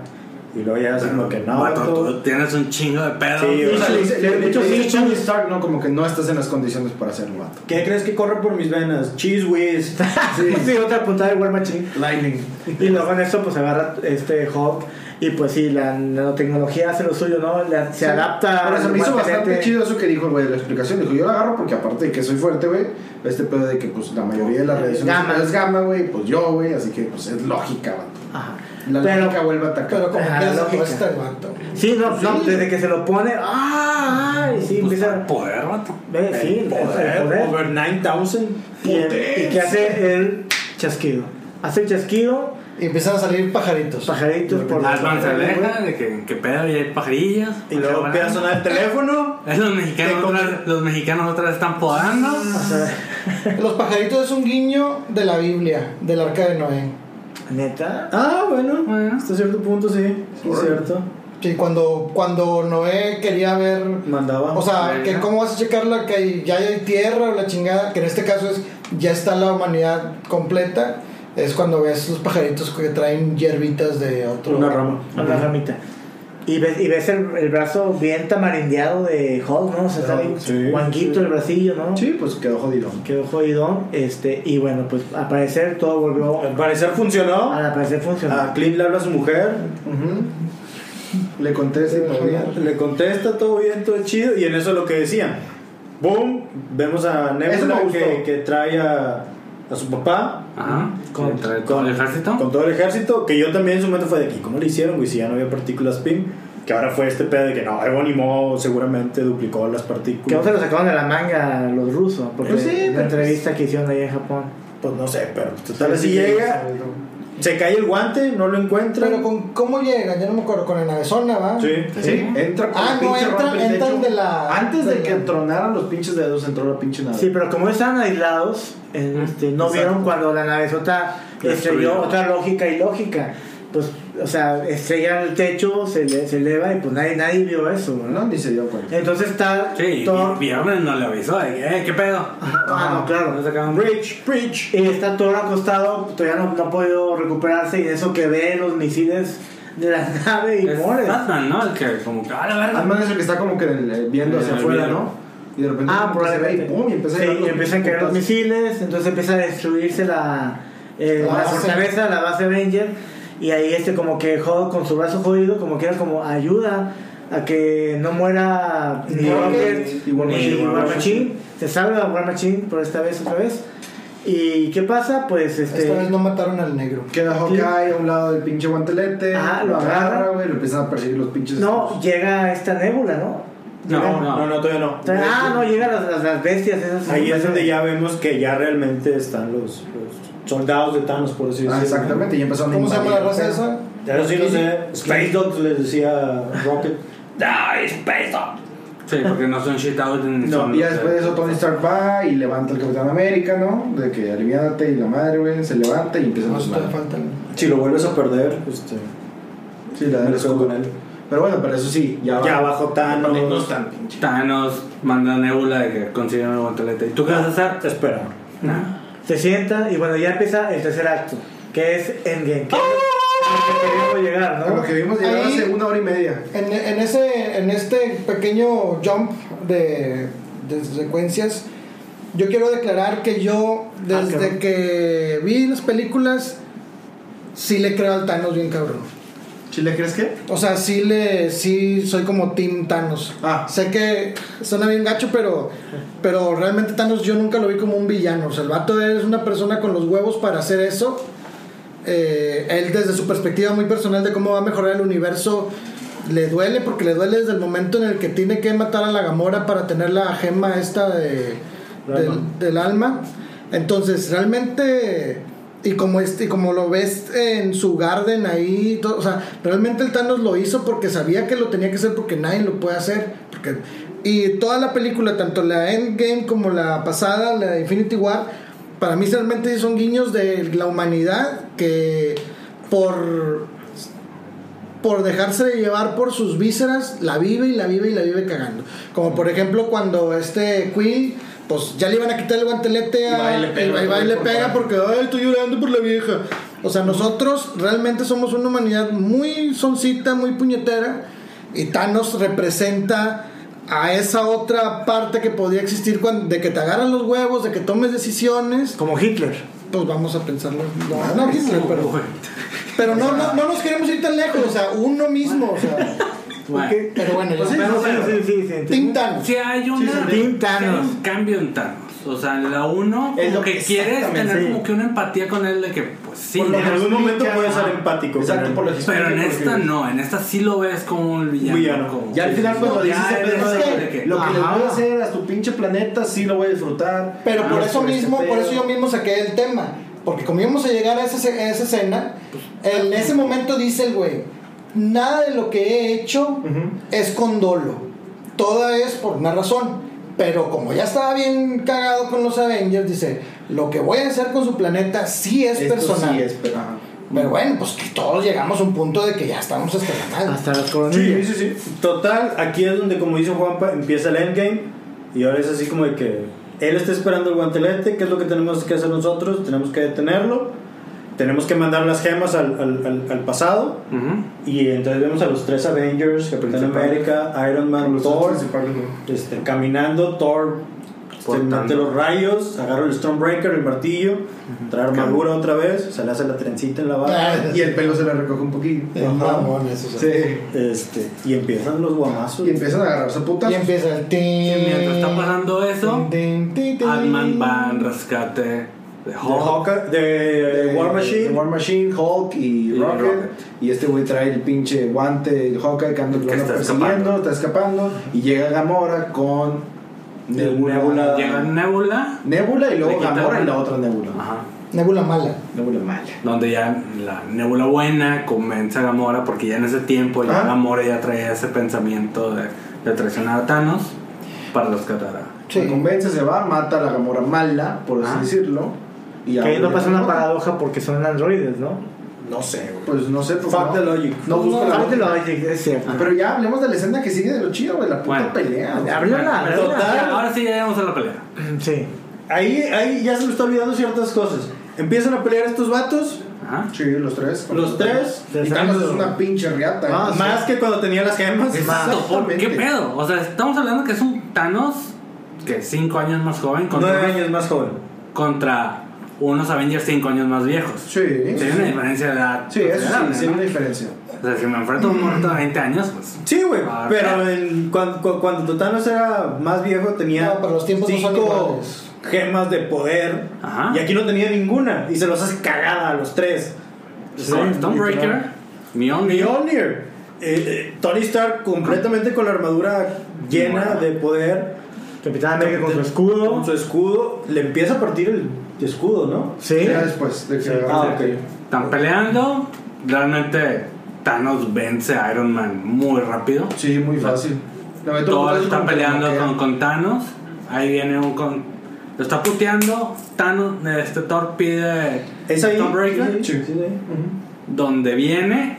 Speaker 6: Y luego ya hacen como que no.
Speaker 4: Vato, tú
Speaker 6: todo-
Speaker 4: tienes un chingo de pedo. Pues,
Speaker 6: Sí,
Speaker 2: O sea, le dice- le- le-
Speaker 1: Muchos
Speaker 2: le dice
Speaker 1: sí.
Speaker 2: Tony Stark, ¿no? Como que no estás en las condiciones para hacerlo, vato.
Speaker 6: ¿Qué crees que corre por mis venas? Cheese whiz.
Speaker 2: *laughs*
Speaker 1: Sí, otra puntada de War Machine.
Speaker 2: Lightning.
Speaker 1: Y luego en eso pues agarra este Hulk Y pues sí, la nanotecnología hace lo suyo, ¿no? La- se adapta
Speaker 2: Pero se me hizo
Speaker 1: al
Speaker 2: bastante
Speaker 1: material.
Speaker 2: chido eso que dijo, güey, la explicación. Dijo, yo la agarro porque aparte de que soy fuerte, güey, este pedo de que pues la mayoría de las radiaciones
Speaker 1: Gamma.
Speaker 2: es gamma, güey, pues yo, güey, así que pues es lógica, vato.
Speaker 1: Ajá. Pero-
Speaker 2: La
Speaker 1: pues,
Speaker 2: lógica vuelve a atacar.
Speaker 8: Pero como
Speaker 1: Ajá,
Speaker 8: que la
Speaker 1: lógica.
Speaker 8: apuesta, guato.
Speaker 1: Sí, no, no, desde que se lo pone, ¡ah! Y sí,
Speaker 4: Pues,
Speaker 1: empieza.
Speaker 4: poder, vato.
Speaker 1: Ve, sí, el poder.
Speaker 6: Over 9000.
Speaker 1: Y, el- y que hace el chasquido. Hace el chasquido,
Speaker 8: Y empiezan a salir pajaritos.
Speaker 1: pajaritos por
Speaker 4: Las manzalejas de que, que pedo y hay pajarillos.
Speaker 6: Y luego
Speaker 4: Porque,
Speaker 6: empieza a sonar el teléfono.
Speaker 4: bueno, Los mexicanos,
Speaker 6: Te Ah. comen.
Speaker 4: otra, los mexicanos otra vez están podando.
Speaker 1: O sea,
Speaker 8: Los pajaritos es un guiño de la Biblia, del arca de Noé.
Speaker 1: neta.
Speaker 6: Ah, bueno.
Speaker 4: Bueno.
Speaker 6: Hasta cierto punto, sí. Sí, es cierto.
Speaker 8: Sí, cuando, cuando Noé quería ver.
Speaker 6: Mandaba.
Speaker 8: O sea, que
Speaker 4: Venga.
Speaker 8: cómo vas a checarla que hay- ya hay tierra o la chingada, que en este caso es ya está la humanidad completa, es cuando ves los pajaritos que traen hierbitas de otro.
Speaker 6: una *laughs* rama.
Speaker 1: Una ramita. Y ves, y ves el, el brazo bien tamarindeado de Hulk, ¿no? O sea, está bien
Speaker 6: Sí,
Speaker 1: guanguito el bracillo, ¿no?
Speaker 2: Sí, pues quedó jodido.
Speaker 1: Quedó jodido. Este, y bueno, pues al parecer todo volvió.
Speaker 6: Al parecer funcionó.
Speaker 1: Al parecer funcionó.
Speaker 6: A Clint le habla a su mujer.
Speaker 2: Ujú. Le conté si podía.
Speaker 6: Le contesta todo bien, todo chido. Y en eso lo que decían. Boom. Vemos a
Speaker 2: Eso me
Speaker 6: Nebula
Speaker 2: gustó. Ah,
Speaker 6: que, que trae a, a su papá.
Speaker 4: Ajá.
Speaker 1: Con-
Speaker 4: Con, con el ejército.
Speaker 6: Con todo el ejército, que yo también en su momento fue de aquí. ¿Cómo le hicieron, güey? Si ya no había partículas PIM. Que ahora fue este pedo de que no, Ebonimo seguramente duplicó las
Speaker 1: Que no
Speaker 6: partículas.
Speaker 1: se lo sacaron de la manga a los rusos, porque
Speaker 6: Pues sí,
Speaker 1: en la
Speaker 6: pero
Speaker 1: entrevista que hicieron ahí en Japón.
Speaker 6: Pues no sé, pero total, así llega, se cae el guante, no lo encuentra.
Speaker 8: Pero con cómo llegan, ya no me acuerdo, con la navezona, ¿va?
Speaker 6: Sí.
Speaker 2: Sí, entra con
Speaker 8: Ah,
Speaker 2: el
Speaker 8: no,
Speaker 2: pinche
Speaker 8: entra-
Speaker 2: rompe el
Speaker 8: entran
Speaker 2: techo.
Speaker 8: de la-
Speaker 2: Antes de
Speaker 8: de
Speaker 2: que
Speaker 8: la-
Speaker 2: tronaran los pinches dedos, entró la pinche nave.
Speaker 1: Sí, pero como estaban aislados, este, no vieron cuando la nave sota estrelló
Speaker 4: Destruyó.
Speaker 1: otra lógica y lógica. Pues, o sea, estrella el techo, se, le- se eleva y pues nadie, nadie vio eso, ¿no?
Speaker 2: No, ni se dio cuenta.
Speaker 1: Entonces está
Speaker 4: Sí,
Speaker 1: todo.
Speaker 4: y viernes no le avisó. de que, Eh, ¿qué pedo?
Speaker 1: Ah, no, claro.
Speaker 4: No sacaron
Speaker 6: Bridge, bridge.
Speaker 1: Y está todo acostado, todavía no, no ha podido recuperarse y de eso que ve los misiles de la *laughs* nave y
Speaker 4: Es
Speaker 1: muere.
Speaker 4: Batman, ¿no? El que como que, a la verga.
Speaker 2: Además es el que está como que en el- eh, viendo hacia
Speaker 4: En el
Speaker 2: afuera,
Speaker 4: video.
Speaker 2: ¿no? Y de repente
Speaker 1: Ah,
Speaker 6: pues,
Speaker 2: se ve
Speaker 1: probablemente.
Speaker 2: y pum, y empieza a
Speaker 1: Sí,
Speaker 2: llegar
Speaker 1: y
Speaker 2: los
Speaker 1: empiezan a caer los
Speaker 2: putazos.
Speaker 1: misiles, entonces empieza a destruirse la, eh,
Speaker 8: La
Speaker 1: la
Speaker 8: base.
Speaker 1: fortaleza, la base Avenger. Y ahí este como que Hulk con su brazo jodido, como que era como ayuda a que no muera ni
Speaker 8: Rocket,
Speaker 1: Rocket,
Speaker 2: ni War
Speaker 1: ni
Speaker 2: Machine.
Speaker 1: War Machine. Se salva War Machine por esta vez otra vez. ¿Y qué pasa? Pues este...
Speaker 8: Esta vez no mataron al negro.
Speaker 2: Queda Hawkeye a un lado del pinche guantelete.
Speaker 1: Ajá, lo agarra.
Speaker 2: güey. Lo empiezan a perseguir los pinches.
Speaker 1: No, llega esta nébula, ¿no?
Speaker 4: No,
Speaker 1: Llega-
Speaker 4: no.
Speaker 6: No, no, todavía no.
Speaker 1: Ah, no, llegan las, las, las bestias esas.
Speaker 6: Ahí es donde ya vemos que ya realmente están los, los soldados de Thanos, por así
Speaker 2: Ah,
Speaker 6: decirlo.
Speaker 2: exactamente. Y empezaron a
Speaker 8: ¿Cómo se llama la
Speaker 2: invadir.
Speaker 8: raza esa?
Speaker 6: Eso sí no sé. Space Dog les decía Rocket.
Speaker 7: ¡Ay, Space Dog!
Speaker 4: Sí, porque no son shit out ni
Speaker 6: No,
Speaker 4: son-
Speaker 2: Y ya después de eso Tony Stark va y levanta al Capitán América, ¿no? De que aliviánate y la madre, güey, se levanta y empieza a
Speaker 8: No,
Speaker 2: sumar.
Speaker 8: todavía faltan.
Speaker 6: Si lo vuelves a perder, este,
Speaker 2: Sí, la
Speaker 6: me
Speaker 2: del
Speaker 6: les juego
Speaker 2: escudo.
Speaker 6: con él.
Speaker 2: Pero bueno, pero eso sí, ya va.
Speaker 6: Ya bajó Thanos.
Speaker 7: No están pinche.
Speaker 4: Thanos manda a Nebula de que consiguen un guantelete. ¿Y tú qué vas a hacer?
Speaker 6: Espera.
Speaker 4: Nada.
Speaker 1: Se sienta y bueno, ya empieza el tercer acto, que es Endgame. Que es lo que queríamos llegar,
Speaker 2: A lo
Speaker 1: ¿no?
Speaker 2: que vimos llegar
Speaker 8: Ahí-
Speaker 2: hace una hora y media.
Speaker 8: En, en ese, en este pequeño jump de, de secuencias, yo quiero declarar que yo,
Speaker 2: Ah,
Speaker 8: desde
Speaker 1: cabrón.
Speaker 8: que vi las películas, sí le creo al Thanos bien cabrón.
Speaker 2: ¿Chile crees que?
Speaker 8: O sea, sí le, sí soy como Team Thanos.
Speaker 2: Ah.
Speaker 8: Sé que suena bien gacho, pero, pero realmente Thanos yo nunca lo vi como un villano. O sea, el vato es una persona con los huevos para hacer eso. Eh, él desde su perspectiva muy personal de cómo va a mejorar el universo le duele porque le duele desde el momento en el que tiene que matar a la Gamora para tener la gema esta de, del, del alma. Entonces, realmente, y como, este, y como lo ves en su garden ahí, y todo, o sea, realmente el Thanos lo hizo porque sabía que lo tenía que hacer porque nadie lo puede hacer. Porque, y toda la película, tanto la Endgame como la pasada, la de Infinity War, para mí realmente son guiños de la humanidad que por por dejarse llevar por sus vísceras, la vive y la vive y la vive cagando. Como por ejemplo cuando este Quill, pues ya le iban a quitar el guantelete a,
Speaker 2: va y le pega,
Speaker 8: y va y va y le pega porque ay, estoy llorando por la vieja. O sea, nosotros realmente somos una humanidad muy soncita, muy puñetera y Thanos representa a esa otra parte que podía existir cuando, de que te agarran los huevos, de que tomes decisiones,
Speaker 1: Como Hitler.
Speaker 2: Ah,
Speaker 8: pues vamos a pensarlo. No, no, Hitler, pero Pero no, no, no nos queremos ir tan lejos, o sea, uno mismo, o sea. Pues
Speaker 4: Bueno.
Speaker 8: ok, Pero bueno, yo.
Speaker 1: Pero sí, sí, sí, sí,
Speaker 8: Team
Speaker 1: entiendo.
Speaker 8: Thanos.
Speaker 4: Si hay una,
Speaker 1: sí, sí.
Speaker 4: sí hay
Speaker 1: Thanos.
Speaker 4: un cambio en Thanos. O sea, la uno
Speaker 8: Es
Speaker 4: como
Speaker 8: lo
Speaker 4: que
Speaker 8: que-
Speaker 4: quieres tener
Speaker 1: sí.
Speaker 4: como que una empatía con él de que pues sí.
Speaker 6: En
Speaker 4: ¿no?
Speaker 6: algún momento puedes ser empático.
Speaker 2: Exacto, por
Speaker 6: con
Speaker 2: lo
Speaker 6: él.
Speaker 2: que
Speaker 4: Pero en
Speaker 2: porque-
Speaker 4: esta no, en esta sí lo ves como un villano.
Speaker 6: Villano.
Speaker 4: como-
Speaker 2: Ya al final cuando
Speaker 4: No,
Speaker 2: dices
Speaker 4: ya
Speaker 2: ese pedo
Speaker 4: eres
Speaker 2: de
Speaker 4: de que-
Speaker 2: lo que les voy
Speaker 1: Ajá.
Speaker 2: a hacer a tu pinche planeta, sí lo voy a disfrutar.
Speaker 8: Pero este
Speaker 2: Ah,
Speaker 8: por eso
Speaker 2: ese
Speaker 8: mismo, por
Speaker 2: pedo.
Speaker 8: eso yo mismo saqué el tema. Porque como íbamos a llegar a esa, ce- a esa escena, en ese momento dice el güey, nada de lo que he hecho es con dolo. Toda es por una razón. Pero como ya estaba bien cagado con los Avengers, dice, lo que voy a hacer con su planeta sí es
Speaker 2: Esto
Speaker 8: personal.
Speaker 2: sí es, pero- ajá.
Speaker 8: Pero bueno, pues que todos llegamos a un punto de que ya estamos hasta la madre.
Speaker 1: Hasta las
Speaker 6: Sí,
Speaker 1: coronillas.
Speaker 6: sí, sí. Total, aquí es donde, como dice Juanpa, empieza el endgame. Y ahora es así como de que él está esperando el guantelete. ¿Qué es lo que tenemos que hacer nosotros? Tenemos que detenerlo. Tenemos que mandar las gemas al, al- al- al pasado.
Speaker 4: Ujú.
Speaker 6: Y entonces vemos a los tres Avengers: Capitán América, Iron Man,
Speaker 2: Los
Speaker 6: Thor.
Speaker 2: principales, güey.
Speaker 6: Este, caminando, Thor se
Speaker 7: Cortando.
Speaker 6: mete los rayos, agarra el Stormbreaker, el martillo, trae armadura otra vez, se le hace la trencita en la barra.
Speaker 2: Y el pelo se le recoge un poquillo.
Speaker 8: Es mamón eso, o sea.
Speaker 2: Sí.
Speaker 6: Este, y empiezan los guamazos.
Speaker 2: Y empiezan a agarrarse a putas.
Speaker 8: Y empieza el tin,
Speaker 4: Y mientras está pasando eso,
Speaker 8: tin, tin, tin.
Speaker 4: Ant-Man va en rescate de
Speaker 6: de,
Speaker 4: Hulk.
Speaker 6: Hawkeye- de-
Speaker 1: Eh,
Speaker 6: de War Machine.
Speaker 2: de Eh, War Machine, Hulk y,
Speaker 4: Y
Speaker 2: Rocket.
Speaker 4: Rocket.
Speaker 2: Y este güey trae el pinche guante, el Hawkeye que anda
Speaker 4: Que
Speaker 2: lo anda
Speaker 4: está
Speaker 2: persiguiendo, está escapando. Y llega Gamora con Nebula.
Speaker 6: Nebula.
Speaker 4: Llega Nebula.
Speaker 2: Nebula y luego
Speaker 4: Le quita
Speaker 2: Gamora y
Speaker 4: una.
Speaker 2: la otra Nebula.
Speaker 4: Ajá.
Speaker 8: Nebula mala.
Speaker 2: Nebula mala.
Speaker 4: Donde ya la nebula buena convence a Gamora, porque ya en ese tiempo ya
Speaker 2: Ah.
Speaker 4: Gamora ya traía ese pensamiento de, de traicionar a Thanos para rescatar a.
Speaker 8: Sí.
Speaker 2: Se convence, se va, mata a la Gamora mala, por así
Speaker 4: Ah.
Speaker 2: decirlo. Y
Speaker 1: Que
Speaker 2: ya
Speaker 1: ahí no
Speaker 2: vuelve
Speaker 1: pasa una
Speaker 2: Gamora.
Speaker 1: paradoja porque son androides, ¿no?
Speaker 2: No sé, güey. Pues no sé. Pues
Speaker 6: Fuck
Speaker 2: no.
Speaker 6: the logic.
Speaker 2: No busca la
Speaker 1: Parte
Speaker 2: lógica.
Speaker 1: lo hay, es cierto.
Speaker 2: Pero ya hablemos de la escena que sigue de lo chido, güey. La puta
Speaker 4: Bueno.
Speaker 2: pelea. güey.
Speaker 1: Háblala,
Speaker 4: Bueno,
Speaker 1: háblala.
Speaker 4: ya, ahora sí ya llegamos a la pelea.
Speaker 1: Sí.
Speaker 6: Ahí, ahí ya se me está olvidando ciertas cosas. Empiezan a pelear estos vatos,
Speaker 4: Ajá.
Speaker 2: Sí, los tres.
Speaker 6: los tres.
Speaker 2: Y Thanos es una pinche riata.
Speaker 6: Ah,
Speaker 2: güey.
Speaker 6: más que cuando tenía las gemas.
Speaker 4: Exacto, ¿por ¿Qué
Speaker 2: Exactamente.
Speaker 4: pedo? O sea, estamos hablando que es un Thanos que 5 años más joven
Speaker 6: Nueve
Speaker 4: contra,
Speaker 6: años más joven.
Speaker 4: contra unos Avengers 5 años más viejos.
Speaker 2: Sí.
Speaker 4: Tiene una diferencia de edad.
Speaker 2: Sí, eso sí,
Speaker 4: considerable,
Speaker 2: sí hay
Speaker 4: ¿no?
Speaker 2: una diferencia.
Speaker 4: O sea, si me enfrento a un muerto de 20 años, pues.
Speaker 6: Sí, güey,
Speaker 4: Ah,
Speaker 6: pero
Speaker 4: claro.
Speaker 6: en- cuan- cu- cuando, Thanos era más viejo tenía
Speaker 8: No, pero los tiempos no son
Speaker 6: cinco
Speaker 8: iguales.
Speaker 6: gemas de poder
Speaker 4: Ajá.
Speaker 6: y aquí no tenía ninguna y se los hace cagada a los tres.
Speaker 4: Con Stonebreaker, Mjolnir.
Speaker 6: Mjolnir. Eh, eh, Tony Stark completamente con la armadura llena
Speaker 4: Bueno.
Speaker 6: de poder,
Speaker 1: Capitán América con su escudo.
Speaker 6: con su escudo, le empieza a partir el escudo, ¿no?
Speaker 1: Sí.
Speaker 2: Ya después de que
Speaker 6: Ah, ok.
Speaker 4: Están peleando. Realmente Thanos vence a Iron Man muy rápido.
Speaker 2: Sí, muy fácil. La meto por
Speaker 4: Todos
Speaker 2: atrás
Speaker 4: están
Speaker 2: como que
Speaker 4: peleando
Speaker 2: noquea.
Speaker 4: con, con Thanos. Ahí viene un con. Lo está puteando. Thanos, este Thor pide
Speaker 6: Es ahí.
Speaker 4: Stormbreaker.
Speaker 6: Sí, sí, sí.
Speaker 4: Donde viene.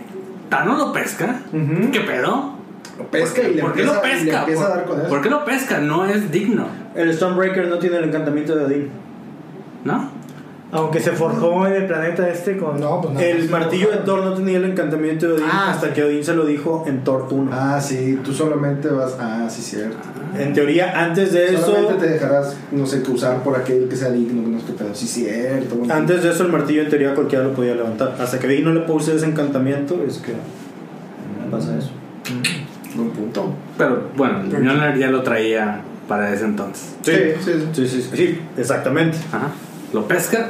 Speaker 4: Thanos lo pesca.
Speaker 2: Ujú.
Speaker 4: ¿Qué pedo?
Speaker 2: Lo pesca y le
Speaker 4: ¿Por qué lo
Speaker 2: empieza, y le
Speaker 4: pesca?
Speaker 2: empieza a
Speaker 4: ¿Por-
Speaker 2: dar con eso.
Speaker 4: ¿Por qué lo pesca? No es digno,
Speaker 6: El Stormbreaker no tiene el encantamiento de Odín.
Speaker 4: ¿no?
Speaker 1: Aunque se forjó en el planeta este con.
Speaker 8: No, pues nada
Speaker 6: El
Speaker 8: más.
Speaker 6: martillo de Thor no tenía el encantamiento de Odín
Speaker 1: Ah,
Speaker 6: hasta que Odín se lo dijo en Thor 1.
Speaker 2: Ah, sí, tú solamente vas. Ah, sí, cierto.
Speaker 6: En teoría, antes de eso,
Speaker 2: Solamente te dejarás, no sé, que usar por aquel que sea digno, que no sé qué pedo. Sí, cierto. bueno.
Speaker 6: antes de eso el martillo en teoría cualquiera lo podía levantar. Hasta que Odín no le puse ese encantamiento, es que pasa eso.
Speaker 2: Buen punto.
Speaker 4: Pero bueno, Mjolnir ya lo traía para ese entonces.
Speaker 6: Sí,
Speaker 2: sí. sí.
Speaker 6: sí, sí, sí, sí, exactamente.
Speaker 4: Ajá. Lo pesca.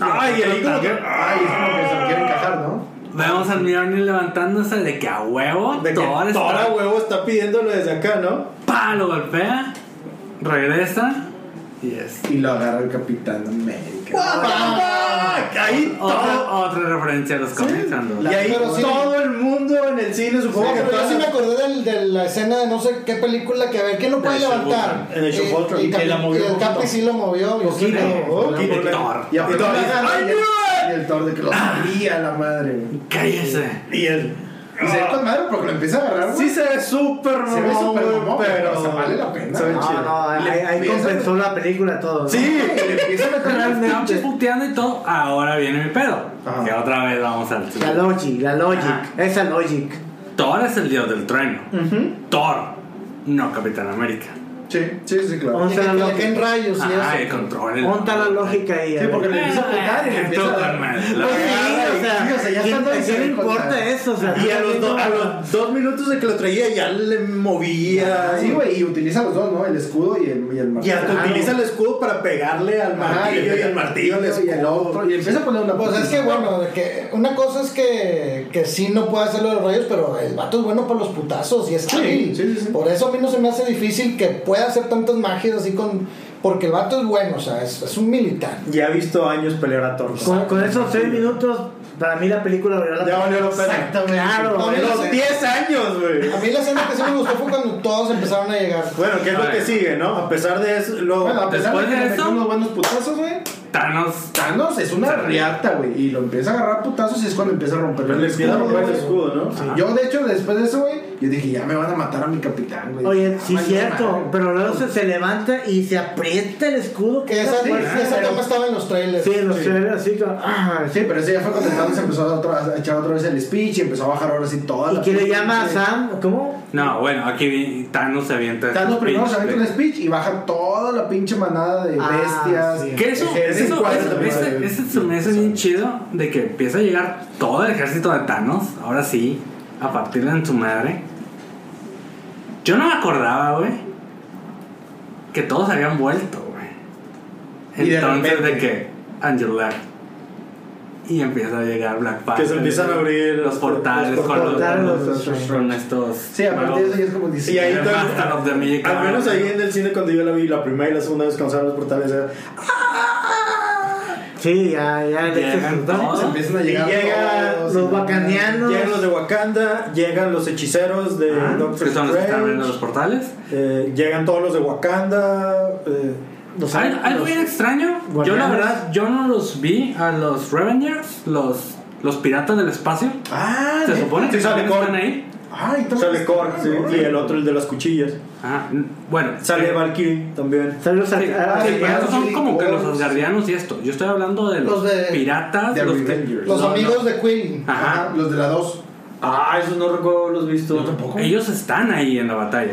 Speaker 6: Ay, ahí como que-
Speaker 2: Ay, es como que se lo quiere encajar, ¿no?
Speaker 4: Vemos al Mjolnir levantándose de que a huevo.
Speaker 6: De que
Speaker 4: Thor está-
Speaker 6: Thor a huevo está pidiéndolo desde acá, ¿no?
Speaker 4: ¡Pa! Lo golpea. Regresa. Y es.
Speaker 2: Y lo agarra el Capitán América.
Speaker 6: ¡Ah! Ahí
Speaker 4: Otra,
Speaker 6: todo.
Speaker 4: otra referencia a los cómics. Andor.
Speaker 6: Y ahí
Speaker 8: Pero sí.
Speaker 6: todo el mundo en el cine,
Speaker 8: No,
Speaker 6: supongo que
Speaker 8: pero yo
Speaker 6: todas-
Speaker 8: sí me acordé del- de la escena de no sé qué película que a ver, ¿quién lo puede
Speaker 4: Show of
Speaker 8: levantar? Eh,
Speaker 6: Ultron. En el Show of Ultron.
Speaker 8: Y, y Capi-
Speaker 6: Que la movió
Speaker 8: y el
Speaker 6: poquito.
Speaker 8: Capi sí lo movió.
Speaker 2: Pues
Speaker 8: y
Speaker 4: Poquito.
Speaker 8: sí,
Speaker 6: Oh,
Speaker 4: Hablando
Speaker 6: quítenle.
Speaker 4: de Thor.
Speaker 2: Y,
Speaker 6: Y
Speaker 2: aparte
Speaker 6: Thor
Speaker 2: lo
Speaker 6: dice,
Speaker 2: agarra
Speaker 6: "I
Speaker 2: y,
Speaker 6: knew
Speaker 2: el, y el Thor de que lo sabía la madre. güey.
Speaker 4: Cállese.
Speaker 6: Y él.
Speaker 2: Y se ve con madre porque lo empieza a agarrar.
Speaker 6: Sí
Speaker 2: güey.
Speaker 6: se ve súper
Speaker 2: Se ve
Speaker 6: mamón,
Speaker 2: súper
Speaker 6: güey,
Speaker 2: mamón, pero se vale la pena.
Speaker 6: Se ve
Speaker 1: No,
Speaker 6: chido.
Speaker 1: no, ahí, ahí compensó la película todo. ¿no?
Speaker 6: Sí,
Speaker 2: Y le empieza a meter las
Speaker 4: Estamos
Speaker 2: pinches-
Speaker 4: pues, puteando y todo. Ahora viene mi pedo.
Speaker 2: Ajá.
Speaker 4: Que otra vez vamos al
Speaker 1: La logic, la logic.
Speaker 4: Ah.
Speaker 1: Esa logic.
Speaker 4: Thor es el dios del trueno. Thor, no Capitán América.
Speaker 2: Sí, sí, sí, claro.
Speaker 8: De que
Speaker 1: Onta la
Speaker 8: te le caen
Speaker 1: lógica.
Speaker 8: rayos y eso.
Speaker 4: Ay, controlen.
Speaker 1: Onta la lógica ahí. a
Speaker 2: Sí,
Speaker 1: ver.
Speaker 2: porque le empieza a pegar y
Speaker 4: Eh,
Speaker 2: le empieza a
Speaker 4: Tocan,
Speaker 2: dar.
Speaker 4: man. La-
Speaker 1: Pues
Speaker 2: Ah, sí, o sea, ya
Speaker 1: sí, o
Speaker 2: estando
Speaker 1: sea,
Speaker 2: ahí
Speaker 1: ¿a
Speaker 2: se
Speaker 1: quién le
Speaker 2: ve
Speaker 1: importa
Speaker 2: contra.
Speaker 1: eso? O sea,
Speaker 6: Y a los, do- a los dos minutos de que lo traía ya le movía.
Speaker 2: Sí, güey, y utiliza los dos, ¿no? El escudo y el, y el
Speaker 6: Y
Speaker 2: martillo.
Speaker 6: hasta utiliza el escudo para pegarle al
Speaker 2: Ajá,
Speaker 6: martillo y al martillo al
Speaker 2: y el
Speaker 6: escudo.
Speaker 2: otro. Y empieza a poner una
Speaker 8: Pues es que bueno, de que una cosa es que, que sí no puede hacerlo de los rayos, pero el vato es bueno para los putazos y es
Speaker 2: Sí,
Speaker 8: hábil.
Speaker 2: sí, sí, sí.
Speaker 8: Por eso a mí no se me hace difícil que pueda hacer tantas magias así con. Porque el vato es bueno, o sea, es, es un militar.
Speaker 6: Ya ha visto años pelear a Thor.
Speaker 1: Con, con esos 6 minutos, para mí la película valió la
Speaker 6: Ya valió la pena.
Speaker 1: Exactamente. Claro.
Speaker 8: Vale.
Speaker 6: Los 10 años, güey.
Speaker 8: A mí la escena que sí me gustó fue cuando todos empezaron a llegar.
Speaker 6: Bueno, ¿qué es lo que sigue, no? A pesar de eso, lo...
Speaker 2: Bueno, a pesar de
Speaker 4: Después
Speaker 2: que
Speaker 4: de
Speaker 2: le metió
Speaker 4: eso-
Speaker 2: unos buenos putazos, güey.
Speaker 4: Thanos.
Speaker 2: Thanos es una riata, güey. Y lo empieza a agarrar putazos y es cuando empieza a romper el escudo. güey.
Speaker 6: ¿no?
Speaker 2: Sí, Yo, de hecho, después de eso, güey, yo dije, ya me van a matar a mi capitán, güey.
Speaker 1: Oye, sí,
Speaker 2: Ah,
Speaker 1: es
Speaker 2: madre.
Speaker 1: cierto. Pero luego se, se levanta y se aprieta el escudo.
Speaker 8: Que esa,
Speaker 1: Sí,
Speaker 2: Ah,
Speaker 8: esa toma estaba en los trailers.
Speaker 1: Sí, en los trailers, así como. ah,
Speaker 2: Sí, pero ese ya fue cuando Thanos empezó a, otra- a echar otra vez el speech y empezó a bajar ahora sí toda
Speaker 1: ¿Y
Speaker 2: la
Speaker 1: que le
Speaker 2: pinche-
Speaker 1: llama a Sam? ¿Cómo?
Speaker 4: No, bueno, aquí vi- Thanos se avienta. este
Speaker 2: Thanos primero se avienta
Speaker 4: Pinche.
Speaker 2: un speech y baja toda la pinche manada de
Speaker 1: Ah,
Speaker 2: bestias.
Speaker 1: sí.
Speaker 4: Que eso,
Speaker 2: Ejército
Speaker 4: eso,
Speaker 2: cuadro
Speaker 4: eso-
Speaker 2: también,
Speaker 4: este,
Speaker 2: güey.
Speaker 4: este se me hace bien chido de que empieza a llegar todo el ejército de Thanos, ahora sí, a partirle en su madre. Yo no me acordaba, güey, que todos habían vuelto, güey.
Speaker 2: Y de
Speaker 4: Entonces, de,
Speaker 2: repente.
Speaker 4: que Angel Black y empieza a llegar Black Panther.
Speaker 6: Que se empiezan a abrir
Speaker 4: los portales,
Speaker 2: Los
Speaker 4: con, los-
Speaker 2: portales,
Speaker 4: con
Speaker 2: los-
Speaker 4: los- con estos.
Speaker 2: Sí, a partir de eso ya es como dice.
Speaker 6: Y ahí
Speaker 4: el
Speaker 6: todo-
Speaker 4: Master of the Magic
Speaker 6: Al menos
Speaker 4: Hour.
Speaker 6: ahí en el cine cuando yo la vi, la primera y la segunda vez que lanzaron los portales era...
Speaker 1: Sí, ya, ya. el
Speaker 4: Llegan
Speaker 1: exceso, ¿no?
Speaker 4: todos.
Speaker 2: se empiezan a llegar
Speaker 6: llega
Speaker 2: todos,
Speaker 1: Los
Speaker 2: y-
Speaker 1: bacaneanos.
Speaker 6: Llegan los de Wakanda, llegan los hechiceros de
Speaker 4: Ah,
Speaker 6: Doctor
Speaker 4: que son los que están abriendo los
Speaker 6: Strange,
Speaker 4: portales.
Speaker 6: eh, llegan todos los de Wakanda, eh,
Speaker 1: los-
Speaker 4: Al- algo
Speaker 1: los-
Speaker 4: bien extraño. Yo la
Speaker 1: guardianes.
Speaker 4: verdad, yo no los vi a los Revengers, los, los piratas del espacio.
Speaker 2: Ah,
Speaker 4: Se
Speaker 2: ¿neta?
Speaker 4: supone que
Speaker 6: Sí, sale
Speaker 4: también
Speaker 6: Korg.
Speaker 4: están ahí.
Speaker 2: Ay, también
Speaker 6: sale
Speaker 2: está,
Speaker 6: Korg sí,
Speaker 2: ¿no?
Speaker 6: y el otro el de las cuchillas,
Speaker 4: Ajá, Ah, n- bueno,
Speaker 6: sale
Speaker 4: eh,
Speaker 6: Valkyrie también.
Speaker 1: Saludos a-
Speaker 4: sí,
Speaker 1: a-
Speaker 4: sí,
Speaker 1: a-
Speaker 4: pero estos son como que los
Speaker 2: Korg, sí.
Speaker 4: asgardianos y esto. Yo estoy hablando de los,
Speaker 8: Los de-
Speaker 4: piratas,
Speaker 2: de
Speaker 4: los que-
Speaker 2: Revengers.
Speaker 8: Los
Speaker 4: no, no.
Speaker 8: amigos de Quill.
Speaker 4: Ajá.
Speaker 2: Ajá, los de la 2.
Speaker 6: Ah, esos no recuerdo los visto. tampoco.
Speaker 4: Ellos están ahí en la batalla.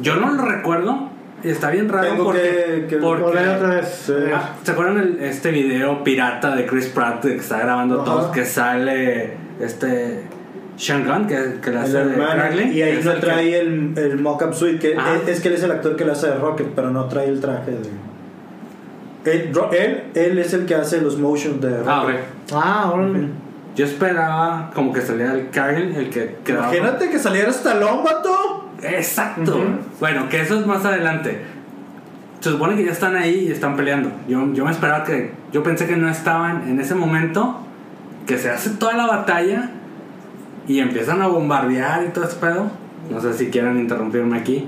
Speaker 4: Yo no lo recuerdo. y Está bien raro
Speaker 6: Tengo
Speaker 4: porque,
Speaker 6: que- que
Speaker 4: porque-
Speaker 1: Volver otra vez.
Speaker 4: Ah, ¿Se acuerdan el- este video pirata de Chris Pratt que está grabando
Speaker 2: Ajá.
Speaker 4: todos? Que sale este Sean Gunn, que, que la
Speaker 6: El
Speaker 4: hace de
Speaker 6: hermano,
Speaker 4: Craigley,
Speaker 6: y
Speaker 4: que
Speaker 6: ahí
Speaker 4: es
Speaker 6: no
Speaker 4: el que-
Speaker 6: trae el, el mock-up suit, que
Speaker 4: Ah.
Speaker 6: es, es que él es el actor que le hace de Rocket, pero no trae el traje de... Él, Ro- él, él es el que hace los motions de Rocket.
Speaker 4: Ah, ok.
Speaker 1: Ah, órale.
Speaker 4: Yo esperaba como que saliera el Kraglin, el que quedaba.
Speaker 6: Imagínate que saliera hasta lómbato.
Speaker 4: Exacto. Bueno, que eso es más adelante. Se supone que ya están ahí y están peleando. Yo, yo me esperaba que. Yo pensé que no estaban en ese momento. Que se hace toda la batalla. Y empiezan a bombardear y todo ese pedo. No sé si quieran interrumpirme aquí.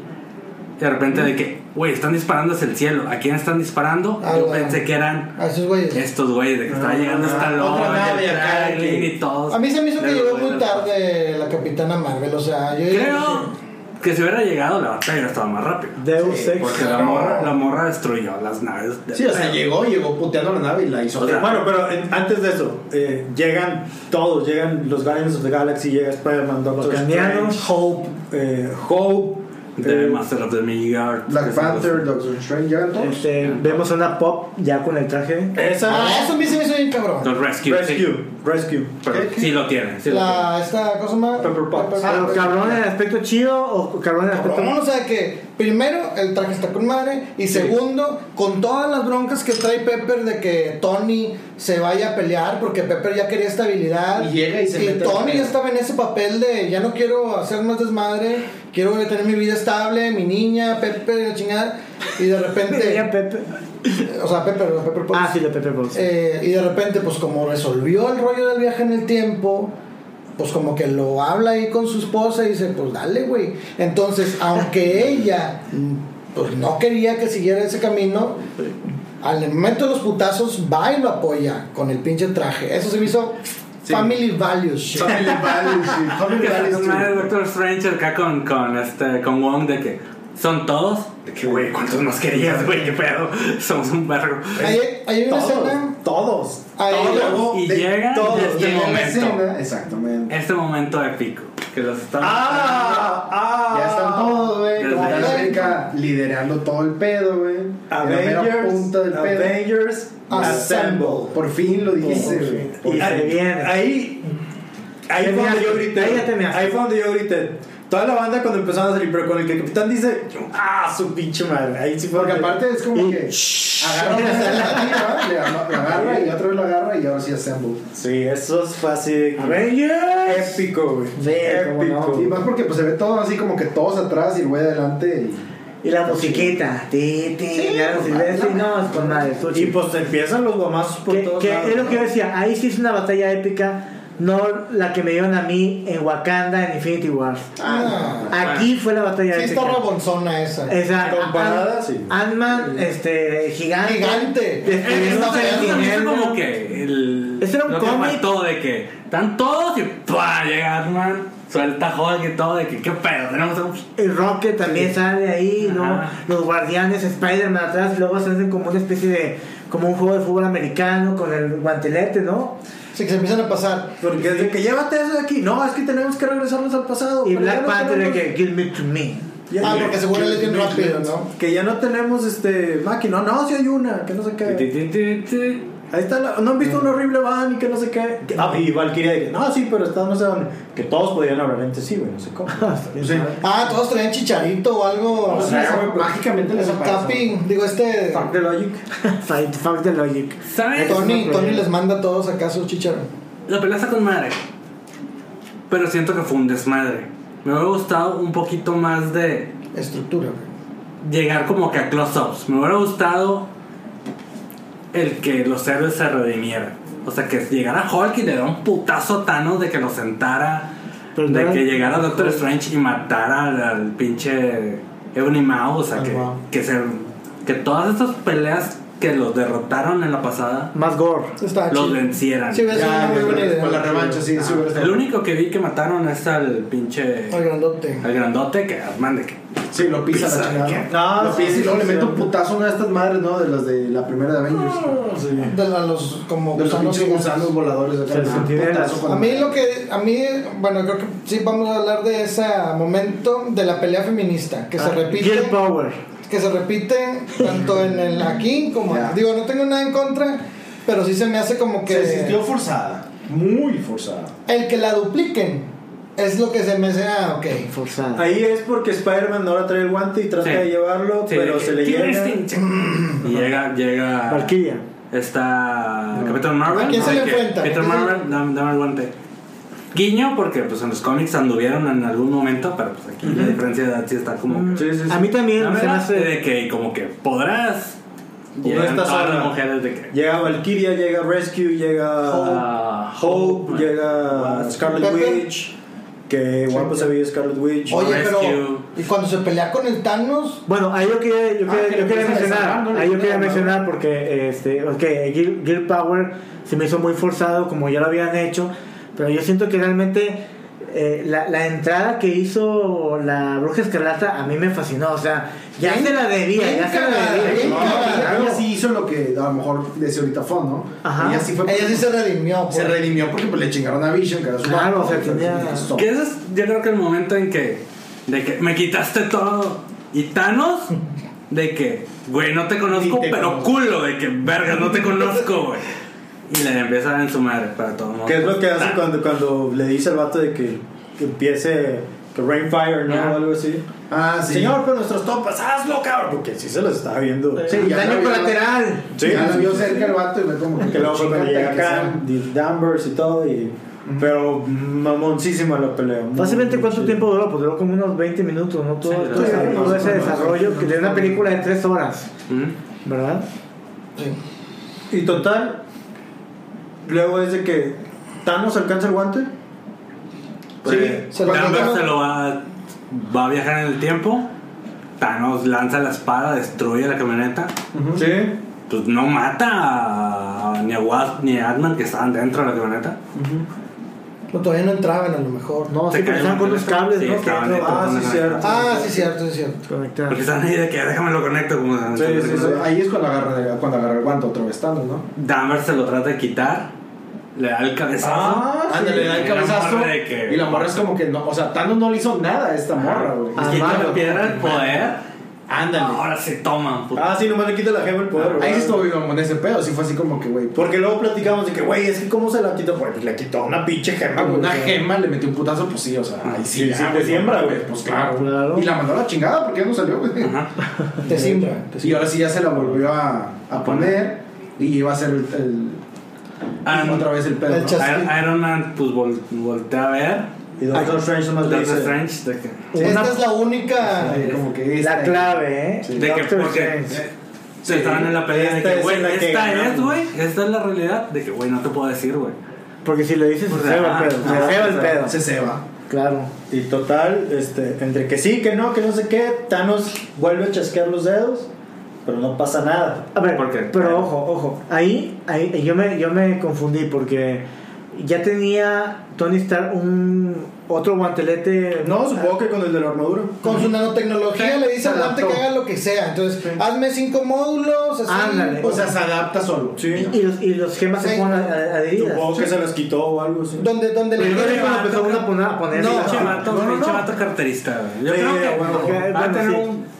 Speaker 4: Y de repente de que, güey, están disparando hacia el cielo. ¿A quién están disparando?
Speaker 8: Ah,
Speaker 4: yo
Speaker 8: la-
Speaker 4: pensé que eran
Speaker 8: A esos güeyes.
Speaker 4: estos güeyes de que estaba llegando hasta
Speaker 8: otra nave acá,
Speaker 4: Londres,
Speaker 8: que-
Speaker 4: y todos.
Speaker 8: A mí se me hizo que
Speaker 4: de los
Speaker 8: llegó muy
Speaker 4: güeyes del-
Speaker 8: tarde la Capitana Marvel, o sea, yo
Speaker 4: Creo que si hubiera llegado la batalla hubiera estado más rápido.
Speaker 1: Deus
Speaker 2: Sí,
Speaker 1: Ex.
Speaker 4: Porque la morra, la morra destruyó las naves. de-
Speaker 2: Sí, o sea, llegó, llegó puteando la nave y la hizo.
Speaker 4: O sea,
Speaker 6: Bueno, pero eh, antes de eso, eh, llegan todos, llegan los Guardians of the Galaxy, llega Spider-Man, Doctor
Speaker 1: Guardianos.
Speaker 6: Strange, Hope, eh, Hope,
Speaker 4: de
Speaker 6: eh,
Speaker 4: Master of the Magic Art, que
Speaker 2: Black
Speaker 4: son los-
Speaker 2: Panther, Doctor Strange, llegan todos.
Speaker 1: Este, vemos una pop ya con el traje.
Speaker 6: esa,
Speaker 8: Ah, eso a mí se me hizo bien cabrón.
Speaker 4: Los Rescue.
Speaker 6: Rescue,
Speaker 4: Sí,
Speaker 6: Rescue.
Speaker 4: pero sí lo tienen. sí lo
Speaker 8: La, esta cosa más.
Speaker 6: Pepper Potts.
Speaker 1: Pero Ah, cabrón en el aspecto chido o cabrón en el aspecto.
Speaker 8: Cabrón, o sea que primero el traje está con madre y segundo con todas las broncas que trae Pepper de que Tony se vaya a pelear porque Pepper ya quería estabilidad
Speaker 2: Y llega y se mete en la
Speaker 8: Tony
Speaker 2: pelea.
Speaker 8: ya estaba en ese papel de ya no quiero hacer más desmadre quiero tener mi vida estable mi niña Pepper la chingada y de
Speaker 1: *laughs* Tenía
Speaker 8: repente
Speaker 1: Pepe.
Speaker 8: o sea Pepper Pepper Potts.
Speaker 1: Ah, sí, la Pepe Box.
Speaker 8: Eh, y de repente, pues como resolvió el rollo del viaje en el tiempo, pues como que lo habla ahí con su esposa y dice, pues dale, güey. Entonces, *laughs* aunque ella, pues no quería que siguiera ese camino, al momento de los putazos va y lo apoya con el pinche traje. Eso se me hizo family values. shit.
Speaker 2: Family Values, sí, Family
Speaker 4: tienen.
Speaker 2: Values,
Speaker 4: Es
Speaker 2: sí.
Speaker 4: una de Doctor Strange acá con, con, este, con Wong de que son todos. De que, güey, ¿cuántos más querías, güey? ¿Qué pedo? *laughs* Somos un vergo.
Speaker 8: Hay, hay una
Speaker 6: Todos,
Speaker 8: escena...
Speaker 6: todos.
Speaker 8: Hay,
Speaker 2: Luego,
Speaker 4: Y
Speaker 2: Oh, de-
Speaker 4: llegan
Speaker 2: todos
Speaker 4: desde
Speaker 2: llegan
Speaker 4: el
Speaker 2: a la
Speaker 4: momento.
Speaker 2: escena, Exactamente.
Speaker 4: Este momento épico. Que los están.
Speaker 6: Ah, ah,
Speaker 2: Ya están todos, güey.
Speaker 4: Desde
Speaker 2: como
Speaker 4: ahí.
Speaker 2: tal,
Speaker 10: América liderando todo el pedo, güey. En la mera
Speaker 6: ah. Avengers,
Speaker 10: punta del pedo.
Speaker 6: Avengers Assemble.
Speaker 10: Por fin lo dijiste, güey.
Speaker 6: Y
Speaker 10: Por
Speaker 6: ahí,
Speaker 1: viene.
Speaker 6: ahí, ahí
Speaker 1: Te
Speaker 6: fue donde
Speaker 1: measte,
Speaker 6: yo grité.
Speaker 1: ahí ya te measte.
Speaker 6: Ahí fue donde yo grité. Toda la banda cuando empezaron a salir, pero con el que el capitán dice, yo, ah, su pinche madre. Ahí sí fue
Speaker 10: Porque
Speaker 6: donde-
Speaker 10: aparte es como que agarra una alternativa, le ama- la agarra y otra vez lo agarra y ahora sí assemble.
Speaker 6: Sí, eso fue así. de que-
Speaker 1: Avengers.
Speaker 6: Épico, güey.
Speaker 1: Ve, cómo no.
Speaker 6: Épico.
Speaker 10: Y más porque pues se ve todo así como que todos atrás y el güey adelante y
Speaker 1: Y la musiquita. Ti, ti, ya no sirve. Sí, no, es con madre. estuvo
Speaker 6: Y
Speaker 1: chido.
Speaker 6: pues empiezan los guamazos por
Speaker 1: Que,
Speaker 6: todos
Speaker 1: que
Speaker 6: lados.
Speaker 1: es lo que yo
Speaker 6: ¿no?
Speaker 1: decía, ahí sí es una batalla épica, no la que me dieron a mí en Wakanda en Infinity War.
Speaker 8: Ah,
Speaker 1: Aquí fue la batalla
Speaker 8: no. Sí,
Speaker 1: épica.
Speaker 8: está robonzona esa.
Speaker 1: Exacto.
Speaker 6: Comparada,
Speaker 1: Ant-
Speaker 6: sí.
Speaker 1: Ant-Man, este, gigante.
Speaker 8: Gigante.
Speaker 1: Destruyendo
Speaker 8: Está
Speaker 4: Eso también es
Speaker 1: sentimientos.
Speaker 4: como que el.
Speaker 1: Ese era un
Speaker 4: lo que
Speaker 1: cómic.
Speaker 4: faltó de que están todos y ¡pua! llega Ant-Man, suelta Hulk y todo, de que qué pedo, tenemos un.
Speaker 1: El Rocket también sale ahí, ¿no?
Speaker 4: Ajá.
Speaker 1: Los guardianes, Spider-Man atrás, y luego se hacen como una especie de, como un juego de fútbol americano con el guantelete, ¿no?
Speaker 8: Sí, que se empiezan a pasar.
Speaker 6: Porque es de que llévate eso de aquí. No, es que tenemos que regresarnos al pasado.
Speaker 1: Y
Speaker 6: pero ya
Speaker 1: Black
Speaker 6: no
Speaker 1: Panther de
Speaker 6: tenemos-
Speaker 1: que, give me to me.
Speaker 6: Ya-
Speaker 8: Ah, porque seguro le bien
Speaker 6: que-
Speaker 8: rápido, ¿no?
Speaker 6: Que ya no tenemos este máquina. No, no, si hay una, que no sé
Speaker 4: Ti, ti,
Speaker 6: qué.
Speaker 4: ti, ti, ti.
Speaker 6: Ahí está, la- no han visto un horrible van y que no sé qué. Que- ah, y Valkyria de que no, sí, pero está no sé dónde. Que todos podían hablar entre sí, güey, no sé cómo.
Speaker 8: Ah, todos traían chicharito o algo.
Speaker 10: mágicamente les aparece.
Speaker 8: Tapping, digo este.
Speaker 6: Fuck the logic.
Speaker 1: *laughs* Fight, fuck the logic.
Speaker 4: ¿Sabes?
Speaker 8: Tony, Tony les manda a todos acá su chicharo.
Speaker 4: La pelea está con madre. Pero siento que fue un desmadre. Me hubiera gustado un poquito más de
Speaker 8: Estructura, güey.
Speaker 4: llegar como que a close-ups. Me hubiera gustado el que los héroes se redimieran. O sea, que llegara Hulk y le da un putazo a Thanos de que lo sentara.
Speaker 1: Pero
Speaker 4: de
Speaker 1: no-
Speaker 4: que llegara Doctor Strange y matara al, al pinche Ebony Maw. O sea, que, que, se, que todas estas peleas que los derrotaron en la pasada
Speaker 1: Más gore.
Speaker 8: Está
Speaker 4: los
Speaker 8: chido.
Speaker 4: vencieran.
Speaker 8: Ah, Sí, hubiera sido una muy buena
Speaker 10: Con la
Speaker 8: idea.
Speaker 10: revancha, sí, sí hubiera
Speaker 4: el
Speaker 10: estado.
Speaker 4: único que vi que mataron es al pinche.
Speaker 8: Al grandote.
Speaker 4: Al grandote que Ant-Man de que.
Speaker 10: Sí, lo pisa
Speaker 4: Pisa,
Speaker 10: la chingada.
Speaker 4: ¿qué?
Speaker 10: ¿no? Lo
Speaker 6: Ah, sí,
Speaker 10: pisa y
Speaker 6: sí,
Speaker 10: luego le
Speaker 6: sí,
Speaker 10: mete
Speaker 6: sí.
Speaker 10: un putazo a una de estas madres, ¿no? De las de la primera de Avengers.
Speaker 6: Ah,
Speaker 8: De la- los como
Speaker 10: De los
Speaker 8: gusanos
Speaker 10: pinches
Speaker 8: gigantes.
Speaker 10: gusanos voladores acá.
Speaker 1: Sí, sí,
Speaker 10: Un
Speaker 1: tiene
Speaker 10: putazo
Speaker 1: las-
Speaker 10: con-
Speaker 8: A mí lo que, a mí, bueno, creo que sí vamos a hablar de ese momento de la pelea feminista, que se
Speaker 10: Ah,
Speaker 8: repite,
Speaker 1: Ah, Girl Power.
Speaker 8: que se repite tanto en el aquí como,
Speaker 10: Ya.
Speaker 8: digo, no tengo nada en contra, pero sí se me hace como que
Speaker 10: Se sintió forzada. Muy forzada.
Speaker 8: el que la dupliquen es lo que se me hace, ah, ok.
Speaker 1: Forzada.
Speaker 6: Ahí es porque Spider-Man ahora trae el guante y trata
Speaker 4: Sí.
Speaker 6: de llevarlo,
Speaker 4: Sí,
Speaker 6: pero
Speaker 4: de
Speaker 6: se
Speaker 4: que,
Speaker 6: le
Speaker 4: "Kill
Speaker 6: llega.
Speaker 4: Instinct". Y llega, llega.
Speaker 1: Valkyria.
Speaker 4: Está Capitán Marvel.
Speaker 8: ¿A quién
Speaker 4: ¿no?
Speaker 8: se le
Speaker 4: De que,
Speaker 8: enfrenta?
Speaker 4: Capitán
Speaker 8: ¿A quién se
Speaker 4: Marvel, dame, dame el guante. Guiño, porque pues en los cómics anduvieron en algún momento, pero pues aquí la diferencia de edad sí está como.
Speaker 1: A ah, eh, mí también
Speaker 4: La
Speaker 1: se me
Speaker 4: verdad,
Speaker 1: hace.
Speaker 4: de que como que podrás.
Speaker 6: No
Speaker 4: Llegan
Speaker 6: estás
Speaker 4: todas las
Speaker 6: sola.
Speaker 4: mujeres de que.
Speaker 6: Llega Valkyria, llega Rescue, llega
Speaker 4: ah,
Speaker 6: Hope, llega Scarlet
Speaker 8: Pepe.
Speaker 6: Witch. Que guapo se veía Scarlet Witch.
Speaker 8: Oye,
Speaker 4: Rescue.
Speaker 8: pero y cuando se pelea con el Thanos,
Speaker 1: Bueno, ahí yo quería, yo
Speaker 10: Ah,
Speaker 1: quería,
Speaker 10: que
Speaker 1: yo
Speaker 10: le
Speaker 1: quería
Speaker 10: empiezan a desarmar,
Speaker 1: mencionar.
Speaker 10: ¿no? Le
Speaker 1: Ahí yo quería
Speaker 10: empiezan a
Speaker 1: mencionar porque, este, ok, Girl, Girl Power se me hizo muy forzado, como ya lo habían hecho. Pero yo siento que realmente eh, la, la entrada que hizo la Bruja Escarlata a mí me fascinó. O sea, ya
Speaker 8: Bien-
Speaker 1: se la debía,
Speaker 8: bien
Speaker 1: ya se la
Speaker 8: cagada,
Speaker 1: debía.
Speaker 8: bien
Speaker 10: No,
Speaker 8: cagada.
Speaker 10: ella sí hizo lo que a lo mejor decía ahorita Fon, ¿no?
Speaker 1: Ajá.
Speaker 10: Ella sí fue.
Speaker 8: ella sí se redimió.
Speaker 10: Se
Speaker 8: pues.
Speaker 10: redimió porque pues, le chingaron a Vision, que era su pues,
Speaker 1: Claro,
Speaker 10: papá,
Speaker 1: o sea,
Speaker 10: entonces,
Speaker 1: tenía-
Speaker 10: hizo.
Speaker 4: Que ese es, yo creo que el momento en que, de que me quitaste todo. Y Thanos, de que, güey, no te conozco,
Speaker 10: Ni te
Speaker 4: pero
Speaker 10: conozco.
Speaker 4: culo, de que, verga, no te conozco, güey. Y le empieza a dar en su madre para todo el mundo. Ah.
Speaker 6: ¿Qué es lo que hace
Speaker 4: Tan-
Speaker 6: cuando, cuando le dice al vato de que, que empiece que Rainfire, ¿no?
Speaker 4: Ajá.
Speaker 6: O algo así.
Speaker 10: Ah, sí.
Speaker 6: Señor, pero nuestros topas, hazlo, cabrón. Porque sí se los está viendo.
Speaker 10: Sí, ya la
Speaker 1: Daño
Speaker 10: vio-
Speaker 1: colateral.
Speaker 6: Sí.
Speaker 10: ya la vio cerca el vato y fue como
Speaker 6: Que luego fue cuando
Speaker 10: "Chíngate,
Speaker 6: llega
Speaker 10: que sea".
Speaker 6: acá, de Danvers y todo. Y, Pero mamoncísima la pelea. muy,
Speaker 1: Fácilmente
Speaker 6: muy
Speaker 1: cuánto
Speaker 6: chida.
Speaker 1: tiempo duró, pues duró como unos 20 minutos, ¿no? Todo,
Speaker 4: Sí,
Speaker 1: todo ese-
Speaker 10: claro.
Speaker 1: todo ese desarrollo que de una película de 3 horas,
Speaker 4: ¿Mm?
Speaker 1: ¿verdad?
Speaker 6: Y total, luego es de que Thanos alcanza el guante.
Speaker 4: Pues,
Speaker 8: se lo
Speaker 4: Danvers
Speaker 8: llevaron.
Speaker 4: se lo va, va a viajar en el tiempo. Thanos lanza la espada, destruye la camioneta.
Speaker 6: Sí.
Speaker 4: Pues no mata a, ni a Wasp ni a Ant-Man que estaban dentro de la camioneta.
Speaker 8: No, todavía no entraban a lo mejor.
Speaker 1: No,
Speaker 4: Se
Speaker 1: sí, porque
Speaker 4: cae
Speaker 1: estaban
Speaker 4: un
Speaker 1: con los
Speaker 4: teléfono.
Speaker 1: cables,
Speaker 4: Sí,
Speaker 1: ¿no?
Speaker 4: estaban
Speaker 1: Que-
Speaker 6: Ah,
Speaker 4: ahí
Speaker 6: sí,
Speaker 4: tocando la
Speaker 6: cierto.
Speaker 4: camioneta.
Speaker 8: Ah, sí, cierto, sí, cierto.
Speaker 1: Conectados.
Speaker 4: Porque están ahí de que "Ah, déjame lo conecto. Como
Speaker 6: Sí, sí, sí.
Speaker 10: Entonces, Ahí es cuando agarra, de- cuando agarra el guante otra vez Thanos, ¿no?
Speaker 4: Danvers se lo trata de quitar, le da el cabezazo.
Speaker 6: Ah,
Speaker 9: Ah,
Speaker 2: Ah,
Speaker 10: Ándale, le da el
Speaker 4: Y la
Speaker 10: cabezazo.
Speaker 4: morra de que-
Speaker 2: Ah.
Speaker 10: Y la morra es como que no, o sea, Thanos no le hizo nada a esta morra, güey.
Speaker 4: Quita
Speaker 1: Amado.
Speaker 4: la piedra del poder
Speaker 6: Ándale.
Speaker 4: Ahora se toman, pues. puto.
Speaker 9: Ah, sí, nomás le quita la gema el poder,
Speaker 2: Ah, Ahí
Speaker 9: ¿verdad?
Speaker 2: sí estuvo vivo con ese pedo, sí fue así como que, güey.
Speaker 9: Porque luego platicamos de que, güey, es que cómo se la quitó. Pues le quitó una pinche gema, Ah, güey.
Speaker 2: Una
Speaker 9: O sea,
Speaker 2: gema le metió un putazo, pues sí, o sea, ahí sí.
Speaker 9: Sí,
Speaker 2: ya,
Speaker 9: sí, te
Speaker 2: güey,
Speaker 9: siembra,
Speaker 2: no,
Speaker 9: güey.
Speaker 2: Pues claro.
Speaker 1: Claro.
Speaker 2: Y la mandó a la chingada porque ya no salió, güey.
Speaker 8: Te simbra.
Speaker 2: Y ahora sí ya se la volvió a, a poner y iba a ser el, el-
Speaker 4: Ah, no.
Speaker 2: otra vez el pedo.
Speaker 8: El
Speaker 2: ¿no?
Speaker 8: chas-
Speaker 4: Iron Iron Man, pues vol- voltea a ver.
Speaker 9: Y Doctor Strange nomás le
Speaker 4: Doctor
Speaker 9: dice.
Speaker 4: Strange, de que.
Speaker 8: Esta es la única.
Speaker 2: Ay, Ah, como que
Speaker 1: La
Speaker 2: esta-
Speaker 1: clave, ¿eh?
Speaker 2: Sí.
Speaker 4: De que
Speaker 1: Doctor
Speaker 4: porque.
Speaker 1: Strange.
Speaker 4: eh, Se estaban en la pelea de
Speaker 9: Esta
Speaker 4: que,
Speaker 9: es
Speaker 4: güey,
Speaker 9: la que
Speaker 4: esta es,
Speaker 9: ganamos.
Speaker 4: güey, esta es la realidad. De que, güey, no te puedo decir, güey.
Speaker 1: Porque si lo dices,
Speaker 4: Pues,
Speaker 1: se ceba
Speaker 4: ajá,
Speaker 1: el pedo.
Speaker 4: ajá,
Speaker 1: Se ceba el pedo.
Speaker 2: Se ceba.
Speaker 1: Claro.
Speaker 9: Y total, este, entre que sí, que no, que no sé qué, Thanos vuelve a chasquear los dedos, pero no pasa nada.
Speaker 1: A ver,
Speaker 4: Porque-
Speaker 1: pero ojo, ojo. Ahí, ahí yo, me, yo me confundí porque ya tenía Tony Stark un otro guantelete.
Speaker 9: No, supongo que con el de la armadura.
Speaker 8: Con su nanotecnología le dice al guante que
Speaker 2: adaptó.
Speaker 8: haga lo que sea. Entonces, hazme cinco módulos. Así,
Speaker 1: Ándale.
Speaker 8: o
Speaker 2: O
Speaker 8: sea,
Speaker 2: sea, se adapta solo.
Speaker 9: Sí.
Speaker 1: Y, y los, y los gemas se
Speaker 8: Sí.
Speaker 1: ponen a- a- adheridas.
Speaker 9: Supongo que se las quitó o algo así.
Speaker 8: donde, donde le
Speaker 1: Pero yo creo que
Speaker 8: quiera-
Speaker 1: cuando empezaron a poner, a poner
Speaker 8: No,
Speaker 4: Pinche
Speaker 1: Ah,
Speaker 4: vato,
Speaker 1: no, no,
Speaker 4: pinche
Speaker 1: no.
Speaker 4: vato carterista, güey. Yo
Speaker 9: Sí,
Speaker 4: creo que
Speaker 9: bueno,
Speaker 1: ok,
Speaker 4: va a
Speaker 1: bueno,
Speaker 4: tener
Speaker 1: sí.
Speaker 4: un,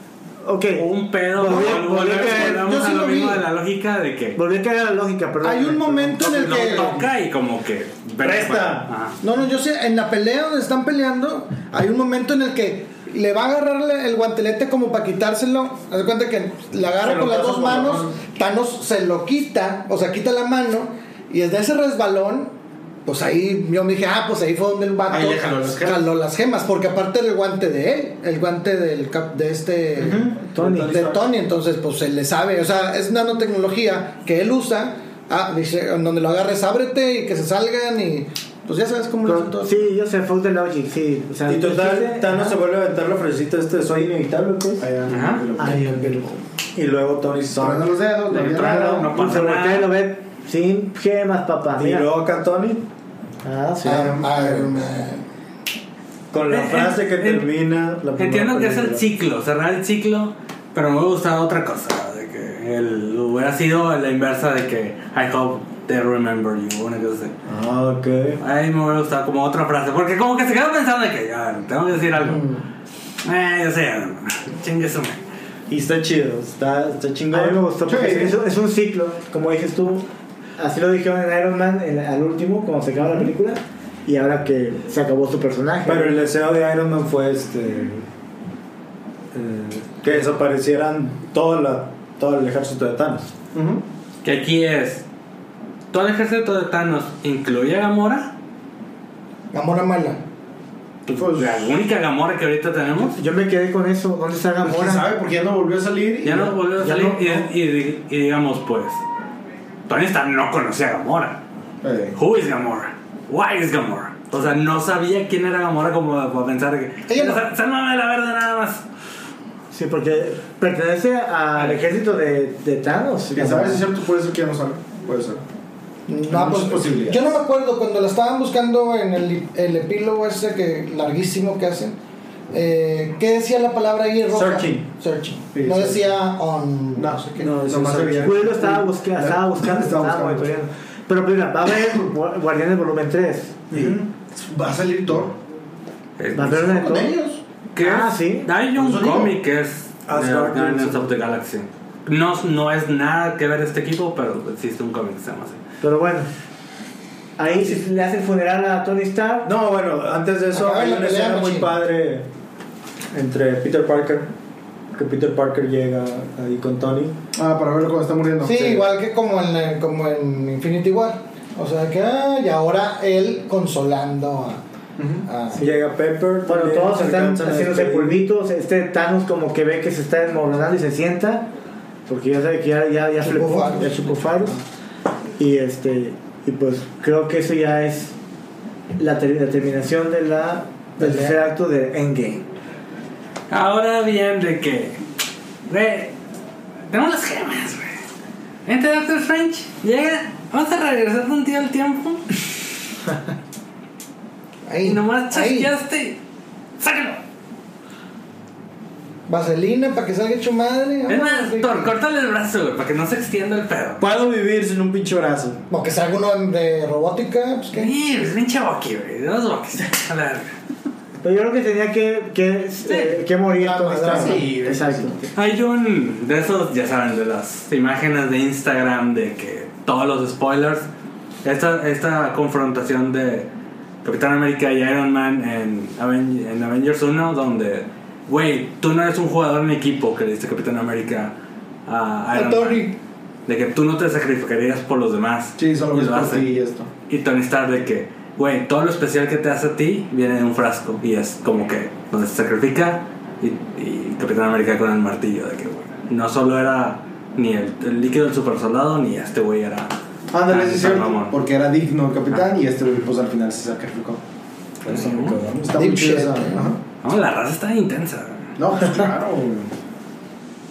Speaker 1: Ok,
Speaker 4: un pedo.
Speaker 1: Volví-
Speaker 4: vol-
Speaker 1: volví a
Speaker 4: volvemos-
Speaker 1: caer.
Speaker 4: volvemos
Speaker 8: Yo sí
Speaker 4: a lo
Speaker 8: lo
Speaker 4: mismo
Speaker 8: vi.
Speaker 4: de la lógica de que
Speaker 1: volví a caer a la lógica, perdón.
Speaker 8: Hay un momento en el
Speaker 4: no
Speaker 8: que.
Speaker 4: toca y como que.
Speaker 9: Presta.
Speaker 4: Ajá.
Speaker 8: No, no, yo sé, en la pelea donde están peleando, hay un momento en el que le va a agarrar el guantelete como para quitárselo. Haz de cuenta que le agarra
Speaker 9: Se lo
Speaker 8: con las
Speaker 9: pasa
Speaker 8: dos
Speaker 9: por la
Speaker 8: manos,
Speaker 9: mano.
Speaker 8: Thanos se lo quita, o sea, quita la mano, y desde ese resbalón, pues ahí yo me dije, ah, pues ahí fue donde el vato
Speaker 2: Ahí le jaló las gemas.
Speaker 8: jaló las gemas, porque aparte era el guante de él, el guante del cap- de este.
Speaker 1: Tony.
Speaker 8: De Tony, entonces pues se le sabe, o sea, es nanotecnología que él usa, ah, dice, en donde lo agarres, ábrete y que se salgan y pues ya sabes cómo lo hacen
Speaker 1: Pero-
Speaker 8: todos.
Speaker 1: Sí, yo sé, fue de Logic, sí. O sea,
Speaker 9: Y total,
Speaker 1: dijiste-
Speaker 9: Thanos se vuelve a aventar la frasecita este de soy inevitable, pues.
Speaker 2: Allá,
Speaker 4: Ajá.
Speaker 2: que lo-
Speaker 1: Ay, Dios mío.
Speaker 9: Y luego Tony
Speaker 2: Tronando
Speaker 9: Stark.
Speaker 2: los dedos,
Speaker 4: Le
Speaker 2: no había
Speaker 4: truena,
Speaker 2: nada.
Speaker 4: no pasa
Speaker 1: Se voltea y
Speaker 4: nada.
Speaker 1: lo ve sin gemas, papá.
Speaker 9: Y
Speaker 1: Ah, mira.
Speaker 9: luego acá Tony,
Speaker 1: Ah, sí.
Speaker 8: Iron- Iron Man.
Speaker 9: con la
Speaker 4: Eh,
Speaker 9: frase que
Speaker 4: eh,
Speaker 9: termina la primera
Speaker 4: Entiendo que es el
Speaker 9: película.
Speaker 4: ciclo, cerrar el ciclo, pero me hubiera gustado otra cosa, de que el, hubiera sido la inversa de que I hope they remember you, una cosa así.
Speaker 9: Ah, ok.
Speaker 4: Ahí me hubiera gustado como otra frase, porque como que se quedó pensando de que ya, tengo que decir algo. Eh, yo sé, chingue su madre.
Speaker 9: Y está chido, está, está
Speaker 1: A mí me
Speaker 9: chingón.
Speaker 1: gustó porque
Speaker 2: Sí.
Speaker 1: es, es un ciclo, como dices tú. Así lo dijeron en Iron Man en- al último, cuando se acaba la película. Y ahora que se acabó su personaje.
Speaker 9: Pero el deseo de Iron Man fue este. eh, que desaparecieran toda la, todo el ejército de Thanos.
Speaker 4: Que aquí es, todo el ejército de Thanos incluye a Gamora, Pues,
Speaker 8: Gamora mala.
Speaker 4: la única Gamora que ahorita tenemos.
Speaker 1: Yo me quedé con eso. ¿Dónde está
Speaker 2: Pues, ¿Quién
Speaker 1: Gamora?
Speaker 2: sabe? Porque ya no volvió a salir. y
Speaker 4: Ya no volvió a
Speaker 2: ya
Speaker 4: salir
Speaker 2: no-
Speaker 4: y, y- y digamos pues, Tony Stark no conocía a Gamora.
Speaker 2: Eh,
Speaker 4: Who is Gamora? Why is Gamora? O sea, no sabía quién era Gamora como para pensar que...
Speaker 8: Ella no.
Speaker 4: "Sá- Sálvame de la verdad nada más.
Speaker 1: Sí, porque pertenece al ejército de, de Thanos.
Speaker 2: ¿Quién sabe si es cierto? Puede ser que ya no salga. Puede ser.
Speaker 8: No, pues,
Speaker 2: muchas posibilidades.
Speaker 8: yo no me acuerdo cuando la estaban buscando en el, el epílogo ese que larguísimo que hacen. eh, ¿Qué decía la palabra ahí? Roja?
Speaker 9: Searching.
Speaker 8: Searching.
Speaker 2: Sí,
Speaker 8: no
Speaker 2: searching.
Speaker 8: decía on.
Speaker 2: No,
Speaker 8: sé qué.
Speaker 9: no,
Speaker 2: Nomás
Speaker 9: sí,
Speaker 2: había-
Speaker 1: Pues lo estaba buscando, estaba buscando,
Speaker 2: *laughs*
Speaker 1: estaba,
Speaker 2: Estaba buscando.
Speaker 1: monitoreando. Pero mira, va a haber Guar- Guardianes Volumen 3.
Speaker 2: Va a salir Thor.
Speaker 1: Va a haber una de
Speaker 8: Con
Speaker 1: todo.
Speaker 8: ellos.
Speaker 4: ¿Qué
Speaker 1: Ah,
Speaker 4: es?
Speaker 1: sí.
Speaker 4: Hay un
Speaker 2: Eso digo.
Speaker 4: cómic que es The
Speaker 9: Asgard,
Speaker 4: Guardians
Speaker 9: sí.
Speaker 4: of the Galaxy. No, no es nada que ver este equipo, pero existe un cómic que se llama así.
Speaker 1: Pero bueno, ahí sí le hace el funeral a Tony Stark.
Speaker 9: No, bueno, antes de eso
Speaker 8: Acaba
Speaker 9: hay
Speaker 8: la
Speaker 9: una
Speaker 8: pelea,
Speaker 9: escena muy
Speaker 8: machín.
Speaker 9: padre entre Peter Parker, que Peter Parker llega ahí con Tony.
Speaker 2: Ah, para verlo cuando está muriendo.
Speaker 8: Sí, igual que como en, la- como en Infinity War. O sea que. ah, y ahora él consolando a. a-
Speaker 9: Llega Pepper.
Speaker 1: Bueno,
Speaker 9: también,
Speaker 1: todos
Speaker 9: se
Speaker 1: están
Speaker 9: alcanzan a
Speaker 1: haciéndose
Speaker 9: despedir.
Speaker 1: polvitos. Este Thanos como que ve que se está desmoronando y se sienta. Porque ya sabe que ya, ya, ya
Speaker 8: Chupó
Speaker 1: flipó,
Speaker 8: faros.
Speaker 1: ya chupó faros. Y, este, y pues creo que eso ya es la, ter- la terminación de la, del tercer acto de Endgame.
Speaker 4: Ahora bien, de que... Güey, tenemos las gemas, güey. Vente Doctor Strange, llega, vamos a regresar un tío al tiempo.
Speaker 8: ahí.
Speaker 4: Y nomás
Speaker 8: ahí.
Speaker 4: chasqueaste. ¡Sácalo!
Speaker 8: Vaselina para que salga hecho madre.
Speaker 4: Es
Speaker 8: vámonos,
Speaker 4: más,
Speaker 8: güey.
Speaker 4: Thor, córtale el brazo, güey, para que no se extienda el pedo.
Speaker 9: Puedo vivir sin un pinche brazo.
Speaker 8: O que salga uno de robótica. Pues
Speaker 4: *laughs*
Speaker 8: que.
Speaker 4: Sí, pues pinche Bucky, güey. Dos Buckys. A la verga.
Speaker 1: Pero yo creo que tenía que, que, eh, que morir
Speaker 8: Ah,
Speaker 1: Tony
Speaker 8: pues,
Speaker 1: Stark.
Speaker 8: sí,
Speaker 1: Exacto.
Speaker 4: Hay un de esos, ya saben, de las imágenes de Instagram de que todos los spoilers. Esta, esta confrontación de Capitán América y Iron Man en, Aven- en Avengers 1, donde, güey, tú no eres un jugador en equipo que le diste Capitán América a Iron Man.
Speaker 8: Tony.
Speaker 4: De que tú no te sacrificarías por los demás.
Speaker 3: Sí, solo
Speaker 4: Y
Speaker 3: que es
Speaker 4: lo
Speaker 3: por
Speaker 4: hace.
Speaker 3: ti y esto.
Speaker 4: Y Tony Stark de que, güey, todo lo especial que te hace a ti viene de un frasco. Y es como que donde se sacrifica y, y Capitán América con el martillo. De que, güey, no solo era ni el, el líquido del super soldado, ni este güey era.
Speaker 3: Ándale,
Speaker 4: Ah,
Speaker 3: sí, es
Speaker 4: está
Speaker 3: cierto.
Speaker 4: mamón.
Speaker 3: Porque era digno el
Speaker 6: Ah.
Speaker 3: capitán y este pues al final se sacrificó.
Speaker 6: Pues,
Speaker 3: Está
Speaker 8: Deep
Speaker 3: muy chido
Speaker 8: shit.
Speaker 3: esa. ajá.
Speaker 4: No, la raza está intensa.
Speaker 3: No, pues, claro. güey.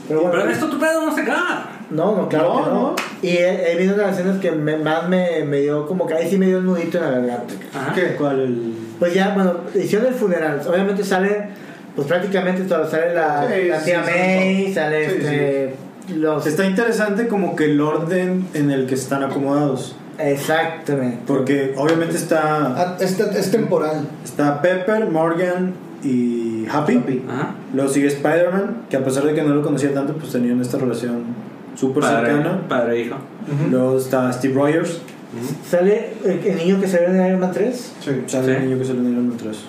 Speaker 1: Pero bueno,
Speaker 4: Pero esto tu pedo no se acaba.
Speaker 1: no, no, claro
Speaker 3: No,
Speaker 1: que no.
Speaker 3: no.
Speaker 1: Y he, he visto las escenas que me- más me, me dio, como que ahí sí me dio un nudito en la garganta.
Speaker 9: Ah,
Speaker 3: ¿Qué?
Speaker 6: ¿Cuál? El...
Speaker 1: Pues ya, bueno, hicieron el funeral. Obviamente sale, pues prácticamente todo. Sale la,
Speaker 3: Sí,
Speaker 1: la
Speaker 3: sí,
Speaker 1: tía
Speaker 3: sí,
Speaker 1: May,
Speaker 3: sí.
Speaker 1: sale
Speaker 3: Sí,
Speaker 1: este. Los,
Speaker 6: Está interesante como que el orden en el que están acomodados.
Speaker 1: Exactamente.
Speaker 6: Porque obviamente está,
Speaker 8: Ah, Es, te- es temporal.
Speaker 6: está Pepper, Morgan y Happy.
Speaker 4: Ajá.
Speaker 6: Luego sigue Spider-Man, que a pesar de que no lo conocía tanto, pues tenían esta relación súper
Speaker 4: Padre,
Speaker 6: cercana.
Speaker 4: padre e hijo.
Speaker 6: Luego está Steve Rogers,
Speaker 1: Sale el, el niño que se ve en Iron Man 3.
Speaker 6: o sea, el
Speaker 4: Sí.
Speaker 6: niño que se le unieron atrás.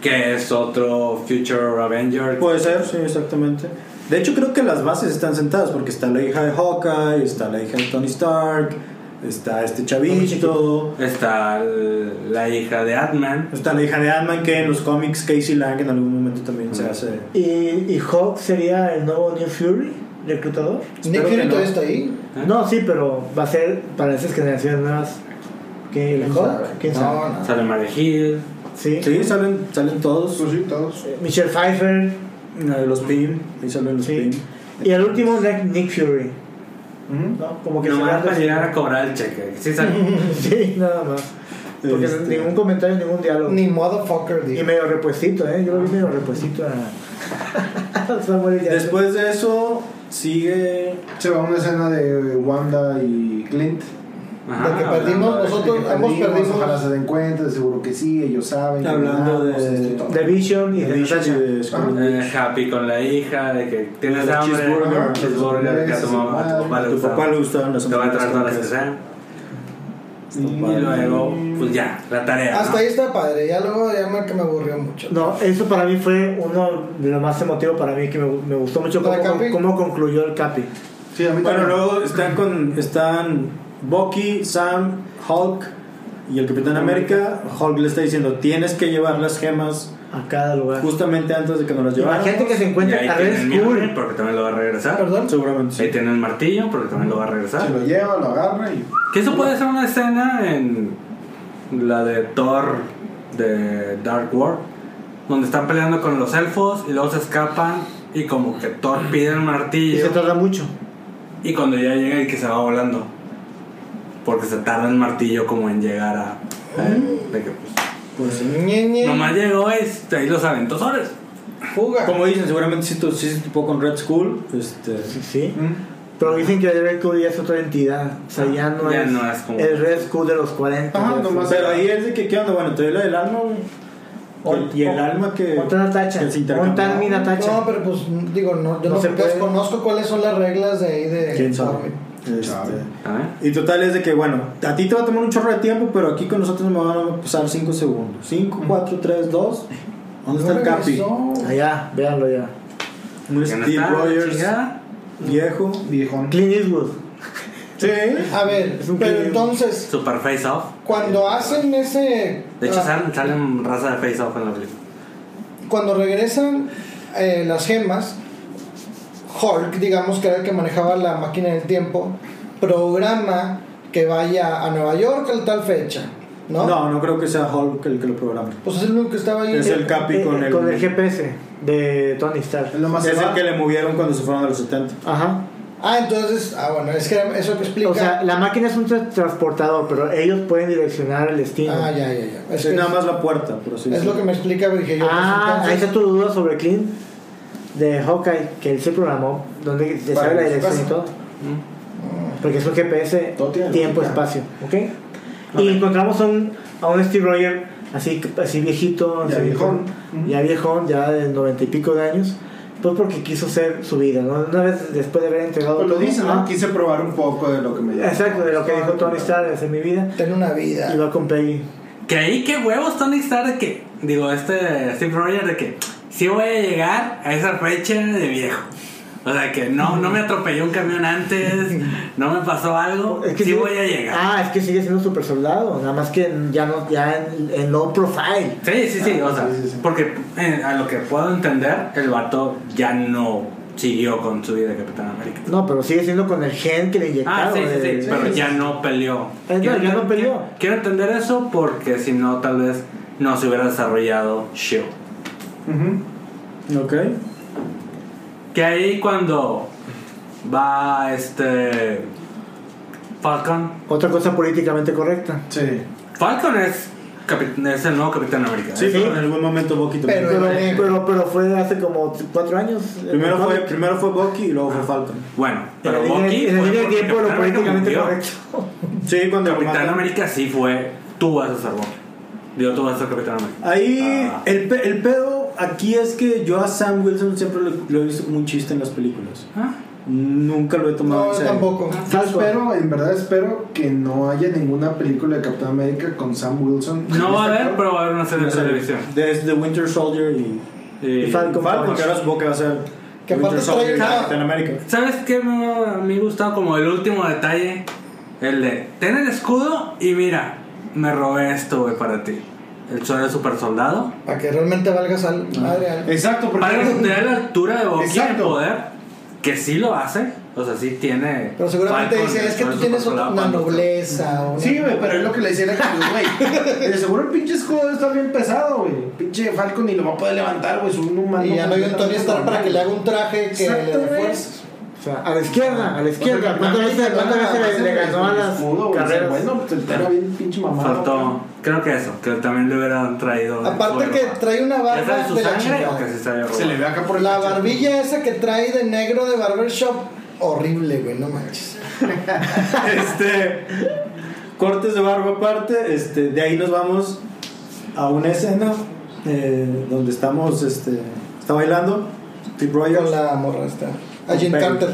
Speaker 4: Que es otro Future Avenger.
Speaker 6: Puede ser, sí, exactamente. De hecho, creo que las bases están sentadas porque está la hija de Hawkeye, está la hija de Tony Stark, está este chavito,
Speaker 4: Está el- la hija de Atman.
Speaker 6: está la hija de Ant-Man que en los cómics Casey Lang en algún momento también se hace.
Speaker 1: Y, y Hawk sería el nuevo New Fury, reclutador.
Speaker 8: Nick
Speaker 6: que
Speaker 8: Fury
Speaker 6: no.
Speaker 8: todavía está ahí.
Speaker 4: ¿Eh?
Speaker 1: No, sí, pero va a ser para esas generaciones nuevas. que el Hawk? ¿Quién sabe?
Speaker 8: No, no.
Speaker 4: Sale Mary Hill.
Speaker 1: Sí.
Speaker 6: Sí, salen, salen todos.
Speaker 3: Pues sí, todos.
Speaker 1: Eh, Michelle Pfeiffer.
Speaker 6: eh, Los Pym, ahí salen los
Speaker 1: Sí.
Speaker 6: Pym.
Speaker 1: Y al último, Nick, Nick Fury. ¿No? Como que se
Speaker 4: Nomás
Speaker 1: van
Speaker 4: para
Speaker 1: los-
Speaker 4: llegar a cobrar el cheque. Sí, sale.
Speaker 1: *laughs* Sí, nada más. Porque
Speaker 6: Este.
Speaker 1: ningún comentario, ningún diálogo.
Speaker 8: Ni motherfucker,
Speaker 1: Y
Speaker 8: dijo.
Speaker 1: medio repuestito, ¿eh? Yo lo vi medio repuestito a *laughs* Samuel L. Jackson.
Speaker 6: Después de eso sigue.
Speaker 3: Se va una escena de Wanda y Clint.
Speaker 8: De que
Speaker 4: Ajá,
Speaker 8: perdimos nosotros,
Speaker 3: De que
Speaker 8: hemos
Speaker 3: Ojalá
Speaker 8: perdido.
Speaker 3: se den cuenta, de seguro que sí, ellos saben. que
Speaker 6: Hablando
Speaker 3: ganamos,
Speaker 6: de-
Speaker 3: esto y todo.
Speaker 1: De Vision y de
Speaker 6: Edition
Speaker 1: Natasha.
Speaker 6: y de Scarlet Witch.
Speaker 4: Eh, happy con la hija, de que tienes
Speaker 6: La
Speaker 4: hambre,
Speaker 6: cheeseburger.
Speaker 4: cheeseburger, que a tu mamá, a tu papá le
Speaker 6: A tu
Speaker 4: gustaba.
Speaker 6: papá le gustaron las
Speaker 4: Te va a traer todas las que
Speaker 6: hamburguesas.
Speaker 4: sean.
Speaker 6: Sí.
Speaker 4: Y luego, pues ya, la tarea.
Speaker 8: Hasta
Speaker 4: ¿no?
Speaker 8: ahí está padre. Ya luego ya me, que me aburrió mucho.
Speaker 1: No, eso para mí fue uno de los más emotivos para mí, que me, me gustó mucho
Speaker 8: ¿La de
Speaker 1: cómo,
Speaker 8: Capi?
Speaker 1: cómo concluyó el Capi.
Speaker 3: Sí, a mí
Speaker 6: Bueno,
Speaker 3: también.
Speaker 6: luego *laughs* están con están Bucky, Sam, Hulk y el Capitán América. Hulk le está diciendo, "Tienes que llevar las gemas
Speaker 1: A cada lugar.
Speaker 6: justamente antes de que nos las llevaran."
Speaker 1: Imagínate que se
Speaker 4: Y
Speaker 1: encuentra
Speaker 4: ahí
Speaker 1: a
Speaker 4: tiene
Speaker 1: Red
Speaker 4: el
Speaker 1: Skull.
Speaker 4: miedo, porque también lo va a regresar.
Speaker 6: Seguramente
Speaker 4: Ahí
Speaker 6: sí.
Speaker 4: tiene el martillo, porque también lo va a regresar.
Speaker 3: Se lo lleva, lo agarra y.
Speaker 4: Que eso puede ser una escena en la de Thor de Dark World, donde están peleando con los elfos y luego se escapan y como que Thor pide el
Speaker 1: Y
Speaker 4: martillo
Speaker 1: se tarda mucho.
Speaker 4: y cuando ya llega el que se va volando, porque se tarda el martillo como en llegar a... a él, de que, pues,
Speaker 8: Pues ñe, ñe.
Speaker 4: Nomás llegó este, ahí los aventosores.
Speaker 8: Fuga.
Speaker 6: Como dicen, seguramente sí, tu- sí se topó con Red Skull, este
Speaker 1: Sí, sí. Pero dicen que el Red Skull ya es otra entidad. O sea, ya no,
Speaker 4: Ya
Speaker 1: es,
Speaker 4: no es como-
Speaker 1: el Red Skull de los 40.
Speaker 3: Ajá,
Speaker 1: ya
Speaker 3: nomás-
Speaker 6: pero ahí es de que qué onda, bueno, te doy la del alma güey.
Speaker 1: O-
Speaker 6: y el
Speaker 1: o-
Speaker 6: alma que
Speaker 1: Ponte Natacha.
Speaker 6: que se intercambió.
Speaker 1: Ponte mi Natacha.
Speaker 8: No, pero pues digo, no, yo
Speaker 1: No
Speaker 8: no,
Speaker 1: se puede.
Speaker 8: desconozco cuáles son las reglas de ahí de.
Speaker 6: quién sabe.
Speaker 8: Marvel.
Speaker 6: Este,
Speaker 4: ¿sabes?
Speaker 6: Y total es de que, bueno, a ti te va a tomar un chorro de tiempo, pero aquí con nosotros me van a pasar 5 segundos. 5, 4, 3, 2. ¿Dónde está el Capi?
Speaker 3: Regresó.
Speaker 1: Allá, véanlo ya.
Speaker 6: Un
Speaker 4: Que
Speaker 6: Steve
Speaker 4: no Pues, está,
Speaker 6: Rogers
Speaker 4: chingada.
Speaker 6: viejo.
Speaker 3: Viejón.
Speaker 1: Clint Eastwood.
Speaker 6: Sí.
Speaker 8: A ver,
Speaker 1: Es un
Speaker 8: pero
Speaker 1: crimen.
Speaker 8: entonces,
Speaker 4: Super Face Off.
Speaker 8: cuando hacen ese.
Speaker 4: Eh, De hecho,
Speaker 8: ah,
Speaker 4: salen, salen raza de Face Off en la película.
Speaker 8: cuando regresan eh, las gemas, Hulk, digamos que era el que manejaba la máquina del tiempo, programa que vaya a Nueva York a tal fecha, ¿no?
Speaker 6: ¿No? no, creo que sea Hulk el que lo programa.
Speaker 8: Pues es el único que estaba ahí.
Speaker 6: Es el Capi
Speaker 1: Eh,
Speaker 6: con el,
Speaker 1: con el GPS de Tony Stark.
Speaker 3: Es lo más
Speaker 6: es el
Speaker 3: elevado.
Speaker 6: que le movieron cuando se fueron a los 70.
Speaker 1: Ajá.
Speaker 8: Ah, entonces, ah, bueno, es que eso que explica.
Speaker 1: O sea, la máquina es un tra- transportador, pero ellos pueden direccionar el destino.
Speaker 8: ah,
Speaker 1: Ah,
Speaker 8: ya, ya, ya. Es,
Speaker 6: Es,
Speaker 8: que
Speaker 6: nada
Speaker 8: es-
Speaker 6: más la puerta, por así
Speaker 8: es lo que me explica, dije yo. pues,
Speaker 1: Ah, ahí
Speaker 8: entonces-
Speaker 1: está tu duda sobre Clint de Hawkeye, que él se programó, donde se
Speaker 3: Para
Speaker 1: sabe la
Speaker 3: que
Speaker 1: dirección y
Speaker 3: sepas.
Speaker 1: todo.
Speaker 2: Mm.
Speaker 1: Porque es un GPS
Speaker 3: Todo tiene
Speaker 1: tiempo-espacio, ¿ok? Y encontramos a un, a un Steve Rogers así, así viejito,
Speaker 2: Ya
Speaker 1: así
Speaker 2: viejón.
Speaker 1: ya viejón, ya de noventa y pico de años, pues porque quiso ser su vida, ¿no? Una vez después de haber entregado
Speaker 2: Pues lo
Speaker 1: todo,
Speaker 2: dice, ¿no?
Speaker 1: ah,
Speaker 2: Quise probar un poco de lo que me
Speaker 1: Exacto, de lo que dijo Tony Stark, es mi vida,
Speaker 8: Ten una vida.
Speaker 1: y va con Peggy.
Speaker 4: Creí que huevos Tony Stark de que, digo, este Steve Rogers de que sí voy a llegar a esa fecha de viejo. O sea que no, no me atropelló un camión *laughs* antes, no me pasó algo,
Speaker 1: Es que
Speaker 4: sí
Speaker 1: sigue-
Speaker 4: voy a llegar.
Speaker 1: Ah, es que sigue siendo super soldado, nada más que ya no, ya en, en low profile.
Speaker 4: Sí, sí,
Speaker 1: Ah,
Speaker 4: sí, o sea, porque eh, a lo que puedo entender, el vato ya no siguió con su vida de Capitán América.
Speaker 1: No, pero sigue siendo con el gen que le
Speaker 4: Ah,
Speaker 1: inyectaron. eh,
Speaker 4: sí, sí, sí,
Speaker 1: de-
Speaker 4: pero ya no peleó.
Speaker 1: Es
Speaker 4: Quiero-
Speaker 1: verdad, ya no peleó.
Speaker 4: Quiero, quiero entender eso porque si no, tal vez no se hubiera desarrollado Shield.
Speaker 6: Ok.
Speaker 4: Que ahí cuando va este. Falcon.
Speaker 1: Otra cosa políticamente correcta.
Speaker 6: Sí.
Speaker 4: Falcon es, capi- es el nuevo Capitán América. ¿eh?
Speaker 6: Sí, pero en algún momento Bucky también.
Speaker 8: Pero-
Speaker 1: Pero, pero, pero fue hace como cuatro años.
Speaker 6: primero, fue, primero fue Bucky y luego
Speaker 4: Ah.
Speaker 6: fue Falcon.
Speaker 4: Bueno,
Speaker 1: En la
Speaker 4: pero
Speaker 1: línea-
Speaker 4: Bucky.
Speaker 1: en la
Speaker 4: fue
Speaker 1: línea de
Speaker 4: porque
Speaker 1: tiempo lo
Speaker 4: Capitán América
Speaker 1: políticamente
Speaker 4: murió.
Speaker 1: correcto.
Speaker 6: Sí, cuando lo
Speaker 4: Capitán
Speaker 6: mataron.
Speaker 4: América sí fue. Tú vas a ser Bucky. Digo, tú vas a ser Capitán América.
Speaker 6: Ahí,
Speaker 4: Ah.
Speaker 6: el, pe- el pedo aquí es que yo a Sam Wilson siempre lo, lo he visto como un chiste en las películas.
Speaker 4: Ah.
Speaker 6: Nunca lo he tomado
Speaker 8: No,
Speaker 6: en
Speaker 8: yo
Speaker 6: serio.
Speaker 8: tampoco.
Speaker 1: Ah.
Speaker 2: Yo espero, en verdad espero que no haya ninguna película de Capitán América con Sam
Speaker 8: ¿Ah?
Speaker 2: Wilson.
Speaker 4: No va a haber, pero va a haber una serie de televisión.
Speaker 6: Desde Winter Soldier y.
Speaker 4: Y-
Speaker 1: Falcon
Speaker 6: Falcon,
Speaker 1: Punch.
Speaker 6: que ahora supongo que va a ser.
Speaker 8: Que
Speaker 6: Winter
Speaker 8: aparte
Speaker 6: Soldier
Speaker 8: trae
Speaker 6: y
Speaker 8: una-
Speaker 6: Capitán América.
Speaker 4: ¿Sabes qué me, me gustado como el último detalle? El de, ten el escudo y mira, me robé esto, güey, para ti. El sol es super soldado.
Speaker 8: Para que realmente valgas al madre. al-
Speaker 2: Exacto, porque
Speaker 4: Para
Speaker 2: eres-
Speaker 4: tener la altura de Bucky en
Speaker 2: Exacto.
Speaker 4: poder, que sí lo hace. O sea, sí tiene...
Speaker 8: Pero seguramente
Speaker 4: Falcon,
Speaker 8: dice,
Speaker 4: el
Speaker 8: es que
Speaker 4: Sol
Speaker 8: tú tienes
Speaker 4: super
Speaker 8: otra-
Speaker 4: soldado
Speaker 8: una
Speaker 4: cuando-
Speaker 8: nobleza. una-
Speaker 2: Sí, güey, pero es lo que le decía era que,
Speaker 9: *laughs*
Speaker 2: güey, de seguro el pinche escudo está bien pesado, güey. Pinche Falcon ni lo va a poder levantar, güey, es un humano.
Speaker 8: Y ya no hay un Tony Stark para que le haga un traje que le
Speaker 2: Exacto,
Speaker 8: dé
Speaker 2: güey.
Speaker 8: fuerza.
Speaker 1: O sea, a la izquierda, a la izquierda.
Speaker 2: Cuando
Speaker 1: ¿Cuántas
Speaker 2: el
Speaker 1: veces,
Speaker 2: Capitán
Speaker 1: cuántas
Speaker 2: América
Speaker 1: veces le, le
Speaker 2: nada más
Speaker 1: ganó a
Speaker 2: el
Speaker 1: las
Speaker 2: escudo, güey,
Speaker 1: carreras?
Speaker 2: Bueno, pues, era bien pinche mamado.
Speaker 4: Faltó, creo que eso, que también le hubieran traído...
Speaker 8: Aparte que trae una
Speaker 4: ¿Ya
Speaker 8: barba
Speaker 4: trae su
Speaker 8: de la
Speaker 4: sangre o
Speaker 8: chingada.
Speaker 4: que se sale
Speaker 11: Se le ve acá por
Speaker 8: Por
Speaker 11: el
Speaker 8: la barbilla esa que trae de negro de barbershop. Horrible, güey, no manches.
Speaker 6: este. Cortes de barba aparte. Este, de ahí nos vamos a una escena eh, donde estamos. Este, está bailando. Steve Rogers.
Speaker 8: Con la morra esta. A Jim
Speaker 6: Con Peggy.
Speaker 8: Carter.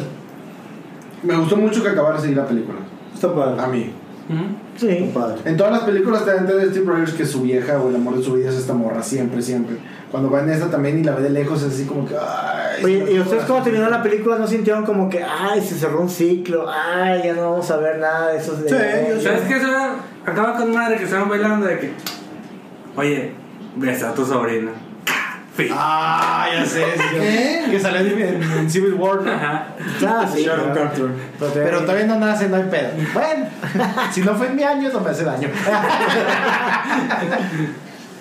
Speaker 2: Me gustó mucho que acabara así la película.
Speaker 6: Está padre.
Speaker 2: A mí.
Speaker 1: Sí.
Speaker 6: Está padre.
Speaker 2: En todas las películas te dan de Steve Rogers que su vieja o el amor de su vida es esta morra, siempre, siempre. Cuando va en esta también y la ve de lejos es así como que. Ay,
Speaker 1: Oye, ¿y ustedes cuando terminó la película no sintieron como que, ay, se cerró un ciclo, ay, ya no vamos a ver nada de esos de...
Speaker 6: Sí, yo
Speaker 4: ¿Sabes qué? Se ve- Acaba con madre que estaban bailando de que. Oye, besa a tu sobrina. Fin.
Speaker 11: Ah, ya sé.
Speaker 8: ¿Qué?
Speaker 6: Que salió en, en Civil War. ¿no?
Speaker 4: Ajá.
Speaker 1: Ah, sí,
Speaker 6: Sharon
Speaker 1: claro.
Speaker 6: Carter.
Speaker 2: Pero todavía no nace, no hay
Speaker 6: *laughs*
Speaker 2: pedo. Bueno, si no fue en mi año, no me hace daño.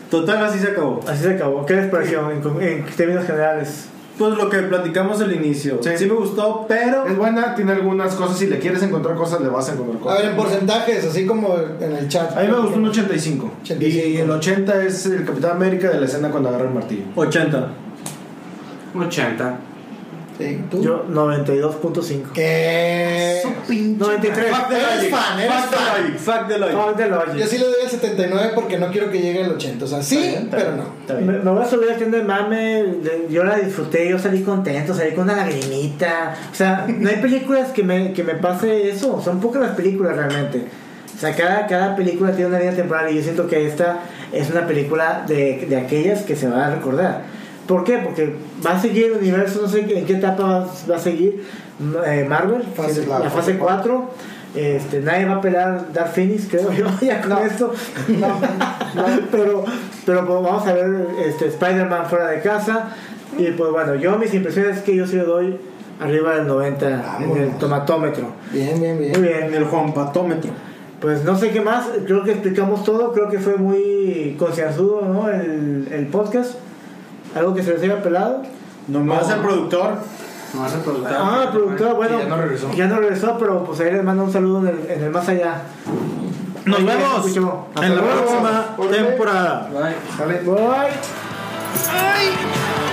Speaker 6: Total, así se acabó.
Speaker 1: Así se acabó. ¿Qué les pareció en, con- en términos generales?
Speaker 6: Pues lo que platicamos al inicio.
Speaker 2: Sí.
Speaker 6: Sí, me gustó, pero.
Speaker 2: Es buena, tiene algunas cosas. Si le quieres encontrar cosas, le vas a encontrar
Speaker 8: A
Speaker 2: cosas.
Speaker 8: ver, en porcentajes, así como en el chat.
Speaker 6: Ah,
Speaker 2: A mí me gustó un 85.
Speaker 8: 85.
Speaker 2: Y el 80 es el Capitán América de la escena cuando agarra el martillo.
Speaker 6: 80.
Speaker 4: 80.
Speaker 8: Sí, ¿tú?
Speaker 1: Yo, 92.5.
Speaker 8: ¿Qué?
Speaker 1: 93.
Speaker 8: Fuck the
Speaker 6: Eres
Speaker 8: logic.
Speaker 6: fan, eres
Speaker 8: Fuck the
Speaker 6: fan. Fuck the logic.
Speaker 1: Fuck the
Speaker 8: Yo
Speaker 1: logic.
Speaker 8: sí le doy el 79 porque no quiero que llegue al 80. O sea, sí, pero no.
Speaker 1: Me, me voy a subir al tren de mame, de- yo la disfruté, yo salí contento, salí con una lagrimita. O sea, no hay películas que me, que me pase eso, son pocas las películas realmente. O sea, cada, cada película tiene una línea temporal y yo siento que esta es una película de, de aquellas que se va a recordar. ¿Por qué? Porque va a seguir el universo, no sé en qué etapa va, va a seguir eh, Marvel,
Speaker 8: Fase-
Speaker 1: la,
Speaker 8: la
Speaker 1: fase
Speaker 8: fase
Speaker 1: 4. Este, nadie va a pelar Dark Phoenix, creo yo, *laughs* ya con esto. pero, pero pues, vamos a ver este, Spider-Man fuera de casa. Y pues bueno, yo mis impresiones es que yo sí le doy arriba del 90 en el
Speaker 8: Vámonos.
Speaker 1: tomatómetro.
Speaker 8: Bien, bien,
Speaker 1: Muy
Speaker 8: bien.
Speaker 1: bien.
Speaker 6: En el Juan Patómetro.
Speaker 1: Pues no sé qué más, creo que explicamos todo, creo que fue muy concienzudo ¿no? el, el podcast. Algo que se les haya pelado.
Speaker 6: Nomás el productor.
Speaker 4: No vas a preguntar.
Speaker 1: Ah, el productor, bueno,
Speaker 2: ya no regresó.
Speaker 1: ya no regresó, pero pues ahí les mando un saludo en el, en el más allá.
Speaker 6: Nos
Speaker 1: Ahí
Speaker 6: vemos
Speaker 1: se escuchó. Hasta
Speaker 6: en la
Speaker 1: luego.
Speaker 6: próxima temporada.
Speaker 4: Bye.
Speaker 2: Sale.
Speaker 1: Bye.
Speaker 8: ¡Ay!